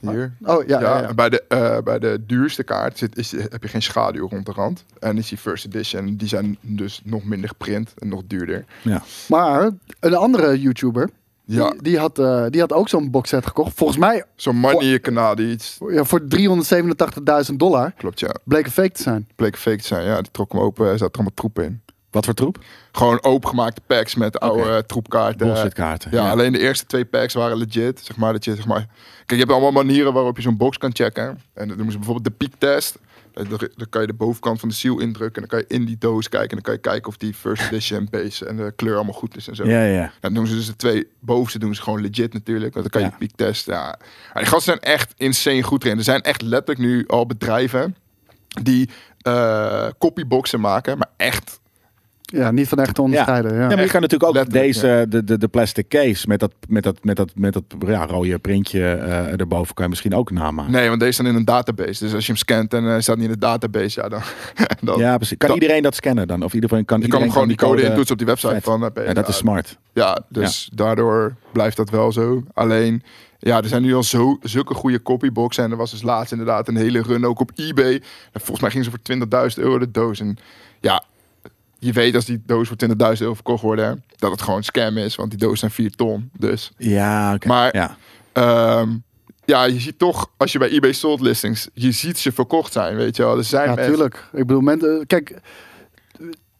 Hier.
Oh ja, ja, ja.
en Bij, de, eh, bij de duurste kaart zit, is, heb je geen schaduw rond de rand. En is die first edition, die zijn dus nog minder geprint en nog duurder.
ja.
Maar een andere YouTuber.
Ja.
Die, die had, eh, die had ook zo'n boxset gekocht. Volgens mij
Zo'n manier kanaal iets.
ja, voor 387.000 dollar.
Klopt, ja.
Bleek een fake te zijn.
Bleek fake te zijn. Ja, die trok hem open. Er zat allemaal troep in.
Wat voor troep?
Gewoon opengemaakte packs met oude eh, troepkaarten.
Bullshitkaarten,
Ja,
ja.
alleen de eerste twee packs waren legit. Zeg maar, dat je, zeg maar, kijk, je hebt allemaal manieren waarop je zo'n box kan checken. En dan doen ze bijvoorbeeld de piektest. Eh, Dan dan kan je de bovenkant van de seal indrukken. En dan kan je in die doos kijken. En dan kan je kijken of die first edition base en de kleur allemaal goed is en zo.
Ja, ja.
En dan doen ze dus de twee bovenste doen ze gewoon legit natuurlijk. Want dan kan je
Ja.
de piektest. Ja. En die gasten zijn echt insane goed erin. Er zijn echt letterlijk nu al bedrijven die eh copyboxen maken. Maar echt
Ja, niet van echt te onderscheiden. Ja.
Ja, maar je kan natuurlijk ook
letterlijk,
deze, de, de, de plastic case met dat, met dat, met dat, met dat ja, rode printje eh, erboven kan je misschien ook namaken.
Nee, want deze staan in een database. Dus als je hem scant en eh, staat niet in de database, ja dan... dan
Ja, precies. Kan
Dan-
iedereen dat scannen dan? Of iedereen kan,
je kan
iedereen
hem gewoon die code
in
intoetsen op die website van... eh, ben je
Ja, dat
daar.
is smart.
Ja, dus daardoor blijft dat wel zo. Alleen, ja, er zijn nu al zo, zulke goede copyboxen. En er was dus laatst inderdaad een hele run ook op eBay. En volgens mij ging ze voor 20.000 euro de doos. En ja, je weet als die doos voor 20.000 euro verkocht wordt, hè, dat het gewoon scam is. Want die doos zijn 4 ton. Dus...
Ja, oké.
Maar-
ja.
Ehm, ja, je ziet toch, als je bij eBay sold listings, je ziet ze verkocht zijn, weet je wel. Er zijn
Ja,
mensen-
tuurlijk. Ik bedoel, mensen, kijk,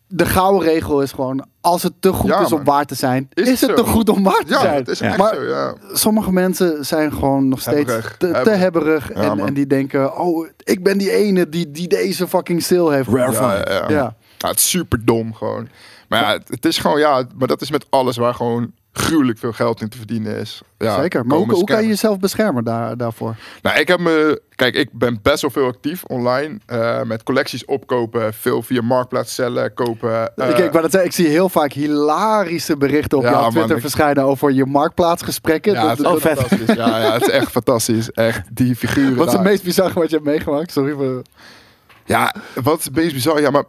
de gouden regel is gewoon: als het te goed
Ja,
is om
man.
waar te zijn, is,
Is het
het te
zo?
goed om waar te
Ja,
zijn.
het is
Ja.
echt
Maar-
zo, ja.
Sommige mensen zijn gewoon nog steeds
Hebberig.
te te
Hebberig.
hebberig.
Ja,
en,
man.
en die denken: oh, ik ben die ene die, die deze fucking sale heeft.
Rare
Ja, ja, ja.
Ja.
Ja, het is super dom gewoon. Maar ja, het, het is gewoon, ja, maar dat is met alles waar gewoon gruwelijk veel geld in te verdienen is. Ja,
Zeker. Maar hoe,
komen
hoe kan je
scammers.
jezelf beschermen daar, daarvoor?
Nou, ik heb me... Kijk, ik ben best wel veel actief online. eh, met collecties opkopen, veel via Marktplaats cellen kopen. eh,
Nou, ik, ik, wou net zeggen, ik zie heel vaak hilarische berichten op
Ja,
jouw
man,
Twitter
ik-
verschijnen over je marktplaatsgesprekken.
ja, het
Dat-
is
dat-
echt fantastisch. Ja, ja, het is echt fantastisch. Echt, die figuren
Oh, wat is het
daar.
meest bizarre wat je hebt meegemaakt? Sorry voor...
Ja, wat is het meest bizar? Ja, maar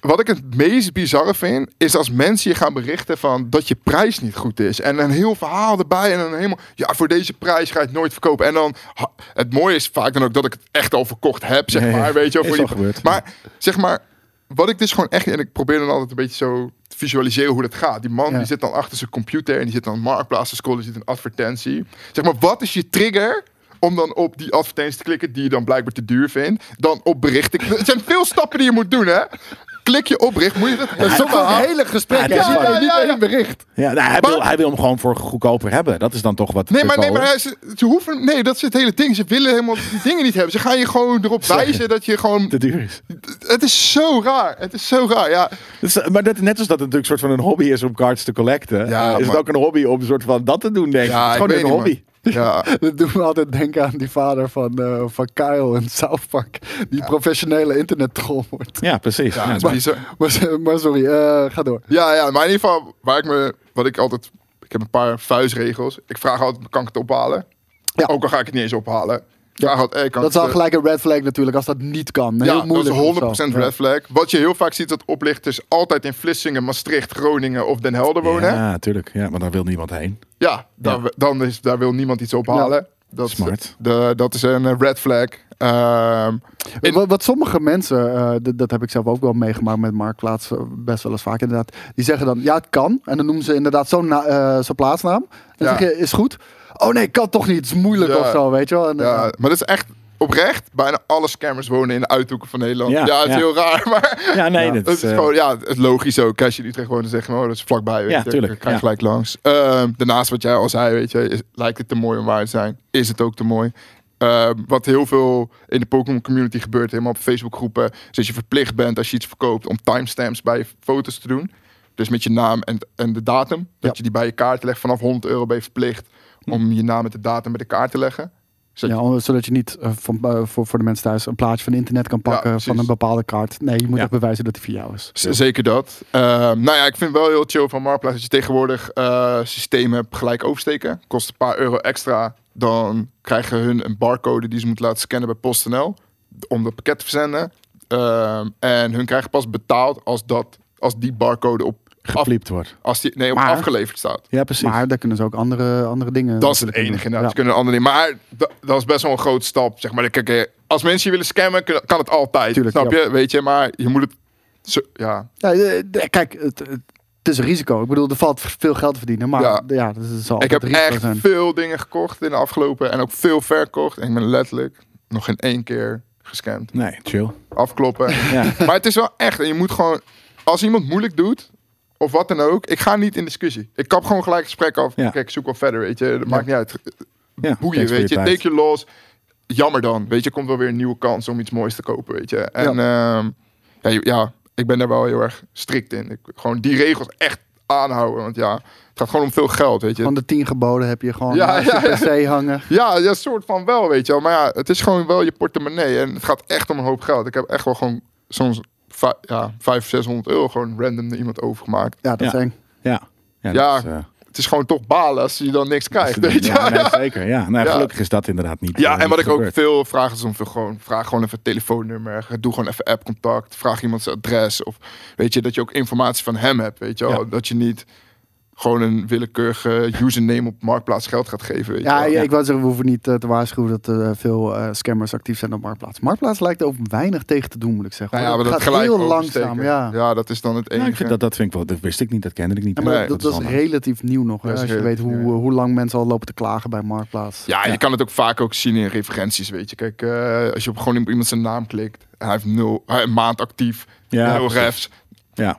wat ik het meest bizarre vind, is als mensen je gaan berichten van dat je prijs niet goed is. En een heel verhaal erbij en dan helemaal, ja, voor deze prijs ga je het nooit verkopen. En dan, ha, het mooie is vaak dan ook dat ik het echt al verkocht heb, zeg
Ja, ja.
maar. Weet je, wel,
Is
voor die-
al gebeurd.
Maar zeg maar, wat ik dus gewoon echt, en ik probeer dan altijd een beetje zo te visualiseren hoe dat gaat. Die man
Ja.
die zit dan achter zijn computer en die zit dan op marktplaats te scrollen, die zit een advertentie. Zeg maar, wat is je trigger om dan op die advertentie te klikken die je dan blijkbaar te duur vindt? Dan op berichten. Het zijn veel stappen die je moet doen, hè? Klik je op bericht, moet je dat...
Dat is ook wel een hele
Ja,
gesprek.
dat is
hè? Niet
waar.
één-
Ah. Ja,
Niet
ja,
één
ja.
bericht.
Ja, nou, hij,
Maar-
wil, hij wil hem gewoon voor goedkoper hebben. Dat is dan toch wat.
Nee, maar, nee,
goedkoper
maar hij- ze, ze hoeven... Nee, dat is het hele ding. Ze willen helemaal die dingen niet hebben. Ze gaan je gewoon erop wijzen dat je gewoon...
te duur is.
Het is zo raar. Het is zo raar, ja.
Dus, eh, maar dat, net als dat het natuurlijk soort van een hobby is om cards te collecten,
Ja,
is het
maar-
ook een hobby om een soort van dat te doen, denk ik.
ja
het is
ik
gewoon
weet
een
niet, man.
hobby.
Ja,
Dat doet me altijd denken aan die vader van, eh, van Kyle in South Park. Die professionele internettroll wordt.
Ja, precies. Ja,
ja, het is bizar.
Maar, maar sorry, eh, ga door.
Ja, ja, maar in ieder geval, waar ik me, wat ik altijd, ik heb een paar vuistregels. Ik vraag altijd, kan ik het ophalen?
Ja.
Ook al ga ik het niet eens ophalen. Ik vraag altijd, hey, kan
Dat is
ik
al
het, eh,
gelijk een red flag natuurlijk, als dat niet kan. Heel
ja,
moeilijk of zo.
dat is 100%
Ja.
red flag. Wat je heel vaak ziet dat oplichters altijd in Vlissingen, Maastricht, Groningen of Den Helder wonen. Ja,
Ja, tuurlijk. Ja, want daar wil niemand heen.
daar, Dan is, daar wil niemand iets ophalen. Dat, is-
Smart.
de, dat is een eh, red flag. Ehm, in-
Wat, wat sommige mensen, eh, d- dat heb ik zelf ook wel meegemaakt met Marktplaats, eh, best wel eens vaak inderdaad. Die zeggen dan, ja het kan. En dan noemen ze inderdaad zo'n na- eh, zo'n plaatsnaam. En dan
Ja.
zeg je, is goed. Oh nee, kan toch niet, het is moeilijk
Ja.
of zo, weet je wel. En,
ja,
eh,
maar dat is echt oprecht. Bijna alle scammers wonen in de uithoeken van Nederland.
Ja,
Ja, het is
ja.
heel raar, maar...
Ja, nee, dat,
Het is
eh,
gewoon, ja, het logisch ook. Als je in Utrecht woont, dan zeg je, oh, dat is vlakbij. Weet
Ja,
je. Dan
tuurlijk,
Krijg je
ja.
gelijk langs. Ehm, daarnaast, wat jij al zei, weet je, is- lijkt het te mooi om waar te zijn. Is het ook te mooi? Ehm, wat heel veel in de Pokémon community gebeurt, helemaal op Facebook groepen, is dat je verplicht bent als je iets verkoopt om timestamps bij je foto's te doen. Dus met je naam en, en de datum. Dat
Ja.
je die bij je kaart legt. Vanaf 100 euro ben je verplicht om je naam en de datum bij de kaart te leggen. Zodat
Ja, om- zodat je niet eh, van, eh, voor, voor de mensen thuis een plaatje van internet kan pakken
precies.
van een bepaalde kaart. Nee, je moet
Ja.
echt bewijzen dat die voor jou is.
Z- Zeker dat. Ehm, nou ja, ik vind wel heel chill van Marktplaats dat je tegenwoordig eh, systemen hebt gelijk oversteken. Kost een paar euro extra, dan krijgen hun een barcode die ze moeten laten scannen bij PostNL om dat pakket te verzenden. Ehm, en hun krijgen pas betaald als, dat, als die barcode op, af,
Gefliept wordt.
als die, nee, op
Maar-
afgeleverd staat.
Ja, precies.
Maar daar kunnen ze ook andere, andere dingen.
Dat is het
natuurlijk in
enige.
doen.
Nou,
Ja.
Ze kunnen een andere ding. Maar dat, dat is best wel een grote stap. Zeg maar. Kijk, eh, als mensen je willen scammen, kun- kan het altijd.
Tuurlijk,
snap
ja.
je? Weet je, maar je moet het. zo- ja,
Ja, eh, d- kijk, het, het- het is een risico. Ik bedoel, er valt veel geld te verdienen. Maar ja,
Ja.
dat is al
Ik heb
risico
echt
zijn.
veel dingen gekocht in de afgelopen en ook veel verkocht. En ik ben letterlijk nog geen één keer gescamd.
Nee, chill.
Afkloppen.
Ja.
Maar het is wel echt. En je moet gewoon. Als iemand moeilijk doet. Of wat dan ook. Ik ga niet in discussie. Ik kap gewoon gelijk het gesprek af.
Ja.
Kijk, zoek wel verder. Weet je. Dat maakt niet uit.
Ja,
Boeien,
thanks voor
weet je.
tijd.
Take your loss. Jammer dan. Weet je. Komt wel weer een nieuwe kans om iets moois te kopen. Weet je. En ehm, ja, je- ja, ik ben daar wel heel erg strikt in. Ik, gewoon die regels echt aanhouden. Want ja, het gaat gewoon om veel geld. Weet je.
Van de tien geboden heb je gewoon
Ja,
naast je PC hangen.
Ja, ja, soort van wel, weet je wel. Maar ja, het is gewoon wel je portemonnee. En het gaat echt om een hoop geld. Ik heb echt wel gewoon soms vijf, ja, 500, 600 euro gewoon random naar iemand overgemaakt.
Ja, dat
Ja.
zijn.
Ja.
Ja.
dat is, eh,
Het is gewoon toch balen als je dan niks krijgt, weet je
ja,
wel.
nee,
Ja,
zeker. Ja. Nou,
Ja.
Gelukkig is dat inderdaad niet. eh,
en wat
niet
ik ook
gebeurd.
veel vraag is om veel gewoon, vraag gewoon even het telefoonnummer. Doe gewoon even appcontact. Vraag iemand zijn adres. Of weet je, dat je ook informatie van hem hebt, weet je wel.
Ja.
Dat je niet gewoon een willekeurige username op Marktplaats geld gaat geven, weet je
Ja,
wel.
ja, ik wou zeggen, we hoeven niet eh, te waarschuwen dat er eh, veel eh, scammers actief zijn op Marktplaats. Marktplaats lijkt er ook weinig tegen te doen, moet ik zeggen.
Nou ja,
hoor.
maar dat
Het gaat
gelijk
heel
oversteken.
langzaam, ja.
ja, dat is dan het enige.
Nou, ik vind dat, dat vind ik wel. Dat wist ik niet. Dat kende ik niet.
Ja, maar
Nee,
dat,
dat is
was
wel
relatief nieuw nog. Hè?
Dat is
Als je weet
relatief
hoe,
nieuw, ja.
eh, hoe lang mensen al lopen te klagen bij Marktplaats.
Ja, je kan het ook vaak ook zien in referenties, weet je. Kijk, eh, als je op gewoon op iemand zijn naam klikt, hij heeft nul, hij een maand actief,
Ja,
nul
precies.
refs.
Ja.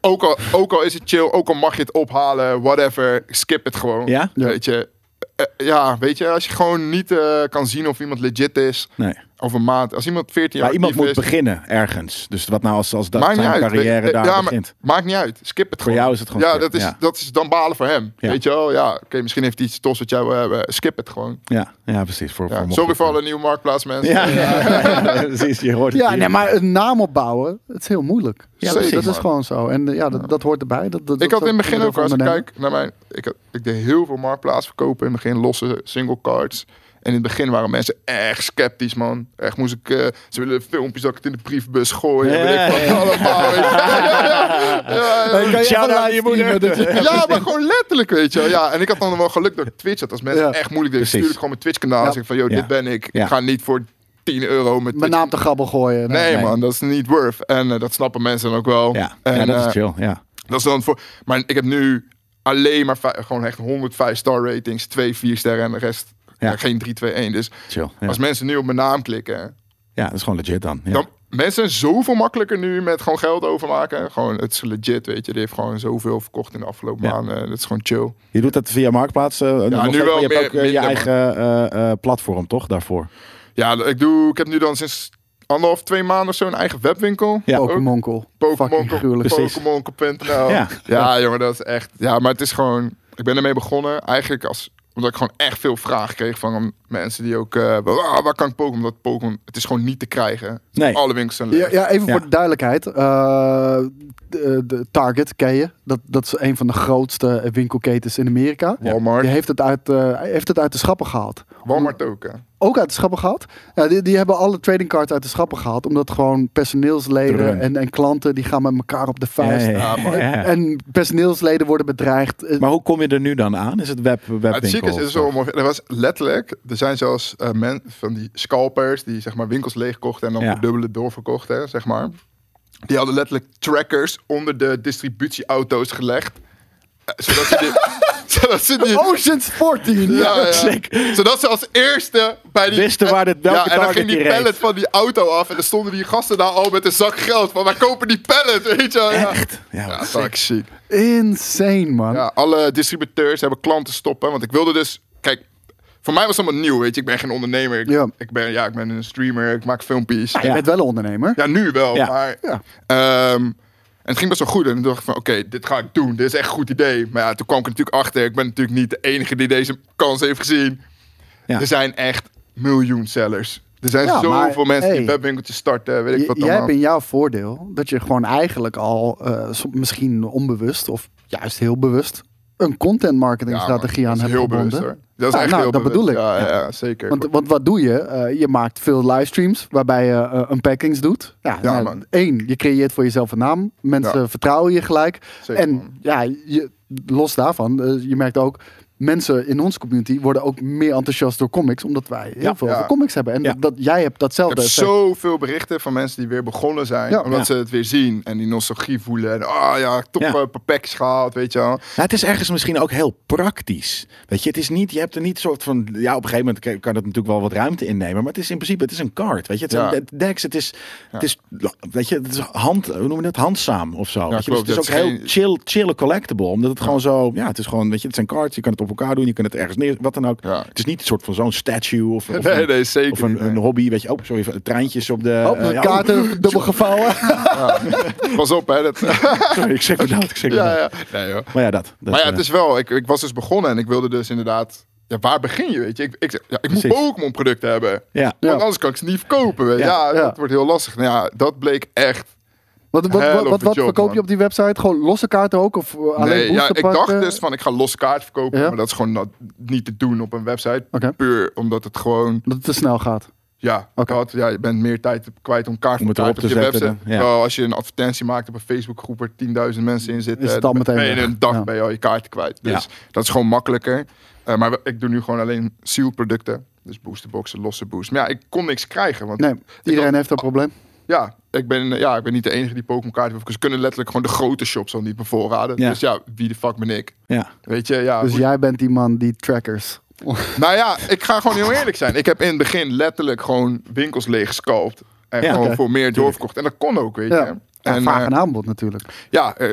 Ook al, ook al is het chill, ook al mag je het ophalen, whatever, skip het gewoon.
Ja?
Ja.
Weet je, Eh, ja, weet je, als je gewoon niet eh, kan zien of iemand legit is,
Nee.
of een maand, als iemand 14 jaar
Maar iemand
actief
moet
is,
beginnen ergens. Dus wat nou als, als dat
maakt niet
zijn
uit.
carrière
Weet-
daar
ja, maar
begint?
maakt niet uit, skip het gewoon.
jou is het gewoon
Ja,
skip,
dat is,
ja.
Dat is dan balen voor hem,
Ja.
weet je wel. Ja, oké, misschien heeft hij iets tos wat jij wil hebben, skip het gewoon.
Ja, ja, precies. Voor,
Ja,
voor
sorry voor alle nieuwe marktplaats mensen.
Ja, precies. Je hoort het
Ja,
hier.
nee, maar een naam opbouwen, het is heel moeilijk.
Ja,
dat,
precies,
dat is
man.
gewoon zo. En eh, ja, dat, dat hoort erbij. Dat, dat,
Ik had in het begin ook, als ik
kijken.
kijk naar mijn... Ik, had, ik deed heel veel marktplaats verkopen. In het begin losse single cards. En in het begin waren mensen echt sceptisch, man. Echt moest ik... eh, ze willen filmpjes dat ik het in de briefbus gooi. En weet ik
Ja,
wat allemaal. weet je. Ja, ja, ja,
Eh,
ja.
Kan je
Shout-out
even
aan je
livestreamen
moeder.
dat je-
Ja, maar gewoon letterlijk, weet je wel. Ja, en ik had dan wel geluk dat ik Twitch had. Als mensen
Ja.
echt moeilijk
Precies.
deden, stuurde ik gewoon mijn Twitch-kanaal.
Ja.
Zeg ik van, yo, dit
Ja.
ben ik.
Ja.
Ik ga niet voor 10 euro met
Mijn naam te grabbel gooien.
Nee,
Nee.
man, dat is niet worth. En eh, dat snappen mensen dan ook wel.
Ja,
en,
ja, dat
eh,
is chill. Ja.
dat is dan voor. Maar ik heb nu alleen maar vij- gewoon echt 105 star ratings, 2, 4 sterren en de rest.
Ja.
ja, geen 3, 2, 1. Dus
Chill. Ja.
als mensen nu op mijn naam klikken, hè,
ja, dat is gewoon legit dan. Ja.
dan mensen zijn zoveel makkelijker nu met gewoon geld overmaken. Gewoon, het is legit, weet je. Die heeft gewoon zoveel verkocht in de afgelopen
Ja.
maanden. Dat is gewoon chill.
Je doet dat via Marktplaats. eh, nog steeds,
wel
maar je hebt
meer-
ook eh, je
minder,
eigen eh, eh, platform, toch? Daarvoor.
Ja, ik doe. Ik heb nu dan sinds anderhalf, twee maanden of zo een eigen webwinkel.
Ja.
Pokémonkel.
Pokémon
Fucking gruwelijk.
Precies.
Pokémon.nl.
Ja.
Ja. ja, jongen, dat is echt. Ja, maar het is gewoon. Ik ben ermee begonnen eigenlijk als omdat ik gewoon echt veel vragen kreeg van mensen die ook. eh, waar, waar kan ik Pokémon? Dat Pokémon. Het is gewoon niet te krijgen.
Nee.
Alle winkels zijn leeg.
Ja, ja, even
Ja.
voor de duidelijkheid. Eh, de, de Target ken je. Dat, dat is een van de grootste winkelketens in Amerika.
Walmart.
Die heeft het, uit, eh, heeft het uit de schappen gehaald.
Walmart ook. Hè.
Ook uit de schappen gehaald. Ja, die, die hebben alle trading cards uit de schappen gehaald. Omdat gewoon
Te
personeelsleden
run.
en, en klanten... die gaan met elkaar op de vuist.
Ja, ja, ja.
En personeelsleden worden bedreigd. Eh,
Maar hoe kom je er nu dan aan? Is het web, webwinkel?
het zieke is, het is
of-
zo mooi. Er was letterlijk. Er zijn zelfs eh men, van die scalpers die zeg maar winkels leegkochten en dan
Ja.
verdubbelen doorverkocht, hè, zeg maar. Die hadden letterlijk trackers onder de distributieauto's gelegd. eh, Zodat ze die, zodat ze die,
Oceans 14!
Ja, ja.
Sick.
Zodat ze als eerste bij die...
Wisten waar dit- welke
Ja, en dan
target
ging die
die reed.
pallet van die auto af. En dan stonden die gasten daar al met een zak geld. Van, wij kopen die pallet, weet je wel. Ja.
Echt? Ja,
Ja,
wat
dat
sick.
is ziek.
Insane, man.
Ja, alle distributeurs hebben klanten stoppen. Want ik wilde dus... Kijk, voor mij was het allemaal nieuw, weet je. Ik ben geen ondernemer. Ik,
Ja.
ik, ben, ja, ik ben een streamer. Ik maak filmpjes.
Ah,
Je bent wel een ondernemer.
Ja, nu wel.
Ja.
Maar, Ehm, en het ging best wel goed. En toen dacht ik van, oké, dit ga ik doen. Dit is echt een goed idee. Maar ja, toen kwam ik er natuurlijk achter. Ik ben natuurlijk niet de enige die deze kans heeft gezien.
Ja.
Er zijn echt miljoen sellers. Er zijn
Ja, maar,
zoveel mensen
hey.
die webwinkeltjes starten. Weet ik
J-
wat
jij hebt
allemaal.
in jouw voordeel dat je gewoon eigenlijk al, eh, som- misschien onbewust of juist heel bewust, een content marketing
Ja,
strategie
man,
aan
dat
hebt
is heel bewust,
gebonden.
hoor. Dat is
Ja,
echt
nou,
heel
dat
bewust.
bedoel ik.
Ja, ja, ja, zeker.
Want, want wat doe je? Eh, je maakt veel livestreams waarbij je eh, unpackings doet. Ja,
Ja,
nou,
man.
één, je creëert voor jezelf een naam. Mensen
Ja.
vertrouwen je gelijk.
Zeker,
en
man.
ja, je, los daarvan, eh, je merkt ook, mensen in onze community worden ook meer enthousiast door comics. Omdat wij heel
Ja.
veel
Ja.
over comics hebben. En
Ja.
dat, dat- jij hebt
Ik
datzelfde
heb
effect.
zoveel berichten van mensen die weer begonnen zijn.
Ja.
omdat
Ja.
ze het weer zien. En die nostalgie voelen. En ah ja, top
Ja.
eh, per packs gehaald, weet je wel.
Nou, het is ergens misschien ook heel praktisch. Weet je, het is niet, je hebt er niet soort van. Ja, op een gegeven moment kan het natuurlijk wel wat ruimte innemen. Maar het is in principe, het is een kaart. Weet je, het is
Ja.
een decks. Het is, het is, weet je, het is hand, hoe noem je dat? Handzaam of zo. weet je, dus
klopt,
het is ook
dat is
heel
geen-
chill, chill collectible. Omdat het gewoon zo, ja, het is gewoon, weet je, het zijn cards. Je kan het op elkaar doen, je kan het ergens neer, wat dan ook.
Ja.
Het is niet een soort van zo'n statue of, of
Nee,
een,
nee, zeker
of een,
niet, nee.
een hobby. Weet je, oh, sorry, treintjes op de.
Oh,
eh, ja, oh,
kaarten dubbel gevouwen.
Pas op, hè. Dat,
sorry, oh, ik zeg maar dat, ik zeg maar
ja,
dat.
ja. Nee, hoor.
Maar ja, dat. dat,
Maar ja,
eh,
het is wel. Ik, ik was dus begonnen en ik wilde dus inderdaad. Ja, waar begin je? Weet je, ik, ik, ja, ik moet
Precies.
Pokémon producten hebben.
ja.
Ja.
Want anders kan ik ze niet verkopen. Weet je.
Ja,
Ja,
ja.
dat wordt heel lastig. Nou ja, dat bleek echt.
Wat, wat,
Hell
wat,
of
wat,
a
wat
job,
verkoop je
man.
op die website? Gewoon losse kaarten ook? Of eh, alleen
Nee, ja, ik
boosterparten?
dacht dus van ik ga losse kaart verkopen.
Ja.
Maar dat is gewoon not- niet te doen op een website.
Oké.
Puur omdat het gewoon.
Dat het te snel gaat.
Ja,
Oké.
dat, ja, je bent meer tijd kwijt om kaart
Om
voor
het
kaart
erop te
op, je
zetten,
website.
ja.
Terwijl als je een advertentie maakt op een Facebookgroep waar 10.000 mensen in zitten.
Is het al
dan
meteen
ben je in
weg.
een dag
Ja.
ben je al je kaart kwijt. Dus dat is gewoon makkelijker. Eh, maar we- ik doe nu gewoon alleen sealed producten. Dus boosterboxen, losse boost. Maar ja, ik kon niks krijgen. Want
Nee, iedereen heeft een probleem.
ja, ik ben, ja, ik ben niet de enige die Pokémon kaarten heeft. Ze kunnen letterlijk gewoon de grote shops al niet bevoorraden.
Ja.
Dus ja, wie de fuck ben ik?
ja.
Weet je, ja.
Dus
hoe-
jij bent die man die trackers.
Nou ja, ik ga gewoon heel eerlijk zijn. Ik heb in het begin letterlijk gewoon winkels leeggescalpt. En
Ja,
gewoon
oké.
voor meer doorverkocht. En dat kon ook, weet
Ja.
je.
Ja,
En,
vraag
eh,
en aanbod natuurlijk.
ja, eh,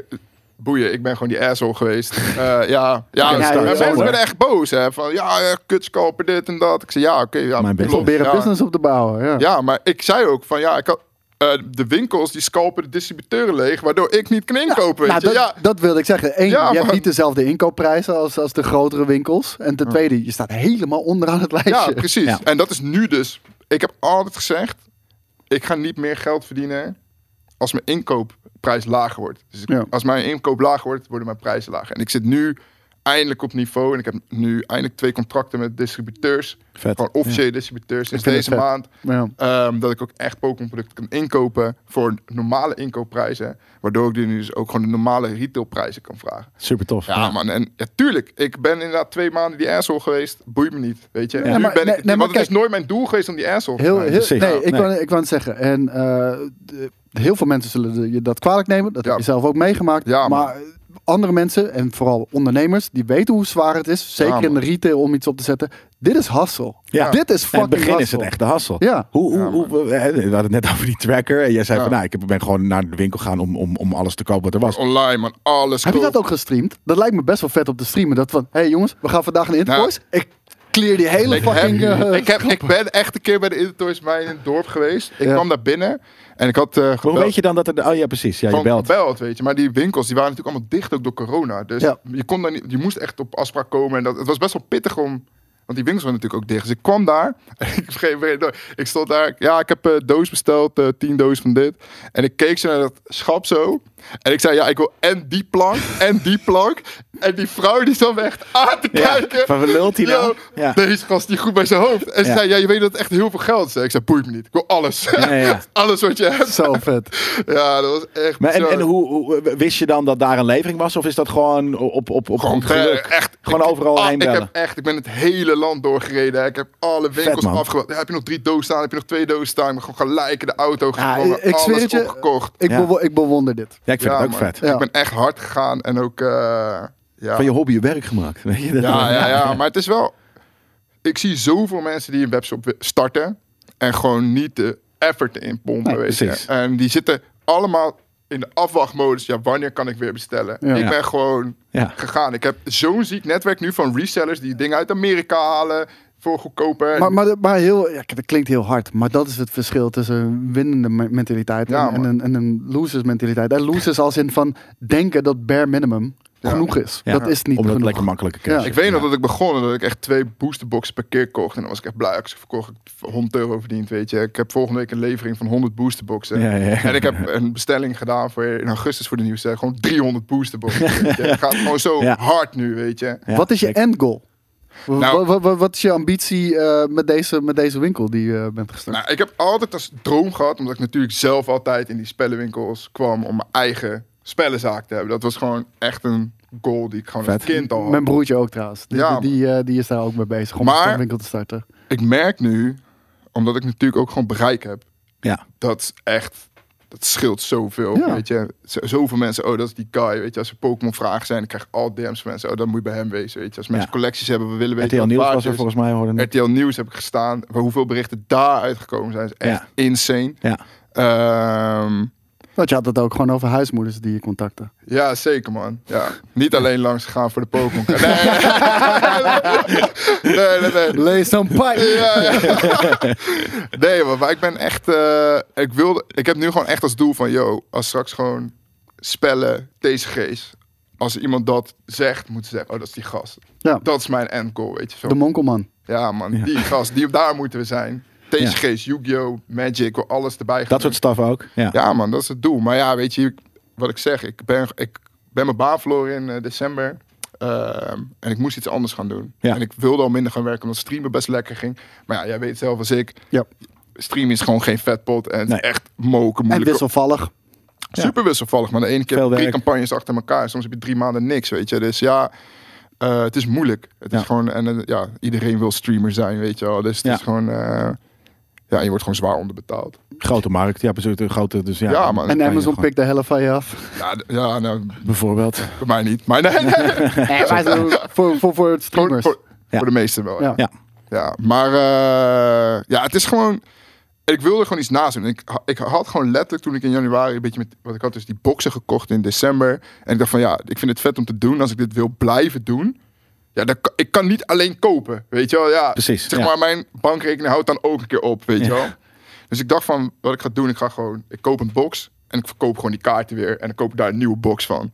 boeien, ik ben gewoon die asshole geweest. Eh, ja, ja,
Ja,
maar
ja, ja,
mensen
ja.
werden echt boos. Hè, van ja, eh, kutscalper dit en dat. Ik zei ja, oké. ja,
Mijn best.
klopt,
Proberen
ja.
business op te bouwen. Ja.
Ja, maar ik zei ook van ja, ik had, eh, de winkels die scalpen de distributeuren leeg, waardoor ik niet kan inkopen.
Nou,
weet je.
dat,
ja,
dat wilde ik zeggen. Eén,
Ja,
je hebt
maar-
niet dezelfde inkoopprijzen als, als de grotere winkels. En ten tweede, je staat helemaal onderaan het lijstje.
Ja, precies.
Ja.
En dat is nu dus. Ik heb altijd gezegd: ik ga niet meer geld verdienen als mijn inkoopprijs lager wordt. Dus ik-
Ja.
als mijn inkoop lager wordt, worden mijn prijzen lager. En ik zit nu eindelijk op niveau en ik heb nu eindelijk twee contracten met distributeurs.
Vet.
Gewoon officiële distributeurs sinds
vind het
deze
vet.
maand.
Ja.
Ehm, dat ik ook echt Pokémon producten kan inkopen voor normale inkoopprijzen. Waardoor ik die nu dus ook gewoon de normale retailprijzen kan vragen.
Super tof.
Ja, man. En ja, tuurlijk, ik ben inderdaad twee maanden die asshole geweest. Boeit me niet, weet je.
Ja,
nu
maar-
ben
nee,
ik, het
nee,
niet,
maar
want het is
kijk.
nooit mijn doel geweest om die asshole te
Heel,
zijn.
heel,
precies.
nee, ik
Nee.
wou, ik wou het zeggen. En eh, de- heel veel mensen zullen de- je dat kwalijk nemen. Dat
Ja.
heb je zelf ook meegemaakt.
Ja, man.
maar andere mensen, en vooral ondernemers, die weten hoe zwaar het is. Zeker
Ja,
in de
man.
retail om iets op te zetten. Dit is hassel.
Ja. In
Dit is
het
fucking
begin is
hassel.
het echt de hassel.
Ja.
Hoe, hoe, hoe, we eh, we hadden het net over die tracker. En jij zei
Ja. Oh,
van, nou, ik heb- ben gewoon naar de winkel gaan om, om, om alles te kopen wat er was.
Dus Online, man. Alles
Heb je
koop.
dat ook gestreamd? Dat lijkt me best wel vet op te streamen. Dat van, hé hey jongens, we gaan vandaag een Intercourse. Ik clear die hele
Ik,
fucking...
heb,
eh,
ik, heb, ik ben echt een keer bij de Intertoys bij in het dorp geweest. Ik
Ja.
kwam daar binnen en ik had eh
Maar hoe
gebeld.
weet je dan dat er... Oh ja, precies. Ja, je
Gewoon
belt.
gebeld, weet je. Maar die winkels die waren natuurlijk allemaal dicht ook door corona. Dus
Ja.
je, kon daar niet, je moest echt op afspraak komen. En dat, het was best wel pittig om... Want die winkels waren natuurlijk ook dicht. Dus ik kwam daar. En ik, vergeet, weer door. ik stond daar. Ja, ik heb eh, doos besteld. eh tien doos van dit. En ik keek zo naar dat schap zo. En ik zei, ja, ik wil en die plank. en die plank. En die vrouw die zat me echt aan te
Ja,
kijken.
van, wat lult hij
Yo,
nou? Ja.
Deze gast die goed bij zijn hoofd. En ze
Ja.
zei, ja, je weet dat het echt heel veel geld is. hè?" Ik zei, boeit me niet. Ik wil alles.
Ja, ja.
alles wat je hebt.
Zo vet.
Ja, dat was echt
Maar en,
bizar.
en hoe, hoe- wist je dan dat daar een levering was? Of is dat gewoon op, op, op
Gewoon
goed geluk?
eh, echt.
Gewoon overal
Ah,
heen
ik
bellen.
heb echt, ik ben het hele land doorgereden. hè. Ik heb alle winkels
man.
afgewacht. Ja, heb je nog drie dozen staan? Heb je nog twee dozen staan? Ik ben gewoon gelijk in de auto gekomen.
ik- ik
alles
zweer het je.
opgekocht.
Ik,
Ja.
bewo- ik bewonder dit.
Ja, ik vind
Ja,
het ook
man.
vet.
Ja.
Ik ben echt hard gegaan en ook... eh, ja.
Van je hobby je werk gemaakt. Weet je? dat?
ja, ja, ja, maar het is wel... Ik zie zoveel mensen die een webshop wi- starten... en gewoon niet de effort in pompen.
Nee,
weet je.
precies.
En die zitten allemaal in de afwachtmodus. Ja, wanneer kan ik weer bestellen?
Ja.
Ik
Ja.
ben gewoon
Ja.
gegaan. Ik heb zo'n ziek netwerk nu van resellers... die dingen uit Amerika halen voor goedkoper.
Maar, maar, maar heel, ja, dat klinkt heel hard, maar dat is het verschil tussen een winnende me- mentaliteit
Ja,
en, en
man.
een, en een losers mentaliteit. En losers als in van denken dat bare minimum genoeg is.
Ja.
Dat is niet
Omdat het
genoeg.
lekker makkelijke cash
Ja.
is.
Ik weet nog
Ja.
dat ik begon en dat ik echt twee boosterboxen per keer kocht. En dan was ik echt blij. Als ik ze verkocht, heb ik 100 euro verdiend, weet je. Ik heb volgende week een levering van 100 boosterboxen.
Ja, ja, ja.
En ik heb een bestelling gedaan voor in augustus voor de nieuwe set. Gewoon 300 boosterboxen. weet je. Het gaat gewoon zo
Ja.
hard nu, weet je.
Ja,
Wat is je
zeker.
end goal? W-
Nou-
w- w- w- wat is je ambitie eh, met, deze, met deze winkel die je bent gestart?
Nou, ik heb altijd als droom gehad, omdat ik natuurlijk zelf altijd in die spellenwinkels kwam om mijn eigen spellenzaak te hebben. Dat was gewoon echt een goal die ik gewoon als
Vet.
kind al had.
Mijn broertje ook trouwens. Die,
Ja,
die, eh, die is daar ook mee bezig om
Maar-
een standwinkel te starten.
Ik merk nu, omdat ik natuurlijk ook gewoon bereik heb,
Ja.
dat is echt, dat scheelt zoveel.
Ja.
Weet je, Z- zoveel mensen, oh, dat is die guy. Weet je, als er Pokémon-vragen zijn, dan krijg ik al DM's van mensen, oh, dan moet je bij hem wezen. Weet je, als mensen
Ja.
collecties hebben, we willen weten.
RTL
wat
Nieuws
waard
was er
is.
volgens mij hoorde. ik.
RTL Nieuws heb ik gestaan. Waar hoeveel berichten daar uitgekomen zijn, is echt
Ja.
insane.
Ja.
Ehm,
Want je had het ook gewoon over huismoeders die je contacten.
ja, zeker man. Ja. Niet alleen langs gaan voor de Pokémon. Nee, nee, nee. nee.
Lees zo'n pijp!
Ja, ja. Nee, maar, maar ik ben echt. eh, ik, wilde, ik heb nu gewoon echt als doel van: yo, als straks gewoon spellen, TCG's. Als iemand dat zegt, moeten ze zeggen: oh, dat is die gast.
Ja,
Dat is mijn end goal, weet je. Zo.
de monkelman.
Ja, man, die gast, die, daar moeten we zijn. TCG's, Yu-Gi-Oh!, Magic, wil alles erbij. gaan
Dat soort staf ook. Ja.
doen. Ja, man, dat is het doel. Maar ja, weet je, ik- wat ik zeg, ik ben, ik ben mijn baan verloren in eh, december. Ehm, en ik moest iets anders gaan doen.
Ja.
En ik wilde al minder gaan werken, omdat streamen best lekker ging. Maar ja, jij weet zelf als ik,
Ja.
streamen is gewoon geen vetpot. En het is
Nee.
echt moken
En
moeilijk.
wisselvallig.
Super wisselvallig. Maar de ene
Veel
keer heb je drie
werk.
campagnes achter elkaar. Soms heb je drie maanden niks, weet je. Dus ja, eh, het is moeilijk. Het
Ja.
is gewoon, en eh, ja, iedereen wil streamer zijn, weet je wel. Dus het
Ja.
is gewoon, eh, ja, je wordt gewoon zwaar onderbetaald.
Grote markt. Ja, precies. Een grote. Dus ja.
Ja,
dan
man.
kan
En
je
Amazon
gewoon-
pikt de helft van je af.
Ja, d- ja nou,
Bijvoorbeeld.
bij mij niet. Maar nee, nee.
Nee, maar zo- voor, voor, voor het
Voor,
streamers.
voor,
Ja.
voor de meesten wel.
Ja.
Ja.
Ja.
Ja, maar eh, ja, het is gewoon. Ik wilde gewoon iets naast doen. Ik, ha- ik had gewoon letterlijk toen ik in januari een beetje met. Wat ik had dus die boxen gekocht in december. En ik dacht van ja, ik vind het vet om te doen. Als ik dit wil blijven doen. Ja, dan, kan- ik kan niet alleen kopen. Weet je wel? Ja,
Precies,
Zeg
ja.
maar, mijn bankrekening houdt dan ook een keer op. Weet je wel? Dus ik dacht van wat ik ga doen. Ik ga gewoon. Ik koop een box. En ik verkoop gewoon die kaarten weer. En dan koop ik daar een nieuwe box van.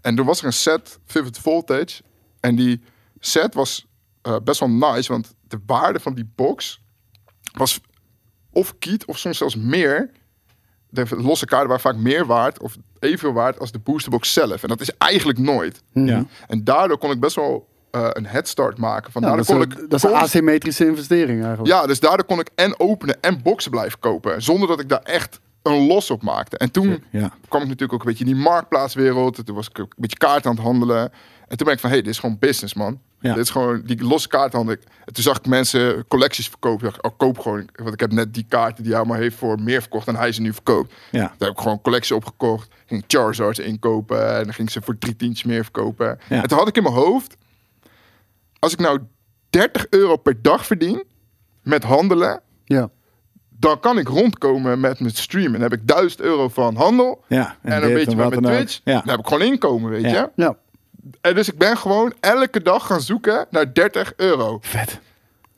En toen was er een set, Vivid Voltage. En die set was eh, best wel nice, want de waarde van die box was of kiet of soms zelfs meer. De losse kaarten waren vaak meer waard of evenveel waard als de boosterbox zelf. En dat is eigenlijk nooit.
Ja.
En daardoor kon ik best wel eh, een headstart maken. Van
Ja,
daardoor
Nou, dat, is
kon
een,
ik
dat is een
constant-
asymmetrische investering eigenlijk.
ja, dus daardoor kon ik en openen en boxen blijven kopen. Zonder dat ik daar echt een los op maakte. En toen
ja.
kwam ik natuurlijk ook een beetje in die marktplaatswereld. Toen was ik ook een beetje kaart aan het handelen. En toen ben ik van, hé, hey, dit is gewoon business, man.
Ja.
Dit is gewoon die losse kaarthandel. En toen zag ik mensen collecties verkopen. Ik dacht, oh, koop gewoon. Want ik heb net die kaarten die hij maar heeft voor meer verkocht dan hij ze nu verkoopt.
Ja.
Daar heb ik gewoon een collectie opgekocht. Ging Charizards inkopen. En dan ging ik ze voor drie tientjes meer verkopen.
Ja.
En toen had ik in mijn hoofd, als ik nou 30 euro per dag verdien met handelen,
Ja.
dan kan ik rondkomen met mijn stream. En dan heb ik 1000 euro van handel.
Ja, en
En, een
dit
beetje
en
met
wat
mijn
dan ook.
Twitch.
Ja.
Dan heb ik gewoon inkomen, weet
Ja.
je.
ja.
En dus ik ben gewoon elke dag gaan zoeken naar 30 euro.
Vet.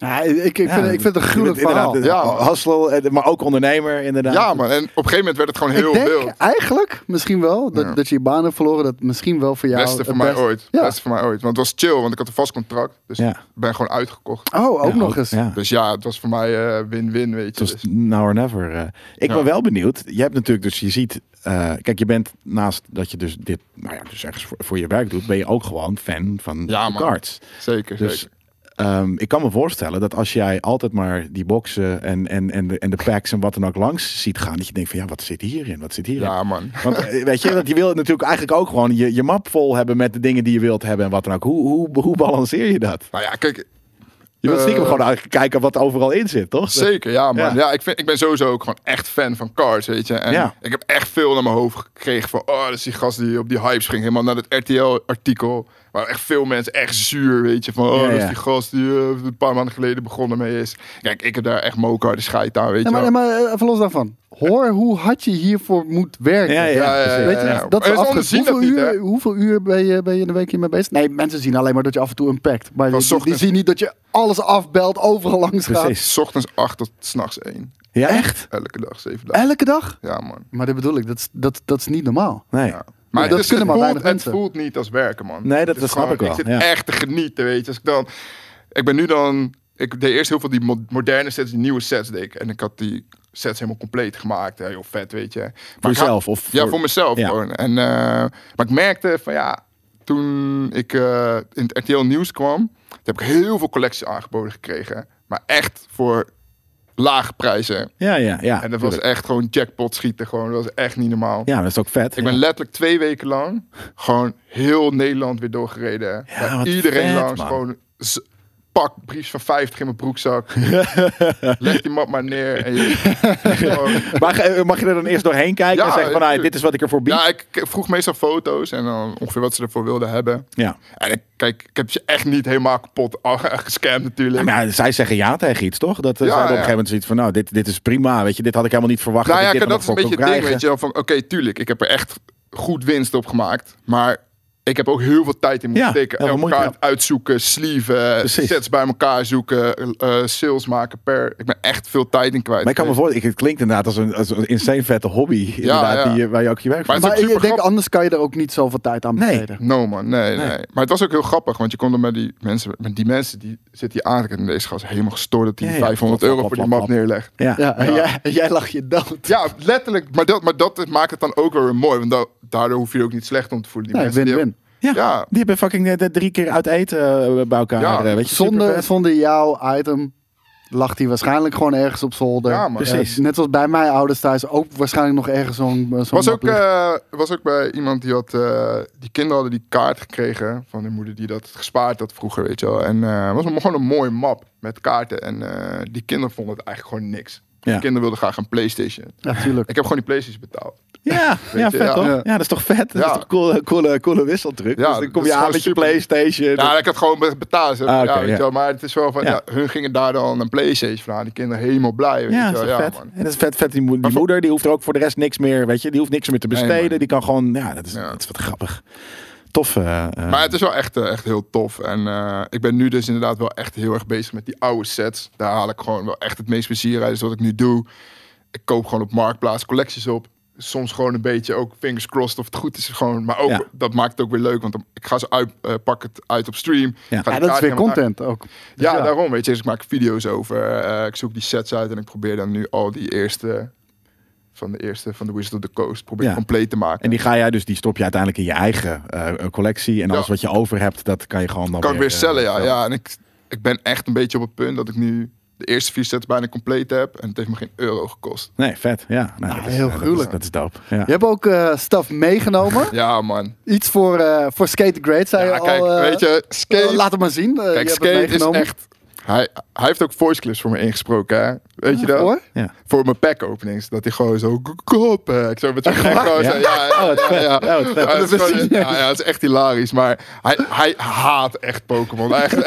Ja, ik, ik, vind, ik vind het een gruwelijk
Inderdaad,
verhaal.
Ja, hassel, eh, maar ook ondernemer inderdaad.
Ja, man. En op een gegeven moment werd het gewoon heel
ik denk
wild.
eigenlijk misschien wel dat,
Ja.
dat je je baan hebt verloren. Dat misschien wel voor jou.
Beste voor
het
mij
best-
ooit.
Ja.
Beste voor mij ooit. Want het was chill, want ik had een vast contract. Dus
Ja.
ik ben gewoon uitgekocht.
Oh, ook
Ja,
nog eens.
Ja.
Dus ja, het was voor mij eh, win-win, weet je.
Het was
Dus,
now or never. eh. Ik
Ja.
ben wel benieuwd. Je hebt natuurlijk, dus je ziet, eh, kijk, je bent naast dat je dus dit, nou ja, dus ergens voor, voor je werk doet, ben je ook gewoon fan van
Ja,
de
man.
cards.
zeker,
Dus
zeker.
ehm, ik kan me voorstellen dat als jij altijd maar die boxen en, en, en, de, en de packs en wat dan ook langs ziet gaan, dat je denkt van ja, wat zit hierin? Wat zit hierin?
Ja, man.
Want eh, weet je, dat je wil natuurlijk eigenlijk ook gewoon je, je map vol hebben met de dingen die je wilt hebben en wat dan ook. Hoe, hoe, hoe balanceer je dat?
Nou ja, kijk,
Je wilt stiekem
Eh,
gewoon eigenlijk kijken wat overal in zit, toch?
Zeker, ja man.
Ja.
Ja, ik, vind, ik ben sowieso ook gewoon echt fan van cars, weet je. En
Ja.
ik heb echt veel naar mijn hoofd gekregen van... Oh, dat is die gast die op die hypes ging. Helemaal naar het RTL-artikel. Waar echt veel mensen echt zuur, weet je. Van, oh,
Ja,
dat is
ja.
die gast die eh, een paar maanden geleden begonnen mee is. Kijk, ik heb daar echt moker de scheid aan, weet je
Ja, maar,
wel.
maar eh, even los daarvan. Hoor hoe hard je hiervoor moet werken.
Ja, ja. precies.
Weet je,
ja.
dat is
Maar
afge-
anderen zien
hoeveel,
dat niet,
uur,
hè?
hoeveel uur ben je, ben je in de week hiermee bezig? Nee, mensen zien alleen maar dat je af en toe unpackt. Maar
Van
die, die- die
ochtend.
zien niet dat je alles afbelt, overal langs gaat.
Precies.
S ochtends 8 tot s'nachts 1.
Ja, echt?
Elke dag, 7 dagen.
Elke dag?
Ja man.
Maar dat bedoel ik, dat is, dat, dat is niet normaal.
Nee.
Ja. Maar
dat
het, is,
kunnen maar
het,
weinig
voelt, het
mensen.
voelt niet als werken, man.
Nee, dat-
Het
dat
is
snap
gewoon-
ik wel,
Ik zit
ja.
echt te genieten, weet je. Als ik, dan, ik ben nu dan... Ik deed eerst heel veel die mo- moderne sets, die nieuwe sets deed ik. En ik had die sets helemaal compleet gemaakt. Heel vet, weet je. Maar
Voor
ik had-
jezelf of
Ja,
voor-
voor mezelf
Ja.
gewoon. En, eh, maar ik merkte van ja... Toen ik eh, in het RTL Nieuws kwam... toen heb ik heel veel collecties aangeboden gekregen. Maar echt voor lage prijzen.
Ja, ja, ja.
En dat was
tuurlijk.
echt gewoon jackpot schieten. Gewoon. Dat was echt niet normaal.
Ja, dat is ook vet.
Ik ben letterlijk twee weken lang gewoon heel Nederland weer doorgereden.
Ja,
Bij
wat
iedereen
vet,
langs.
man.
Gewoon z- pak briefs van 50 in mijn broekzak. Leg die map maar neer. En je, gewoon-
Mag, eh, mag je er dan eerst doorheen kijken en
Ja,
zeggen van, nou,
tuurlijk.
dit is wat ik ervoor bied?
ja, ik ik vroeg meestal foto's en dan ongeveer wat ze ervoor wilden hebben.
Ja.
En ik, kijk, ik heb ze echt niet helemaal kapot a- gescamd natuurlijk.
Maar ja, zij zeggen ja tegen iets, toch? Dat eh,
Ja,
zij op een
ja.
gegeven moment zoiets van, nou, dit, dit is prima, weet je. Dit had ik helemaal niet verwacht
nou ja,
dat ik
kijk,
dit dat
dat is
nog
een
voor
beetje
kon
het ding,
krijgen.
weet je wel. Van, oké, tuurlijk, ik heb er echt goed winst op gemaakt. Maar ik heb ook heel veel tijd in moeten
Ja,
steken.
heel veel
En
moeite,
elkaar
ja.
uitzoeken, sleeven,
Precies.
sets bij elkaar zoeken, eh, eh, sales maken per... Ik ben echt veel tijd in kwijt.
Maar ik kan me voorstellen, het klinkt inderdaad als een, als een insane vette hobby, inderdaad,
ja.
Die, eh, waar je ook je werk
Maar
van
het is
Maar
ook
ik denk,
supergrappig.
anders kan je er ook niet zoveel tijd aan
Nee.
besteden.
No man, nee,
Nee.
nee, Maar het was ook heel grappig, want je kon er met die mensen, met die mensen die zitten hier aan en deze gast is helemaal gestoord dat hij
Ja, ja.
500
Klap,
euro
klap,
voor die
klap,
map
klap.
neerlegt.
Ja.
Ja, en Jij, en jij lag je dood.
Ja, letterlijk. Maar dat, maar dat maakt het dan ook weer mooi, want da- daardoor hoef je je ook niet slecht om te voelen. Die
Nee,
mensen die
win-win.
Ja,
Ja.
die hebben fucking net net drie keer uit eten eh, bij elkaar.
Ja.
eh, weet je,
Zonder,
supervet.
zonder jouw item lag hij waarschijnlijk gewoon ergens op zolder.
Ja, man.
Eh,
Precies.
net als bij mijn ouders thuis ook waarschijnlijk nog ergens zo'n zo'n
was
map
ook,
liggen.
eh, was ook bij iemand die had. eh, die kinderen hadden die kaart gekregen. van hun moeder die dat gespaard had vroeger, weet je wel. En eh, het was een- gewoon een mooie map met kaarten. En eh, die kinderen vonden het eigenlijk gewoon niks.
Ja.
Die kinderen wilden graag een PlayStation.
Ja, tuurlijk.
eh, Ik heb gewoon die PlayStation betaald.
Ja,
Weet
ja
je,
vet
ja.
toch? Ja.
Ja.
dat is toch vet? Dat
Ja.
is toch coole, coole, coole wisseltruc?
Ja,
dus dan kom
dat
je
is
aan
gewoon
met je
super.
Playstation.
Ja, Nou, ik had gewoon be- betaald. zeg.
Ah, oké,
ja, weet
ja.
je wel. Maar het is wel van.
Ja.
Ja. hun gingen daar dan een PlayStation van aan. Die kinderen helemaal blij. Weet
Ja,
je
dat
wel.
is toch vet.
man.
En dat is vet, vet. Die, mo- die moeder die hoeft er ook voor de rest niks meer, weet je. Die hoeft niks meer te
Nee, man.
besteden. die kan gewoon, ja, dat is,
Ja.
dat is wat grappig. Tof. eh, eh.
Maar het is wel echt, eh, echt heel tof. En eh, ik ben nu dus inderdaad wel echt heel erg bezig met die oude sets. Daar haal ik gewoon wel echt het meest plezier uit. Dus wat ik nu doe, ik koop gewoon op Marktplaats collecties op. Soms gewoon een beetje ook fingers crossed of het goed is. Gewoon, maar ook,
Ja.
dat maakt het ook weer leuk. Want dan- ik ga ze uit, eh, pak het uit op stream.
Ja.
Ga
Ja,
de
dat is
kaart
weer
helemaal uit.
content ook. Dus
Ja, daarom. Weet je, dus ik maak video's over. eh, ik zoek die sets uit en ik probeer dan nu al die eerste van de eerste van de Wizard of the Coast probeer ik
Ja.
compleet te maken.
En die ga jij dus, die stop je uiteindelijk in je eigen eh, collectie. En alles
Ja.
wat je over hebt, dat kan je gewoon dan
kan ik weer
eh,
cellen, ja. ja. En ik, ik ben echt een beetje op het punt dat ik nu de eerste vier sets bijna compleet heb. En het heeft me geen euro gekost.
Nee, vet. Ja, nou, dat is,
heel
eh, dat is-
gruwelijk.
Dat is dope. Ja.
Je hebt ook eh stuff meegenomen.
Ja, man.
Iets voor, eh, voor Skate the Great, zei
Ja,
je
kijk,
al. eh,
weet je,
eh,
skate,
laat het maar zien. Eh,
kijk,
je hebt het
skate is
meegenomen.
echt... Hij, hij heeft ook voice clips voor me ingesproken, hè? Weet je dat?
hoor.
Ja.
Voor mijn pack openings. Dat hij gewoon zo... Kop, ik zou met zijn gek gewoon zo... Ja, ja,
Oh, wat
ja,
vet.
ja.
Ja, wat vet.
Ja, het is gewoon- ja, ja, het is echt hilarisch. Maar hij, hij haat echt Pokémon. Echt,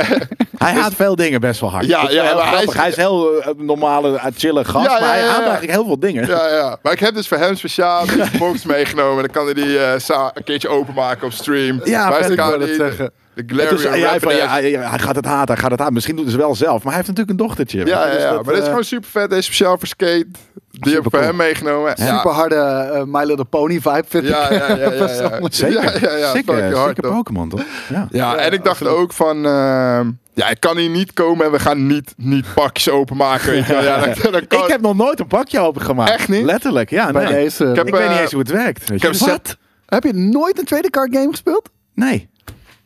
Hij haat veel dingen best wel hard.
Ja,
Ik vind
ja,
het heel
maar hij
grappig. hij is,
is-
heel eh, normale, eh, chille gast.
Ja, ja,
Maar hij
ja, ja.
haat eigenlijk heel veel dingen.
Ja, ja. Maar ik heb dus voor hem speciaal die box meegenomen. Dan kan hij die eh, sa- een keertje openmaken op stream.
Ja,
Wij
vet, ik
staan
wou dat
in
zeggen.
De
Het
Glarian
is- hij, van, ja,
Rapidash.
hij, hij gaat het haten, hij gaat het haten. Misschien doet hij het wel zelf, maar hij heeft natuurlijk een dochtertje. weet
Ja,
je,
ja,
dus
ja.
dat,
maar dit is
eh,
gewoon super vet. Deze is speciaal voor skate. Die heb ik voor
cool.
hem meegenomen. Ja.
Super harde eh, My Little Pony vibe, vind ik.
Ja, ja, ja, ja, ja.
Zeker,
Ja, ja, ja.
zeker,
Fucking hard,
zeker
toch?
Pokémon, toch? Ja.
Ja, en ik dacht ook van... ehm, ja, ik kan hier niet komen en we gaan niet, niet pakjes openmaken. Weet je wel. Ja, dat, dat kan.
Ik heb nog nooit een pakje opengemaakt.
Echt niet?
Letterlijk, ja.
Bij
nee.
deze.
Ik heb-
Ik weet niet
eh,
eens hoe het werkt. Weet
ik heb
je.
een set-
Heb je nooit een tweede card game gespeeld?
Nee.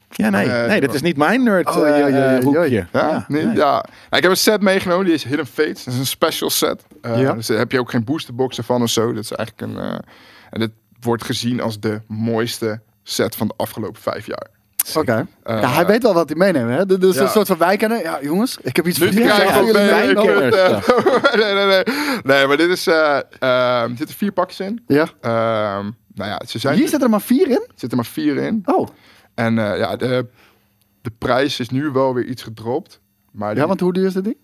Ja, nee.
Eh,
nee, dat is niet mijn nerd
Oh, ja, ja, ja,
eh,
ja.
hoekje.
Ja,
Ja,
nee,
nee.
ja. Nou, Ik heb een set meegenomen, die is Hidden Fates. Dat is een special set. Eh,
Ja.
Dus daar heb je ook geen boosterboxen van of zo. Dat is eigenlijk een... eh, en dit wordt gezien als de mooiste set van de afgelopen vijf jaar.
Oké. ja, hij weet wel wat hij meeneemt, hè? Dus dus
Eh, ja.
een soort van wijkenner. Ja, jongens, ik heb iets
Nu
voor jullie.
krijg ik
Ja,
ook
jullie Oh.
mee.
wijn-
meenemen.
wijnkenners,
nee, nee, nee. Nee, maar dit is... eh, eh, er zitten vier pakjes in.
Ja.
Ehm, nou ja, ze zijn,
Hier zitten er maar vier in.
er zitten maar vier in.
Oh,
En eh, ja, de, de prijs is nu wel weer iets gedropt. Maar die-
ja, want hoe duur is dit ding?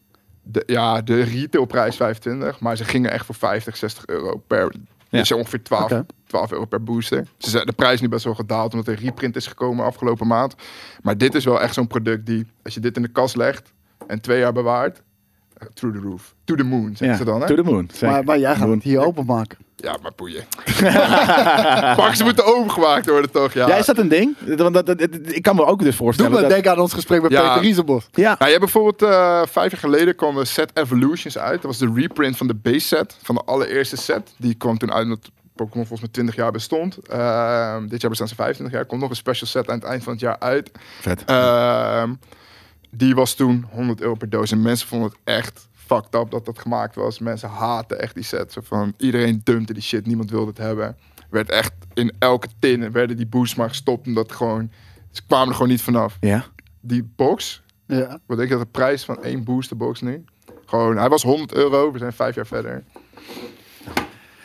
de, ja, de retailprijs 25, maar ze gingen echt voor 50, 60 euro per.
Ja.
Dus ongeveer 12,
Oké.
12 euro per booster. Ze zijn, de prijs is nu best wel gedaald omdat er een reprint is gekomen afgelopen maand. Maar dit is wel echt zo'n product die, als je dit in de kast legt en twee jaar bewaart, eh, through the roof, to the moon, zeggen
Ja,
ze dan. Hè?
To the moon. zeker.
Maar, maar jij gaat het hier openmaken.
Ja, maar boeien. Pak ze moeten opengemaakt worden toch? Ja.
Ja, is dat een ding? Want dat, dat- dat- ik kan me ook dus
Doe
voorstellen.
me
dat,
denken aan ons gesprek met
Ja.
Peter Riesenbos.
ja,
Nou, je hebt bijvoorbeeld eh, vijf jaar geleden kwam de set Evolutions uit. Dat was de reprint van de base set, van de allereerste set. Die kwam toen uit omdat Pokémon volgens mij 20 jaar bestond. Ehm, dit jaar bestaan ze 25 jaar. Komt nog een special set aan het eind van het jaar uit.
vet.
eh,
Ehm, die was toen 100 euro per doos. En mensen vonden het echt fucked up dat dat gemaakt was. Mensen haten echt die set. Zo van, iedereen dumpte die shit, niemand wilde het hebben. Werd echt in elke tin werden die boosts maar gestopt omdat gewoon... Ze kwamen er gewoon niet vanaf.
Ja?
Die box,
Ja.
wat denk je dat de prijs van één boosterbox nu? Gewoon, hij was 100 euro, we zijn vijf jaar verder.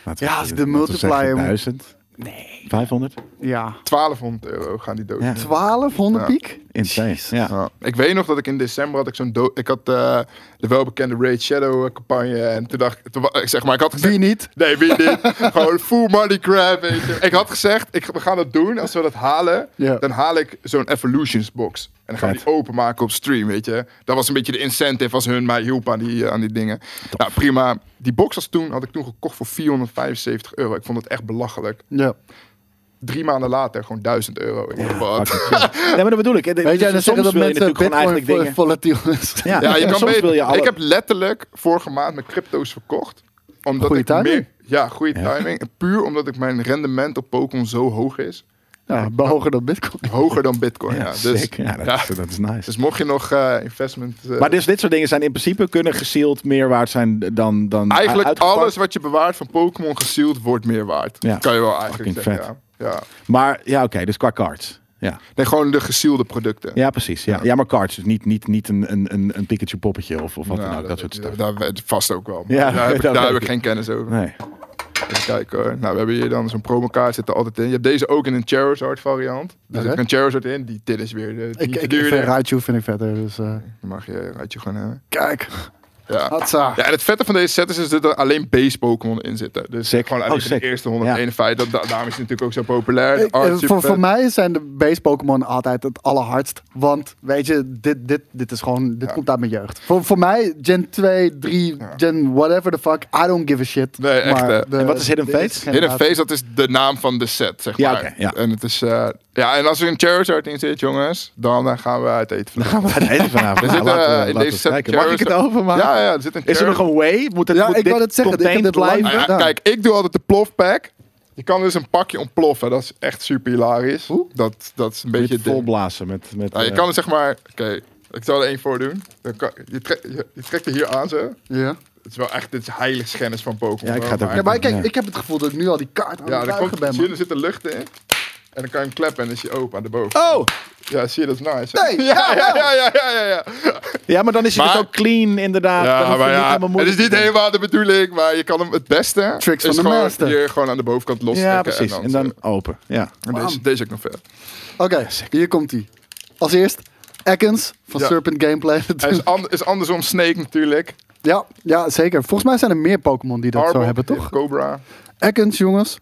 Laten
Ja, als ik de
laten we zeggen
multiplier moet-
1000? Nee. 500?
ja.
1200 euro gaan die dood.
Ja.
1200
Ja.
piek?
Insane.
Oh,
Ja.
Ja. Ik weet nog dat ik in december had ik zo'n do- ik had eh, de welbekende Raid Shadow eh, campagne en toen dacht ik, toen wa- ik zeg maar ik had gezegd,
Wie niet?
nee wie niet, gewoon full money grab. weet je. Ik had gezegd ik, we gaan dat doen als we dat halen,
Ja.
dan haal ik zo'n evolutions box en dan gaan we
Vet.
die openmaken op stream, weet je. Dat was een beetje de incentive als hun mij hielp aan die eh, aan die dingen. Nou prima. Die box was toen had ik toen gekocht voor 475 euro. Ik vond het echt belachelijk.
Ja.
Drie maanden later gewoon 1000 euro. Ik dacht, wat?
Nee, maar dat bedoel ik.
Weet jij, dan
soms
zeggen dat
wil je
mensen
natuurlijk gewoon
bitcoin
eigenlijk dingen...
vo- volatiel is.
Ja,
Ja, je kan
soms
beter.
wil je alle...
Ik heb letterlijk vorige maand mijn crypto's verkocht. Omdat
Goeie
ik
timing.
meer. Ja, goede
Ja.
timing. En Puur omdat ik mijn rendement op Pokémon zo hoog is.
Ja, behoger dan bitcoin.
Hoger dan Bitcoin. Ja,
Ja,
Dus,
sick. Ja, dat,
ja.
Is, dat is nice.
dus mocht je nog eh, investment. eh,
maar dus dit soort dingen zijn in principe kunnen gesealed meer waard zijn dan... dan
eigenlijk
uitgepakt.
alles wat je bewaart van Pokémon gesealed wordt meer waard.
Ja.
Dat kan je wel eigenlijk
Fucking
zeggen. Ja. Ja.
Maar ja, oké, dus qua cards. Ja,
Nee, gewoon de gesealde producten.
ja precies. Ja. ja, maar cards. Dus niet, niet, niet een, een, een, een Pikachu poppetje of, of wat
Ja,
dan ook. nou, Dat soort stuff.
Daar weet- vast ook wel.
Ja,
daar heb, ik,
dat
daar
weet
heb ik
ik.
geen kennis over.
Nee.
Even kijken hoor. Nou, we hebben hier dan zo'n promokaart zit er altijd in. Je hebt deze ook in een Charizard variant. Dus
Oké.
er zit een Charizard in. Die dit is weer de
Ik,
die
ik, ik
duurder.
vind Raichu vind ik vetter. Dus, eh,
Dan mag je uit je gewoon hebben.
kijk,
Ja.
hatsa.
Ja, en het vette van deze set is, is dat er alleen base Pokémon in zitten. Dus
Sick.
gewoon alleen
Oh,
de
sick.
eerste 151. Dat, da- daarom is het natuurlijk ook zo populair. De
Ik- eh,
art
voor,
supervet.
voor mij zijn de base Pokémon altijd het allerhardst. Want weet je, dit, dit, dit is gewoon. Dit
Ja.
komt uit mijn jeugd. Voor, voor mij, Gen 2, 3, Gen whatever the fuck. I don't give a shit.
Nee, echt, hè.
de-
En wat is Hidden
de
Fates?
eerste
Hidden
generatie-
Face, dat is de naam van de set, zeg
Ja,
maar.
oké, ja.
En het is, eh, ja, en als er een Charizard in zit, jongens, dan eh, gaan we uit eten.
Dan gaan we het eten vanavond.
Er zit,
Nou, laten we-
eh, in
laten we
deze
eens
set
kijken. Mag ik het
Charizard-
overmaken?
Ja, ja, er zit een
Is er
Charizard-
nog een way? Moet het,
Ja,
moet
ik
dit
wou net zeggen, dit
contained
vind ik belangrijk.
blijven?
Nou ja,
gedaan.
kijk, ik doe altijd de plofpack. Je kan dus een pakje ontploffen. Dat is echt super hilarisch. Dat, dat is een beetje
Beetje
het ding.
volblazen met... met
Nou, je
eh,
kan het zeg maar... Oké, ik zal er één voor doen. Dan kan, je, trek- je, je trekt er hier aan zo.
Ja.
Het is wel echt dit is heiligschennis van
Ja,
Pokémon.
ik ga het ook
Ja, maar kijk,
Ja.
ik heb het gevoel dat ik nu al die kaart aan
Ja,
het
dan komt,
buigen ben.
zie je,
man.
er zit er lucht in. En dan kan je hem klappen en dan is hij open aan de boven.
Oh!
Ja, zie je, dat is nice. hè?
Nee,
ja, ja, ja, ja, ja, ja, ja.
Ja, maar dan is het
Maar-
dus ook clean inderdaad. Dan
Ja,
hoef je
maar
niet
ja,
helemaal
het
moeilijk
is niet
te doen.
helemaal de bedoeling, maar je kan hem het beste...
Tricks
is
van de
gewoon
master.
hier gewoon aan de bovenkant loslikken.
Ja, precies. En dan open. Ja.
En deze, deze is ook nog vet.
Oké,
Oh!
hier komt hij. Als eerst Ekans van
Ja.
Serpent Gameplay. Dus-
Hij is, an- is andersom Snake natuurlijk.
ja, ja, zeker. Volgens mij zijn er meer Pokémon die dat
Arbok,
zo hebben, toch?
Cobra.
Ekans, jongens.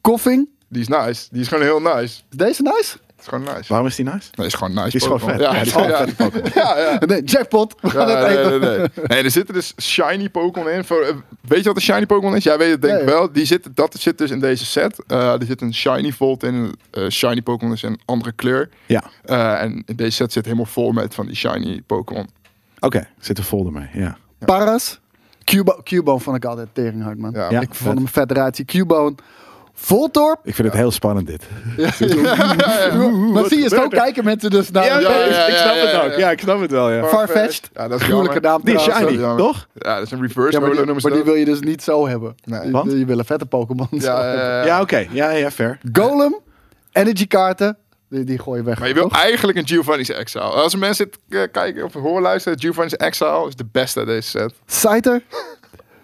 Koffing.
Die is nice. Die is gewoon heel nice.
Is deze nice?
Het is gewoon nice.
Waarom is die nice?
Nee, is gewoon nice.
Die is gewoon
Pokémon.
vet. Ja, die is gewoon
ja,
een vette Pokémon.
ja, ja.
Nee, jackpot. We
Ja,
gaan het
nee,
eten.
nee, nee. Nee, er zitten dus shiny Pokémon in. Voor, eh, weet je wat een shiny Pokémon is? Jij weet het denk ik
Nee.
wel. Die zit, dat zit dus in deze set. Eh, er zit een shiny Volt in. Eh, shiny Pokémon is een andere kleur.
Ja.
Eh, en in deze set zit helemaal vol met van die shiny Pokémon.
Oké, zit er folder mee. Ja.
Paras. Cubo, Cubone vond ik altijd teringhard, man.
Ja,
Ja.
Ik vond hem een vet raadje. Cubone. Voltorp.
Ik vind het heel spannend dit.
Maar zie je, zo kijken mensen dus naar...
Ja, ja, ja, ja, ja, ja.
ik snap het wel. Ja.
Farfetch'd.
Ja, dat is
Gruwelijke
jammer.
naam
Die is
trouwens.
shiny,
jammer.
toch?
Ja, dat is een reverse
Ja, maar,
holo
die,
noemen ze
maar die
dat.
wil je dus niet zo hebben.
Nee.
Je-
Want?
Je, wil een vette Pokémon. zo
Ja, ja,
hebben.
ja, ja.
Ja, oké. Ja, ja, fair.
Golem, energiekaarten, die, die gooi je weg.
Maar je wil
toch?
eigenlijk een Giovanni's Exile. Als er mensen dit, eh, kijken of horen luisteren, Giovanni's Exile is de beste uit deze set.
Scyther,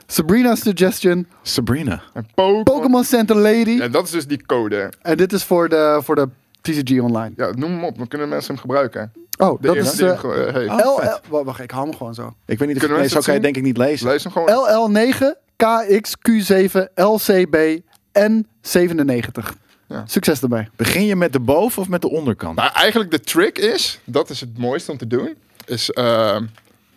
Sabrina's Suggestion,
Sabrina.
En Pokémon.
Pokémon Center Lady.
En dat is dus die code.
En dit is voor de, voor de TCG Online.
Ja, noem hem op. Dan kunnen mensen hem gebruiken.
Oh,
De
dat
eerste
is...
die hem
eh,
ge- eh, heeft.
Oh.
LL
vet.
wa- wacht, ik hou hem gewoon zo.
Ik weet niet of
Kunnen
nee,
mensen
zo
dat
kan je
zien?
denk ik niet lezen.
Lees hem gewoon.
LL9, KXQ7, LCB en 97.
Ja.
Succes erbij.
Begin je met de boven of met de onderkant?
Maar eigenlijk de trick is, dat is het mooiste om te doen, is ehm,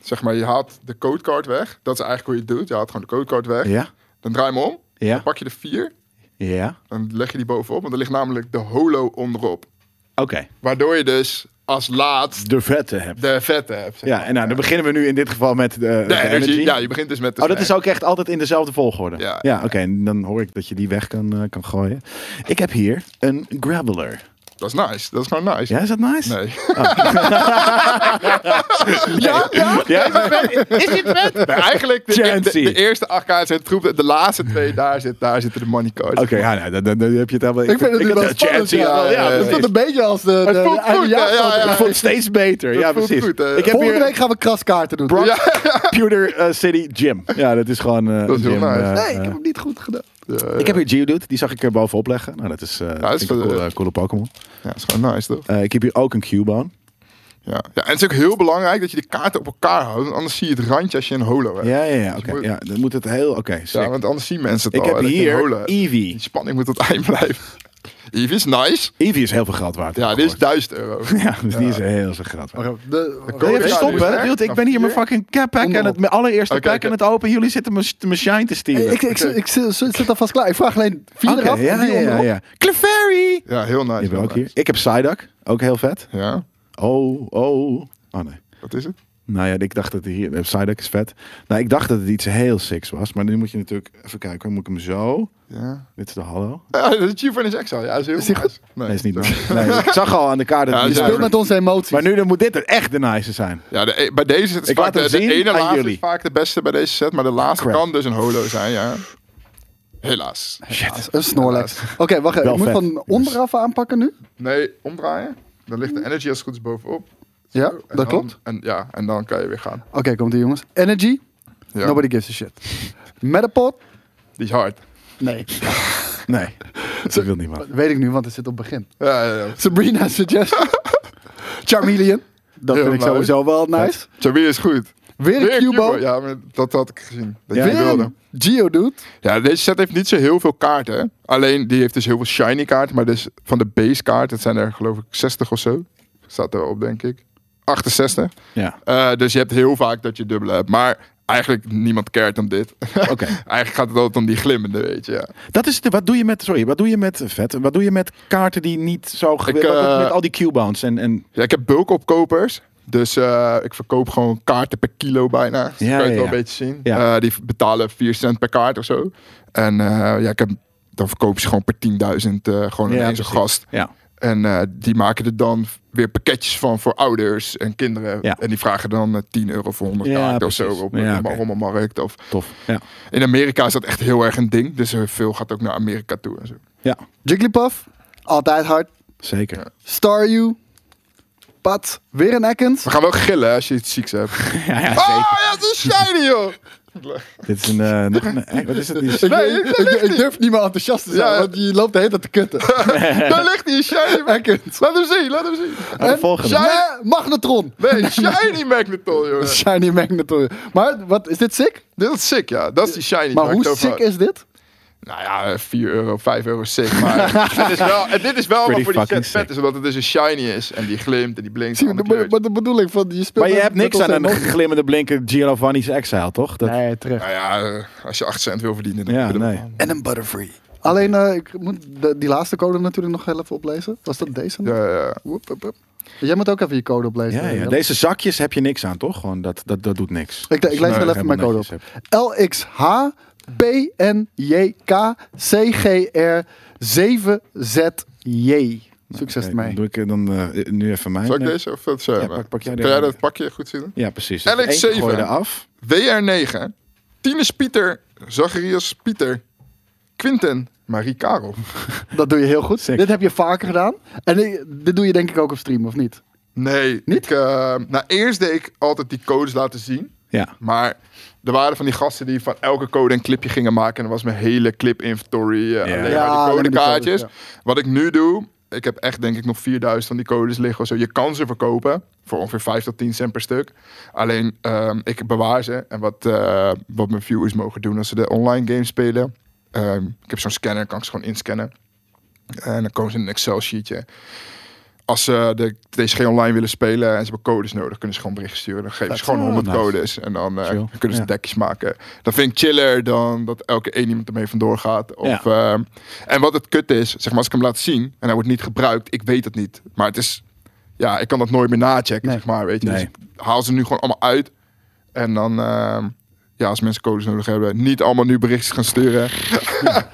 zeg maar je haalt de codecard weg. Dat is eigenlijk hoe je het doet. Je haalt gewoon de codecard weg.
Ja.
Dan draai je hem om.
Ja.
Dan pak je de vier.
Ja.
Dan leg je die bovenop. Want er ligt namelijk de holo onderop.
Oké.
Waardoor je dus als laatst
De vette heb.
de vette hebt. zeg
Ja, en nou, dan beginnen we nu in dit geval met de,
De energy. Ja,
Ja,
je begint dus met de
Oh, dat
snack.
is ook echt altijd in dezelfde volgorde.
Ja.
oké. en Dan hoor ik dat je die weg kan, eh, kan gooien. Ik heb hier een Grabbler.
Dat is nice. Dat is gewoon nice.
Ja, is dat nice?
Nee.
Ja, ja.
Is dit vet? eigenlijk, de, de,
Chancy.
de eerste 8K zit troep. De laatste twee, daar, zit, daar zitten de money cards.
Oké, ja, nou, dan, dan- dan heb je het helemaal.
Ik vind het nu wel spannend.
Chelsea,
Ja,
ja,
ja,
Het
precies.
voelt een beetje als de, de
Het voelt
eigen
goed, ja,
jaarsfoto.
ja,
Ik vond het steeds beter. ja,
voelt
precies.
goed, eh.
ik heb
Volgende
weer
week gaan we kraskaarten doen.
Ja,
Computer eh, City Gym. Ja, dat is gewoon. eh,
Dat is heel
een gym,
nice.
eh,
Nee, ik
eh.
heb hem niet goed gedaan.
ja,
Ik heb hier Geodude, die zag ik er bovenop leggen. Nou, dat is, eh
dat is
vind ik een
wel,
coole,
eh,
coole Pokémon.
ja, is gewoon nice, toch?
Eh, ik heb hier ook een Cubone.
Ja. ja, en het is ook heel belangrijk dat je de kaarten op elkaar houdt. want Anders zie je het randje als je een holo hebt.
Ja, ja, ja.
Dus
Oké,
moet-
ja, dan moet het heel... Oké, sick.
Ja, want anders zien mensen het
Ik heb
al. hè, dat je een holo
hier
hebt.
Eevee.
Die spanning moet tot het eind blijven. Eve is nice.
Eevee is heel veel geld waard.
Ja,
heb
dit
ik
is 1000 euro.
gehoord. Ja, dus die is heel veel geld waard.
Oké, de-
Wil je even
Ja,
stoppen?
dus, hè?
Wilt, ik ben hier mijn fucking cappack en het, mijn allereerste
Oké,
pack
oké.
en het open. Jullie zitten mijn- mijn shine te
Hey,
stelen.
ik, ik, ik, ik zit- zit alvast klaar. Ik vraag alleen vier
Oké,
eraf.
ja,
en die
ja, ja,
onderop.
ja. Clefairy!
Ja, heel nice.
Die heb ik
heel
ook hier.
nice.
Ik heb Psyduck, ook heel vet.
Ja,
Oh, oh. Oh nee.
wat is het?
Nou ja, ik dacht dat hij hier. Psyduck is vet. Nou, ik dacht dat het iets heel sicks was. Maar nu moet je natuurlijk even kijken. hoor. Moet ik hem zo?
Ja.
Dit is de hallo.
Ja, de Chief is Exile. Ja, is heel
Is die
nice.
goed?
Nee, is niet nice. Nee, ik zag al aan de kaart. Dat
Ja, die
die
Je
zijn
zijn-
speelt met onze emoties.
maar nu dan moet dit het echt de nice zijn.
Ja, de, e- bij deze zit het
Ik
vaak
laat
de,
hem
de
zien
ene
aan
laatste
jullie.
is vaak de beste bij deze set, maar de laatste
Crap.
kan dus een holo zijn, ja. Helaas.
Shit. Ah, Een Snorlax. Oké, wacht even.
Wel
Ik moet
vet.
van onderaf aanpakken nu.
Nee, omdraaien. Dan ligt de energy als het goed is bovenop.
Ja,
En
dat
dan-
klopt.
En, ja, en dan kan je weer gaan.
Oké, komt ie jongens. Energy.
Ja.
Nobody gives a shit. Metapod.
Die is hard.
Nee.
Nee, dat wil niemand.
Weet ik nu, want het zit op het begin.
Ja, ja, ja.
Sabrina's Suggestion. Charmeleon. Dat
Heel
vind ik
nice.
sowieso wel nice.
Javier is goed.
Weer een Cubo.
Cubo. Ja, maar dat had ik gezien. Dat
Ja.
je die
Weer
wilde.
een Geodude.
Ja, deze set heeft niet zo heel veel kaarten. hè. Alleen, die heeft dus heel veel shiny kaarten. Maar dus van de base kaart, dat zijn er geloof ik 60 of zo. Staat erop, denk ik. 68.
Ja,
Eh, dus je hebt heel vaak dat je dubbele hebt. Maar eigenlijk niemand cared om dit.
oké.
eigenlijk gaat het altijd om die glimmende, weet je. Ja.
Dat is de, wat doe je met, sorry, wat doe je met vet? Wat doe je met kaarten die niet zo gewild
Ik, eh,
Met al die Q-bounds en, en
Ja, ik heb bulkopkopers. Dus eh, ik verkoop gewoon kaarten per kilo bijna.
Ja,
Dus dat kan je
ja,
het
ja.
wel een beetje zien.
Ja.
Eh, die betalen 4 cent per kaart of zo. En eh, ja, ik heb, dan verkoop ze gewoon per 10.000 eh, gewoon
Ja,
ineens
precies.
een gast.
ja.
En eh, die maken er dan weer pakketjes van voor ouders en kinderen.
Ja.
En die vragen dan eh, 10 euro voor 100
Ja,
kaarten of zo
precies.
op
Ja,
de
oké.
rommelmarkt. Of...
Tof. Ja.
In Amerika is dat echt heel erg een ding. Dus eh, veel gaat ook naar Amerika toe en zo.
ja,
Jigglypuff. Altijd hard.
zeker.
Staryu. Pat. Weer een Ekans.
We gaan wel gillen hè, als je iets zieks hebt.
Ja, ja,
Ah,
zeker.
ja, dat is shiny, joh!
Dit is een, eh, nog een, eh, wat is het? Die is-
Ik,
Nee,
ik,
dat
ik- ik durf niet meer enthousiast te zijn,
Ja.
want je loopt de hele tijd te kutten.
Daar ligt hij, een shiny Magneton. Laat hem zien, laat hem zien.
de volgende.
Ja, Magnetron.
Nee, shiny Magneton, joh.
Shiny Magneton. Maar wat, is dit sick?
Dit is sick, ja. Dat is die shiny.
Maar
waar
hoe
ik het over
sick
had.
is dit?
Nou ja, eh, 4 euro, 5 euro sick. Maar dit is wel, en dit is wel wat
Pretty
voor die
fucking
set vet is. Omdat het dus een shiny is. En die glimt en die blinkt.
Zie je, de,
allemaal
maar de bedoeling van je speelt
Maar je
met-
hebt
met
niks
ons
aan een
emoties.
glimmende blinker Giovanni's Exile, toch? Dat,
Nee, terecht.
Nou ja, eh, als je 8 cent wil verdienen. Dan
Ja,
moet je dat
nee.
doen.
En een Butterfree. Alleen, eh, ik moet de- die laatste code natuurlijk nog heel even oplezen. Was dat deze? nog?
Ja, ja, ja.
Woep, woep, woep. Jij moet ook even je code oplezen.
Ja,
eh,
ja.
Jelle.
Deze zakjes heb je niks aan, toch? Gewoon dat, dat, dat doet niks.
Ik, ik lees
Nee,
wel even mijn code
helemaal
op.
netjes
LXH E PNJK CGR 7ZJ. Succes
Oké,
ermee.
Dan doe ik dan eh, nu even mijn.
Zal ik
Nee.
deze of dat zijn?
Ja, pak- pak jij
Kan
die
jij
aan.
dat pakje goed zien?
Ja, precies.
Alex
Eén
zeven.
gooi je eraf.
WR9, Tinus Pieter, Zacharias Pieter, Quinten, Marie Karel.
Dat doe je heel goed.
Sick.
Dit heb je vaker gedaan. En eh, dit doe je denk ik ook op stream, of niet?
Nee,
Niet?
Ik, eh, nou, eerst deed ik altijd die codes laten zien.
Ja.
Maar er waren van die gasten die van elke code een clipje gingen maken. En dan was mijn hele clip inventory eh, alleen
Ja,
maar
alleen maar
die
die
codekaartjes.
codes,
Wat ik nu doe, ik heb echt denk ik nog 4000 van die codes liggen of zo. Je kan ze verkopen voor ongeveer 5 tot 10 cent per stuk. Alleen ehm, ik bewaar ze. En wat, eh, wat mijn viewers mogen doen als ze de online game spelen. ehm, ik heb zo'n scanner, kan ik ze gewoon inscannen. Eh, En dan komen ze in een Excel-sheetje. Als ze de TSG online willen spelen en ze hebben codes nodig, kunnen ze gewoon berichten sturen. Dan geven ze gewoon
Oh,
100
nice.
codes en dan eh,
Chill.
kunnen ze
Ja.
dekjes maken. Dat vind ik chiller dan dat elke één iemand ermee vandoor gaat. Of, ehm, en wat het kut is, zeg maar als ik hem laat zien en hij wordt niet gebruikt, ik weet het niet. Maar het is, ja, ik kan dat nooit meer nachecken,
Nee.
zeg maar. Weet je? Dus
Nee.
ik haal ze nu gewoon allemaal uit. En dan, ehm, ja, als mensen codes nodig hebben, niet allemaal nu berichtjes gaan sturen.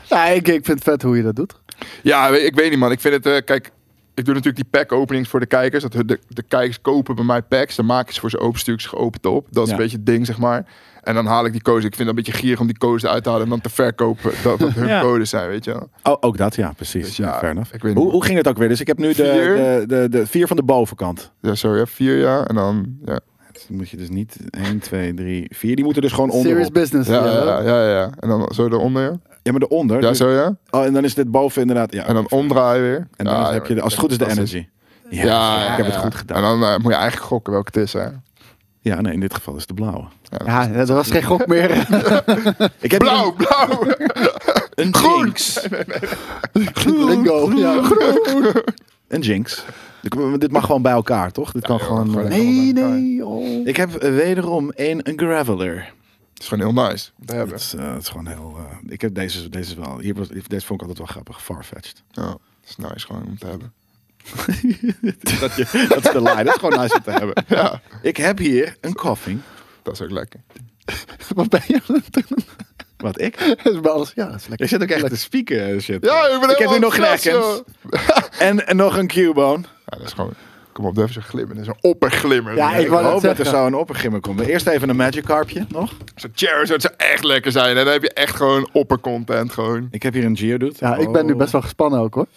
Nee, ik, ik vind het vet hoe je dat doet.
Ja, we- ik weet niet, man. Ik vind het, eh, kijk, ik doe natuurlijk die pack openings voor de kijkers. Dat hun- de, de kijkers kopen bij mij packs. Dan maken ze voor ze open stuk geopend op. Dat is
Ja.
een beetje het ding, zeg maar. En dan haal ik die codes. Ik vind het een beetje gierig om die codes eruit te halen en dan te verkopen. Dat, dat hun
Ja.
codes zijn, weet je wel.
Oh, ook dat, ja, precies.
Dus
ja,
ja,
fair enough.
ik weet
hoe,
niet.
hoe ging het ook weer? Dus ik heb nu de
Vier.
de, de, de vier van de bovenkant.
Ja, sorry, ja, vier jaar. En dan, ja.
Dus dan moet je dus niet 1, 2, 3, 4. Die moeten dus gewoon
Serious
onder.
business.
Ja,
ja.
ja, ja, ja, ja. En dan zo eronder. ja.
Ja, maar de onder.
Ja,
dus-
zo ja.
oh, en dan is dit boven inderdaad. Ja,
En dan omdraaien weer.
En dan
Ja,
heb je, de- als het goed is, de
fantastisch.
energy. Ja, dus
Ja,
ik heb het goed
En
gedaan.
dan eh, moet je eigenlijk gokken welke het is. Hè.
Ja, nee, in dit geval is het de blauwe.
Ja, dat was geen gok meer.
Ik heb
Blauw, blauw.
hier Een, een jinx.
Lingo. Ja.
Een jinx. Ik- Dit mag gewoon bij elkaar, toch? Dit kan
joh,
gewoon...
gewoon
eh,
lekker.
Nee, nee. Oh.
Ik heb eh, wederom één een graveler.
Het is gewoon heel nice om te hebben.
Dat is, eh, dat is gewoon heel... eh, ik heb deze, deze is wel... Hier was, deze vond ik altijd wel grappig. Farfetched.
Ja, het is nice gewoon om te hebben.
dat, je, dat is de line. Dat is gewoon nice om te hebben.
Ja,
Ik heb hier een koffing.
dat is ook lekker.
Wat ben je aan het doen?
Wat ik?
Dat is bij alles. Ja, dat is
Ik
lekker.
zit ook echt te spieken en shit.
Ja, ik
heb
ben
nu
helemaal
nog een
enthousiast,
Atkins. En, en nog een Cubone.
Ja, dat is gewoon... Kom op, dat is een glimmer. Dat is een opperglimmer.
Ja, ik
Ik
wou net
hoop dat er
zeggen.
zo een oppergimmer komt. Maar eerst even een Magic Carpje nog.
Zo'n Charizard zou echt lekker zijn. En dan heb je echt gewoon oppercontent gewoon.
Ik heb hier een Geodude.
Ja, ik ben nu
Oh,
best wel gespannen ook hoor.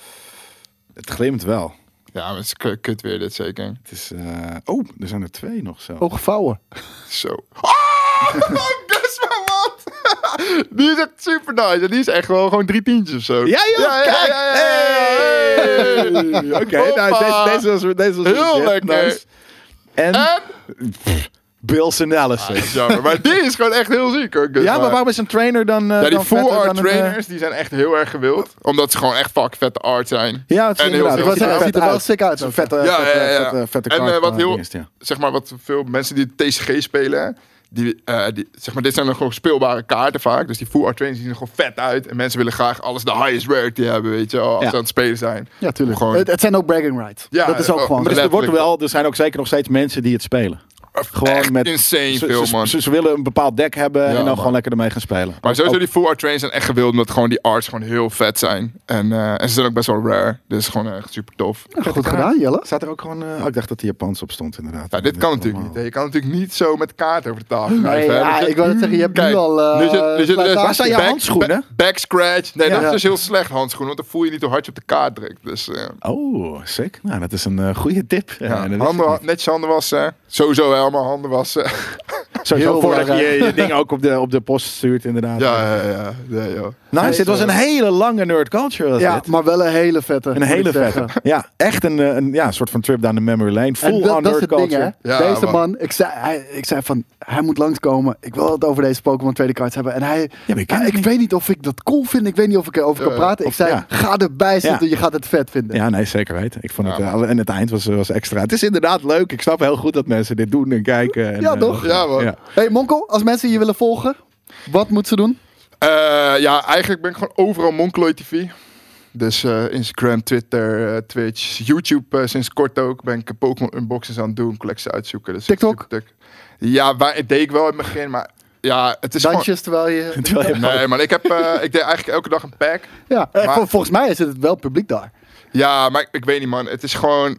Het glimt wel.
Ja, maar het is k- kut weer dit zeker.
Het is... eh, Oh, er zijn er twee nog zo.
Oog gevouwen.
Zo. Oh, dat is maar wat. Die is echt super nice. En die is echt wel gewoon drie tientjes of zo.
Ja, joh, kijk.
Hey.
Hey. Oké, nou,
Hoppa.
deze, deze was, deze was
Heel
legit.
lekker.
En,
En?
Pff, Bill Sanalysis.
Dat is jammer. Maar die is gewoon echt heel ziek hoor.
ja, maar waarom is een trainer dan... eh,
Ja, die
dan vetter
full art
dan een, eh,
trainers, die zijn echt heel erg gewild. Omdat ze gewoon echt fucking vette art zijn.
Ja, het is
En heel
inderdaad.
veel-
Ik wou zeggen, het ziet er wel
uit.
sick uit. Een vette,
Ja,
Eh, vette,
ja, ja, ja.
vette, vette
En,
card,
eh, wat
eh,
heel-
dingest, ja.
zeg maar wat veel mensen die TCG spelen, die, eh, die, zeg maar, dit zijn dan gewoon speelbare kaarten vaak. Dus die full art trainers zien er gewoon vet uit. En mensen willen graag alles de highest rarity hebben, weet je wel, als
Ja.
ze aan het spelen zijn.
Ja, tuurlijk.
Gewoon-
Het, het zijn ook bragging rights.
Ja,
dat is ook
oh,
gewoon.
Maar dus
zo.
er, wordt
Letterlijk.
wel, er zijn ook zeker nog steeds mensen die het spelen. Gewoon
Echt
met...
insane
ze,
veel,
ze-
man.
Ze, ze willen een bepaald deck hebben en dan
man.
gewoon lekker ermee gaan spelen. Oh.
Maar sowieso die full art trainers zijn echt gewild, omdat gewoon die arts gewoon heel vet zijn. En, eh, en ze zijn ook best wel rare. Dus gewoon echt super tof.
Goed gedaan, Jelle.
Staat er ook gewoon... eh, oh, ik dacht dat die Japans op stond, inderdaad.
Ja, dit kan natuurlijk niet. hè. Je kan natuurlijk niet zo met kaarten over de tafel.
Nee,
schuiven, hè.
ja,
Dus je-
ik wou net zeggen, je hebt
Kijk,
nu al... eh
nu zit, nu zit
slijtage.
Waar zijn je
back-
handschoenen?
ba- Back scratch. Nee, dat
Ja.
is dus heel slecht handschoenen, want dan voel je niet hoe hard je op de kaart drukt. Dus eh,
Oh, sick. Nou, dat is een eh, goede tip. Ja,
ja,
dat wist
handen,
ik
wa-
niet.
netjes handen wassen. Sowieso hè, allemaal handen wassen.
Sowieso
Heel
voordat je
belangrijk.
je je ding ook op de, op de post stuurt, inderdaad.
ja, ja, ja. ja, joh.
Nice, dit was een hele lange nerd culture. was
Ja,
dit.
maar wel een hele vette.
Een
moet
hele
ik zeggen.
vette. Ja, echt een, eh, een ja, soort van trip down the memory lane. Full
En
on
dat, dat is
nerd
het ding, hè.
culture.
Ja,
deze
man.
man, ik zei, hij, ik zei van, hij moet langskomen. Ik wil het over deze Pokémon tweede cards hebben. En hij,
maar je kent
hij-
het
ik
niet.
weet niet of ik dat cool vind. Ik weet niet of ik erover kan
Eh,
praten. Ik zei,
ja.
ga erbij zitten,
Ja.
je gaat het vet vinden.
Ja, nee, zeker weten. Ik vond het,
Ja,
eh, en het eind was, was extra. Het is inderdaad leuk. Ik snap heel goed dat mensen dit doen en kijken. En,
Ja,
eh,
toch?
Ja, man.
Hey Monko, als mensen je willen volgen, wat moeten ze doen?
Eh, ja, eigenlijk ben ik gewoon overal Monkloy TV. Dus eh, Instagram, Twitter, eh, Twitch, YouTube eh, sinds kort ook. Ben ik eh, Pokémon unboxings aan het doen, collecties uitzoeken. Dus
TikTok?
super tuk. Ja, waar, deed ik wel in het begin, maar ja, het is
Dansjes terwijl je...
Terwijl je-
gewoon... Nee, maar ik, heb, eh, ik deed eigenlijk elke dag een pack.
Ja, eh,
Maar-
vol- volgens mij is het wel publiek daar.
Ja, maar ik, ik weet niet, man. Het is gewoon.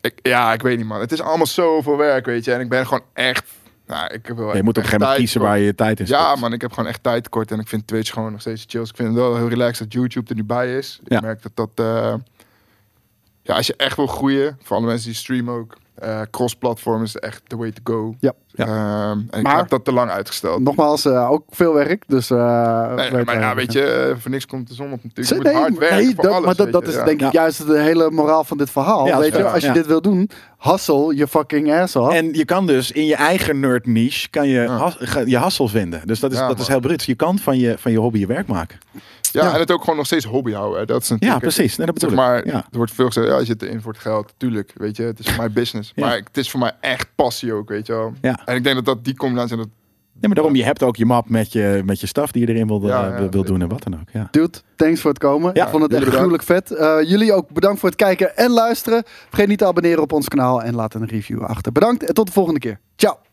Ik, ja, ik weet niet, man. Het is allemaal zoveel werk, weet je. En ik ben gewoon echt. Nou, ik heb wel
je
echt-
moet op een
echt
gegeven moment
tijd
kiezen waar je je tijd in
tekort. Ja,
stopt.
man. Ik heb gewoon echt tijd tekort. En ik vind Twitch gewoon nog steeds chills. Ik vind het wel heel relaxed dat YouTube er nu bij is.
Ja.
Ik merk dat dat. eh, ja, als je echt wil groeien. Voor alle mensen die streamen ook. eh cross-platform is echt the way to go.
Ja.
Ja.
Ehm, en
Maar-
ik heb dat te lang uitgesteld.
Nogmaals, eh, ook veel werk, dus... eh,
Nee,
weet
maar ja,
eigenlijk.
weet je, eh, voor niks komt de zon op natuurlijk. Je
Ze-
moet hard werken
nee,
voor
dat,
alles,
maar dat,
weet
dat
je.
is
Ja.
denk ik
Ja.
juist de hele moraal van dit verhaal.
Ja, dat is
Weet je,
waar.
als je
Ja.
dit wil doen, hassel je fucking ass af.
En je kan dus in je eigen nerd niche kan je,
Ja.
has- ga- je hassel vinden. Dus dat is,
Ja,
dat is
man.
heel Brits. Je kan van je, van je hobby je werk maken.
Ja,
Ja.
en het ook gewoon nog steeds hobby houden. hè. Dat is natuurlijk
Ja, precies. Nee, dat bedoel
Zeg
ik.
maar,
Ja.
er wordt veel gezegd, ja, je zit erin voor het geld. Tuurlijk, weet je, het is voor mij business.
Ja.
Maar het is voor mij echt passie ook, weet je wel.
Ja.
En ik denk dat dat die combinatie... Dat,
Nee, maar daarom, je hebt ook je map met je, met je staf die je erin wil, eh,
Ja, ja,
wil- wil
zeker.
doen en wat dan ook. Ja.
Dude, thanks voor het komen.
Ja,
ik vond het echt
jullie
gruwelijk vet. Eh, jullie ook bedankt voor het kijken en luisteren. Vergeet niet te abonneren op ons kanaal en laat een review achter. Bedankt en tot de volgende keer. Ciao.